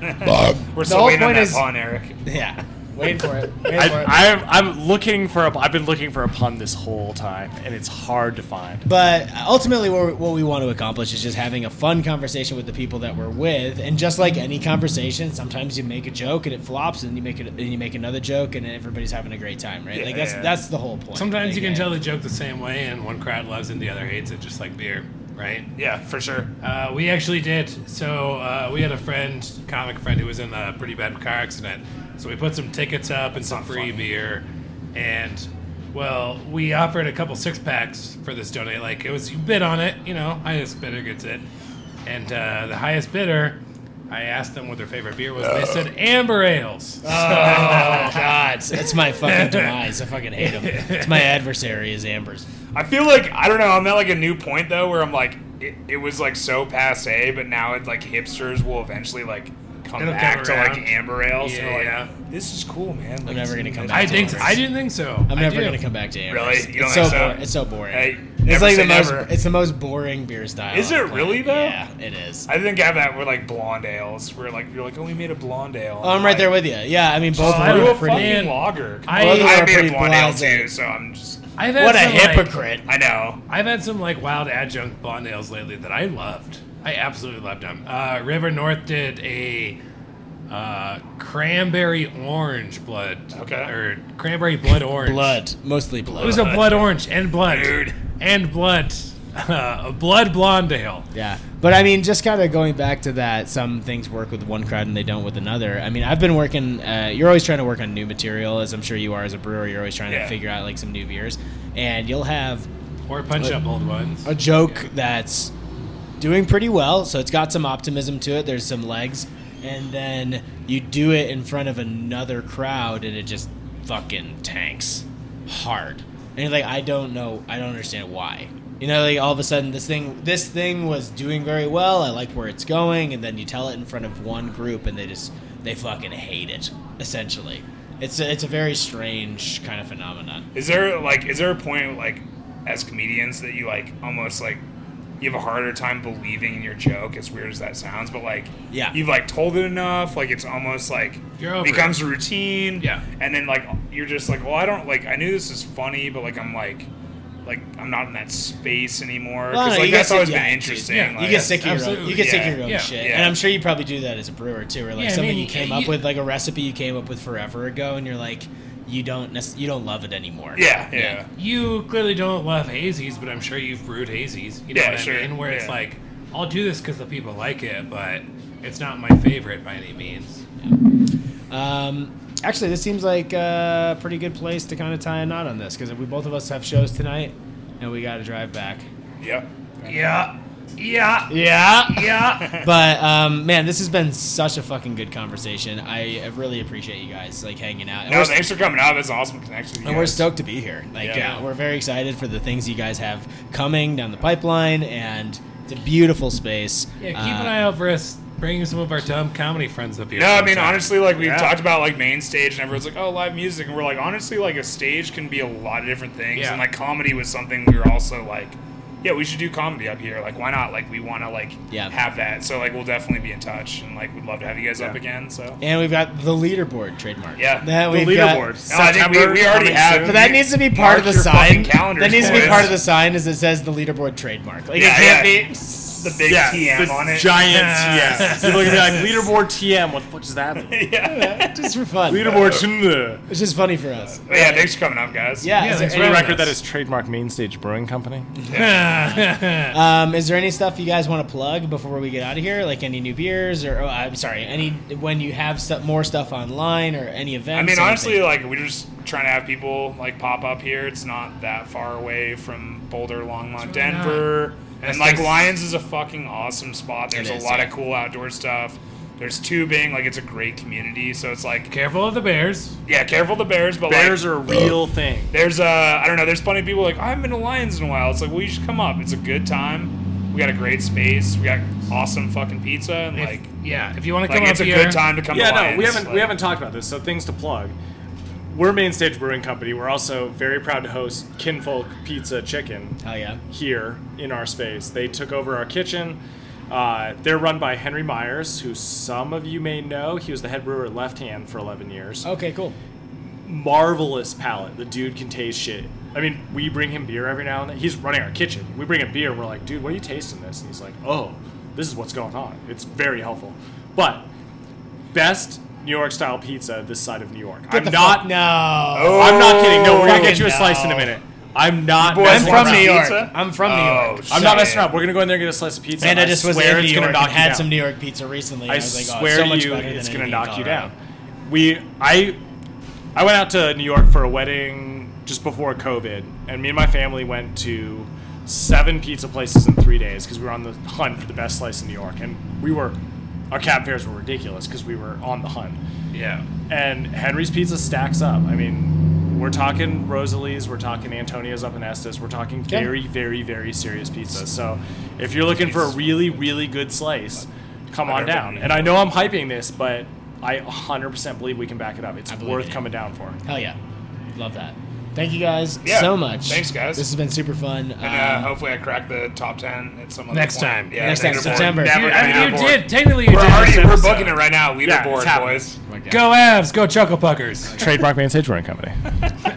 [SPEAKER 5] we're
[SPEAKER 1] the
[SPEAKER 5] still
[SPEAKER 1] whole
[SPEAKER 5] waiting on
[SPEAKER 1] point
[SPEAKER 5] that
[SPEAKER 1] is-
[SPEAKER 5] pawn, Eric.
[SPEAKER 1] *laughs* yeah. Wait for it. Wait for it.
[SPEAKER 8] I, I'm, I'm looking for a. I've been looking for a pun this whole time, and it's hard to find.
[SPEAKER 1] But ultimately, what we, what we want to accomplish is just having a fun conversation with the people that we're with, and just like any conversation, sometimes you make a joke and it flops, and you make it, and you make another joke, and everybody's having a great time, right? like that's
[SPEAKER 5] yeah.
[SPEAKER 1] that's the whole point.
[SPEAKER 4] Sometimes you
[SPEAKER 1] Like,
[SPEAKER 4] can
[SPEAKER 1] uh,
[SPEAKER 4] tell the joke the same way, and one crowd loves it, and the other hates it, just like beer, right?
[SPEAKER 5] Yeah, for sure.
[SPEAKER 4] Uh, we actually did. So uh, we had a friend, comic friend, who was in a pretty bad car accident. So we put some tickets up and some free beer, and well, we offered a couple six packs for this donate. Like it was, you bid on it, you know, highest bidder gets it, and uh, the highest bidder. I asked them what their favorite beer was. and They said amber ales.
[SPEAKER 1] Oh,
[SPEAKER 5] Uh,
[SPEAKER 1] God, that's my fucking demise. I fucking hate
[SPEAKER 4] *laughs*
[SPEAKER 1] them. It's my adversary is Amber's.
[SPEAKER 5] I feel like I don't know. I'm at like a new point though, where I'm like, it, it was like so passe, but now it's like hipsters will eventually like come
[SPEAKER 4] It'll come
[SPEAKER 5] back to like
[SPEAKER 4] around.
[SPEAKER 5] amber ale. so
[SPEAKER 4] Yeah,
[SPEAKER 5] like,
[SPEAKER 4] yeah.
[SPEAKER 5] this is cool, man. Like,
[SPEAKER 1] never
[SPEAKER 5] it's-
[SPEAKER 1] gonna come
[SPEAKER 5] it's-
[SPEAKER 1] back
[SPEAKER 4] I
[SPEAKER 1] to
[SPEAKER 4] think
[SPEAKER 1] Amber's.
[SPEAKER 4] I didn't think so.
[SPEAKER 1] I'm
[SPEAKER 4] I
[SPEAKER 1] never
[SPEAKER 4] do.
[SPEAKER 1] gonna come back to Amber's.
[SPEAKER 5] Really? You don't
[SPEAKER 1] it's so,
[SPEAKER 5] think so?
[SPEAKER 1] boring. It's so boring.
[SPEAKER 5] Hey,
[SPEAKER 1] it's
[SPEAKER 5] never
[SPEAKER 1] like
[SPEAKER 5] say
[SPEAKER 1] the most.
[SPEAKER 5] never.
[SPEAKER 1] It's the most boring beer style.
[SPEAKER 5] Is
[SPEAKER 1] on
[SPEAKER 5] it
[SPEAKER 1] the planet.
[SPEAKER 5] really, though?
[SPEAKER 1] Yeah, it is.
[SPEAKER 5] I think I have that with like blonde ales, where like you're like, oh, we made a blonde ale.
[SPEAKER 1] Oh, I'm right there with you. Yeah, I mean both.
[SPEAKER 5] Oh,
[SPEAKER 1] of
[SPEAKER 5] I
[SPEAKER 1] them
[SPEAKER 5] do
[SPEAKER 1] are
[SPEAKER 5] a
[SPEAKER 1] pretty.
[SPEAKER 5] fucking
[SPEAKER 4] Man,
[SPEAKER 5] lager.
[SPEAKER 4] I-
[SPEAKER 5] Well, I,
[SPEAKER 1] are
[SPEAKER 5] made
[SPEAKER 1] pretty
[SPEAKER 5] a blonde ale
[SPEAKER 1] blasé.
[SPEAKER 5] too, so I'm just.
[SPEAKER 4] I've had
[SPEAKER 1] What a
[SPEAKER 4] some, like-
[SPEAKER 1] hypocrite!
[SPEAKER 5] I know.
[SPEAKER 4] I've had some like wild adjunct blonde ales lately that I loved. I absolutely loved them. Uh, River North did a uh, cranberry orange blood,
[SPEAKER 5] Okay.
[SPEAKER 4] or cranberry blood orange.
[SPEAKER 1] blood, mostly
[SPEAKER 4] It
[SPEAKER 1] blood.
[SPEAKER 4] was a blood orange and blood,
[SPEAKER 5] Dude.
[SPEAKER 4] and blood, *laughs* a blood blonde ale.
[SPEAKER 1] Yeah, but I mean, just kind of going back to that, some things work with one crowd and they don't with another. I mean, I've been working. Uh, you're always trying to work on new material, as I'm sure you are as a brewer. You're always trying
[SPEAKER 5] Yeah.
[SPEAKER 1] to figure out like some new beers, and you'll have
[SPEAKER 4] Or punch up old ones.
[SPEAKER 1] a joke that's doing pretty well, so it's got some optimism to it. There's some legs, and then you do it in front of another crowd, and it just fucking tanks hard. And like I don't know, I don't understand why. You know, like all of a sudden this thing this thing was doing very well. I like where it's going, and then you tell it in front of one group, and they just they fucking hate it. Essentially, it's a, it's a very strange kind of phenomenon.
[SPEAKER 5] Is there like is there a point like as comedians that you like almost like you have a harder time believing in your joke as weird as that sounds but like
[SPEAKER 1] Yeah.
[SPEAKER 5] you've like told it enough like it's almost like
[SPEAKER 4] You're over
[SPEAKER 5] becomes a routine
[SPEAKER 4] Yeah.
[SPEAKER 5] and then like you're just like well I don't like I knew this is funny but like I'm like like I'm not in that space
[SPEAKER 1] Well,
[SPEAKER 5] anymore
[SPEAKER 1] I
[SPEAKER 5] 'Cause,
[SPEAKER 1] don't know,
[SPEAKER 5] like
[SPEAKER 1] you get
[SPEAKER 5] that's
[SPEAKER 1] sick-
[SPEAKER 5] always
[SPEAKER 1] yeah,
[SPEAKER 5] been
[SPEAKER 1] dude,
[SPEAKER 5] interesting
[SPEAKER 4] yeah,
[SPEAKER 5] like,
[SPEAKER 1] You get sick of your own,
[SPEAKER 4] absolutely.
[SPEAKER 1] you get sick of
[SPEAKER 5] Yeah,
[SPEAKER 1] your own
[SPEAKER 4] yeah,
[SPEAKER 1] shit,
[SPEAKER 5] yeah.
[SPEAKER 1] and I'm sure you probably do that as a brewer too, or like
[SPEAKER 4] Yeah, I
[SPEAKER 1] something
[SPEAKER 4] mean,
[SPEAKER 1] you came
[SPEAKER 4] you-
[SPEAKER 1] up with, like a recipe you came up with forever ago, and you're like, you don't nec- you don't love it anymore.
[SPEAKER 5] yeah yeah
[SPEAKER 4] You clearly don't love hazies, but I'm sure you've brewed hazies. You know
[SPEAKER 5] Yeah,
[SPEAKER 4] what
[SPEAKER 5] sure,
[SPEAKER 4] I mean? Where it's
[SPEAKER 5] yeah.
[SPEAKER 4] like, I'll do this because the people like it, but it's not my favorite by any means.
[SPEAKER 1] Um, actually, this seems like a pretty good place to kind of tie a knot on this because we both of us have shows tonight, and we got to drive back.
[SPEAKER 5] yeah
[SPEAKER 4] Yeah. Yeah.
[SPEAKER 1] Yeah.
[SPEAKER 4] Yeah.
[SPEAKER 1] But um, man, this has been such a fucking good conversation. I really appreciate you guys like hanging out. And
[SPEAKER 5] *laughs* no
[SPEAKER 1] we're-
[SPEAKER 5] thanks for coming out that's an awesome connection with you
[SPEAKER 1] And we're
[SPEAKER 5] guys.
[SPEAKER 1] stoked to be here. Like,
[SPEAKER 5] Yeah.
[SPEAKER 1] uh, we're very excited for the things you guys have coming down the pipeline, and it's a beautiful space.
[SPEAKER 4] yeah, keep
[SPEAKER 1] Uh,
[SPEAKER 4] an eye out for us bringing some of our dumb comedy friends up here.
[SPEAKER 5] No, I mean
[SPEAKER 4] sometime.
[SPEAKER 5] honestly, like we
[SPEAKER 6] Yeah.
[SPEAKER 5] have talked about like main stage, and everyone's like, "Oh, live music," and we're like, honestly, like a stage can be a lot of different things,
[SPEAKER 4] Yeah.
[SPEAKER 5] and like comedy was something we were also like, yeah, we should do comedy up here. Like, why not? Like, we want to like
[SPEAKER 1] Yeah.
[SPEAKER 5] have that. So like, we'll definitely be in touch, and like, we'd love to have you guys up again. So
[SPEAKER 1] And we've got the leaderboard trademark.
[SPEAKER 5] Yeah.
[SPEAKER 1] that
[SPEAKER 6] The
[SPEAKER 1] we've
[SPEAKER 6] leaderboard.
[SPEAKER 1] Got,
[SPEAKER 5] No, I think we, we already
[SPEAKER 6] coming
[SPEAKER 5] have,
[SPEAKER 6] soon.
[SPEAKER 1] but that needs to be part of the
[SPEAKER 5] Mark your
[SPEAKER 1] sign.
[SPEAKER 5] fucking calendars,
[SPEAKER 1] that needs to be
[SPEAKER 5] boys.
[SPEAKER 1] part of the sign, is it says the leaderboard trademark. Like
[SPEAKER 5] Yeah,
[SPEAKER 1] it *laughs* can't
[SPEAKER 5] yeah.
[SPEAKER 1] be.
[SPEAKER 5] the big
[SPEAKER 8] Yeah,
[SPEAKER 5] TM
[SPEAKER 8] the
[SPEAKER 5] on it. *laughs*
[SPEAKER 8] giant yes.
[SPEAKER 6] People are gonna be like leaderboard TM. What the fuck
[SPEAKER 5] *laughs*
[SPEAKER 6] does *laughs* that mean?
[SPEAKER 1] *laughs* just for fun.
[SPEAKER 8] Leaderboard. shouldn't, uh,
[SPEAKER 1] It's just funny for us.
[SPEAKER 5] But yeah, thanks for coming up, guys.
[SPEAKER 1] Yeah.
[SPEAKER 4] Yeah,
[SPEAKER 1] is,
[SPEAKER 4] thanks
[SPEAKER 1] there
[SPEAKER 4] for
[SPEAKER 1] any,
[SPEAKER 6] The
[SPEAKER 4] Yes.
[SPEAKER 6] record that is trademark Mainstage Brewing Company.
[SPEAKER 1] um, is there any stuff you guys want to plug before we get out of here? Like any new beers, or oh, I'm sorry, any when you have stu- more stuff online or any events?
[SPEAKER 5] I mean,
[SPEAKER 1] anything?
[SPEAKER 5] honestly, like we're just trying to have people like pop up here. It's not that far away from Boulder, Longmont,
[SPEAKER 4] really not.
[SPEAKER 5] Denver,
[SPEAKER 4] That's
[SPEAKER 5] and like
[SPEAKER 4] nice.
[SPEAKER 5] Lions is a fucking awesome spot. There's
[SPEAKER 1] is,
[SPEAKER 5] a lot
[SPEAKER 1] yeah.
[SPEAKER 5] of cool outdoor stuff. There's tubing, like it's a great community. So it's like,
[SPEAKER 4] Careful of the bears.
[SPEAKER 5] yeah, careful the bears, but
[SPEAKER 6] Bears
[SPEAKER 5] like,
[SPEAKER 6] are a real thing.
[SPEAKER 5] there's uh, I don't know, there's plenty of people like I haven't been to Lions in a while. It's like, well, you should come up. It's a good time. We got a great space. We got awesome fucking pizza, and
[SPEAKER 4] If-
[SPEAKER 5] like,
[SPEAKER 4] yeah, if you want to
[SPEAKER 5] like
[SPEAKER 4] come
[SPEAKER 5] it's
[SPEAKER 4] up
[SPEAKER 5] a
[SPEAKER 4] here,
[SPEAKER 5] good time to come.
[SPEAKER 6] Yeah,
[SPEAKER 5] to
[SPEAKER 6] no,
[SPEAKER 5] Lions.
[SPEAKER 6] we haven't we
[SPEAKER 5] like-
[SPEAKER 6] haven't talked about this. So things to plug. We're Mainstage Brewing Company. We're also very proud to host Kinfolk Pizza Chicken
[SPEAKER 1] oh yeah.
[SPEAKER 6] here in our space. They took over our kitchen. Uh, they're run by Henry Myers, who some of you may know. He was the head brewer at Left Hand for 11 years.
[SPEAKER 1] Okay, cool.
[SPEAKER 6] Marvelous palate. The dude can taste shit. I mean, we bring him beer every now and then. He's running our kitchen. We bring him beer. And we're like, dude, what are you tasting this? And he's like, oh, this is what's going on. It's very helpful. But best New York style pizza this side of New York. I'm not.
[SPEAKER 1] no. Oh,
[SPEAKER 6] I'm not kidding. No, we're gonna
[SPEAKER 1] Fucking
[SPEAKER 6] get you a slice in a
[SPEAKER 1] no.
[SPEAKER 6] minute. I'm not.
[SPEAKER 5] Boys
[SPEAKER 6] messing
[SPEAKER 1] I'm
[SPEAKER 5] want
[SPEAKER 1] from
[SPEAKER 5] some
[SPEAKER 1] New York.
[SPEAKER 5] pizza?
[SPEAKER 1] I'm from New
[SPEAKER 5] Oh,
[SPEAKER 1] York.
[SPEAKER 6] I'm not
[SPEAKER 5] shit.
[SPEAKER 6] messing up. We're gonna go in there and get a slice of pizza.
[SPEAKER 1] And I just was in
[SPEAKER 6] swear
[SPEAKER 1] New
[SPEAKER 6] it's gonna
[SPEAKER 1] York
[SPEAKER 6] knock
[SPEAKER 1] and
[SPEAKER 6] you
[SPEAKER 1] had
[SPEAKER 6] down.
[SPEAKER 1] some New York pizza recently. and
[SPEAKER 6] I,
[SPEAKER 1] I, was like, oh,
[SPEAKER 6] swear
[SPEAKER 1] it's so much
[SPEAKER 6] to you,
[SPEAKER 1] better than
[SPEAKER 6] it's gonna
[SPEAKER 1] anything
[SPEAKER 6] knock you
[SPEAKER 1] in Colorado.
[SPEAKER 6] down. We, I, I went out to New York for a wedding just before COVID, and me and my family went to seven pizza places in three days because we were on the hunt for the best slice in New York, and we were, our cab fares were ridiculous because we were on the hunt.
[SPEAKER 5] Yeah.
[SPEAKER 6] And Henry's Pizza stacks up. I mean, we're talking Rosalie's, we're talking Antonio's up in Estes, we're talking very, very, very serious pizza. So if you're looking for a really, really good slice, come on down. And I know I'm hyping this, but I 100% believe we can back it up. It's
[SPEAKER 1] believe in
[SPEAKER 6] worth
[SPEAKER 1] you.
[SPEAKER 6] coming down for.
[SPEAKER 1] Hell yeah, love that. Thank you guys
[SPEAKER 5] Yeah.
[SPEAKER 1] so much.
[SPEAKER 5] Thanks, guys.
[SPEAKER 1] This has been super fun. Um,
[SPEAKER 5] And uh, hopefully I crack the top ten at some other
[SPEAKER 4] Next
[SPEAKER 5] point.
[SPEAKER 4] time.
[SPEAKER 5] Yeah,
[SPEAKER 1] Next time,
[SPEAKER 5] leaderboard.
[SPEAKER 1] September.
[SPEAKER 5] Never
[SPEAKER 4] You,
[SPEAKER 5] gonna
[SPEAKER 4] I mean,
[SPEAKER 5] have
[SPEAKER 4] you
[SPEAKER 5] board.
[SPEAKER 4] did. Technically, you
[SPEAKER 5] We're
[SPEAKER 4] did.
[SPEAKER 5] already we're
[SPEAKER 6] episode.
[SPEAKER 5] booking it right now.
[SPEAKER 6] Yeah, it's
[SPEAKER 5] Leaderboard,
[SPEAKER 6] happening.
[SPEAKER 5] boys.
[SPEAKER 4] Go Avs. Go Chuckle Puckers.
[SPEAKER 6] Trademark Man Sage Brewing Company.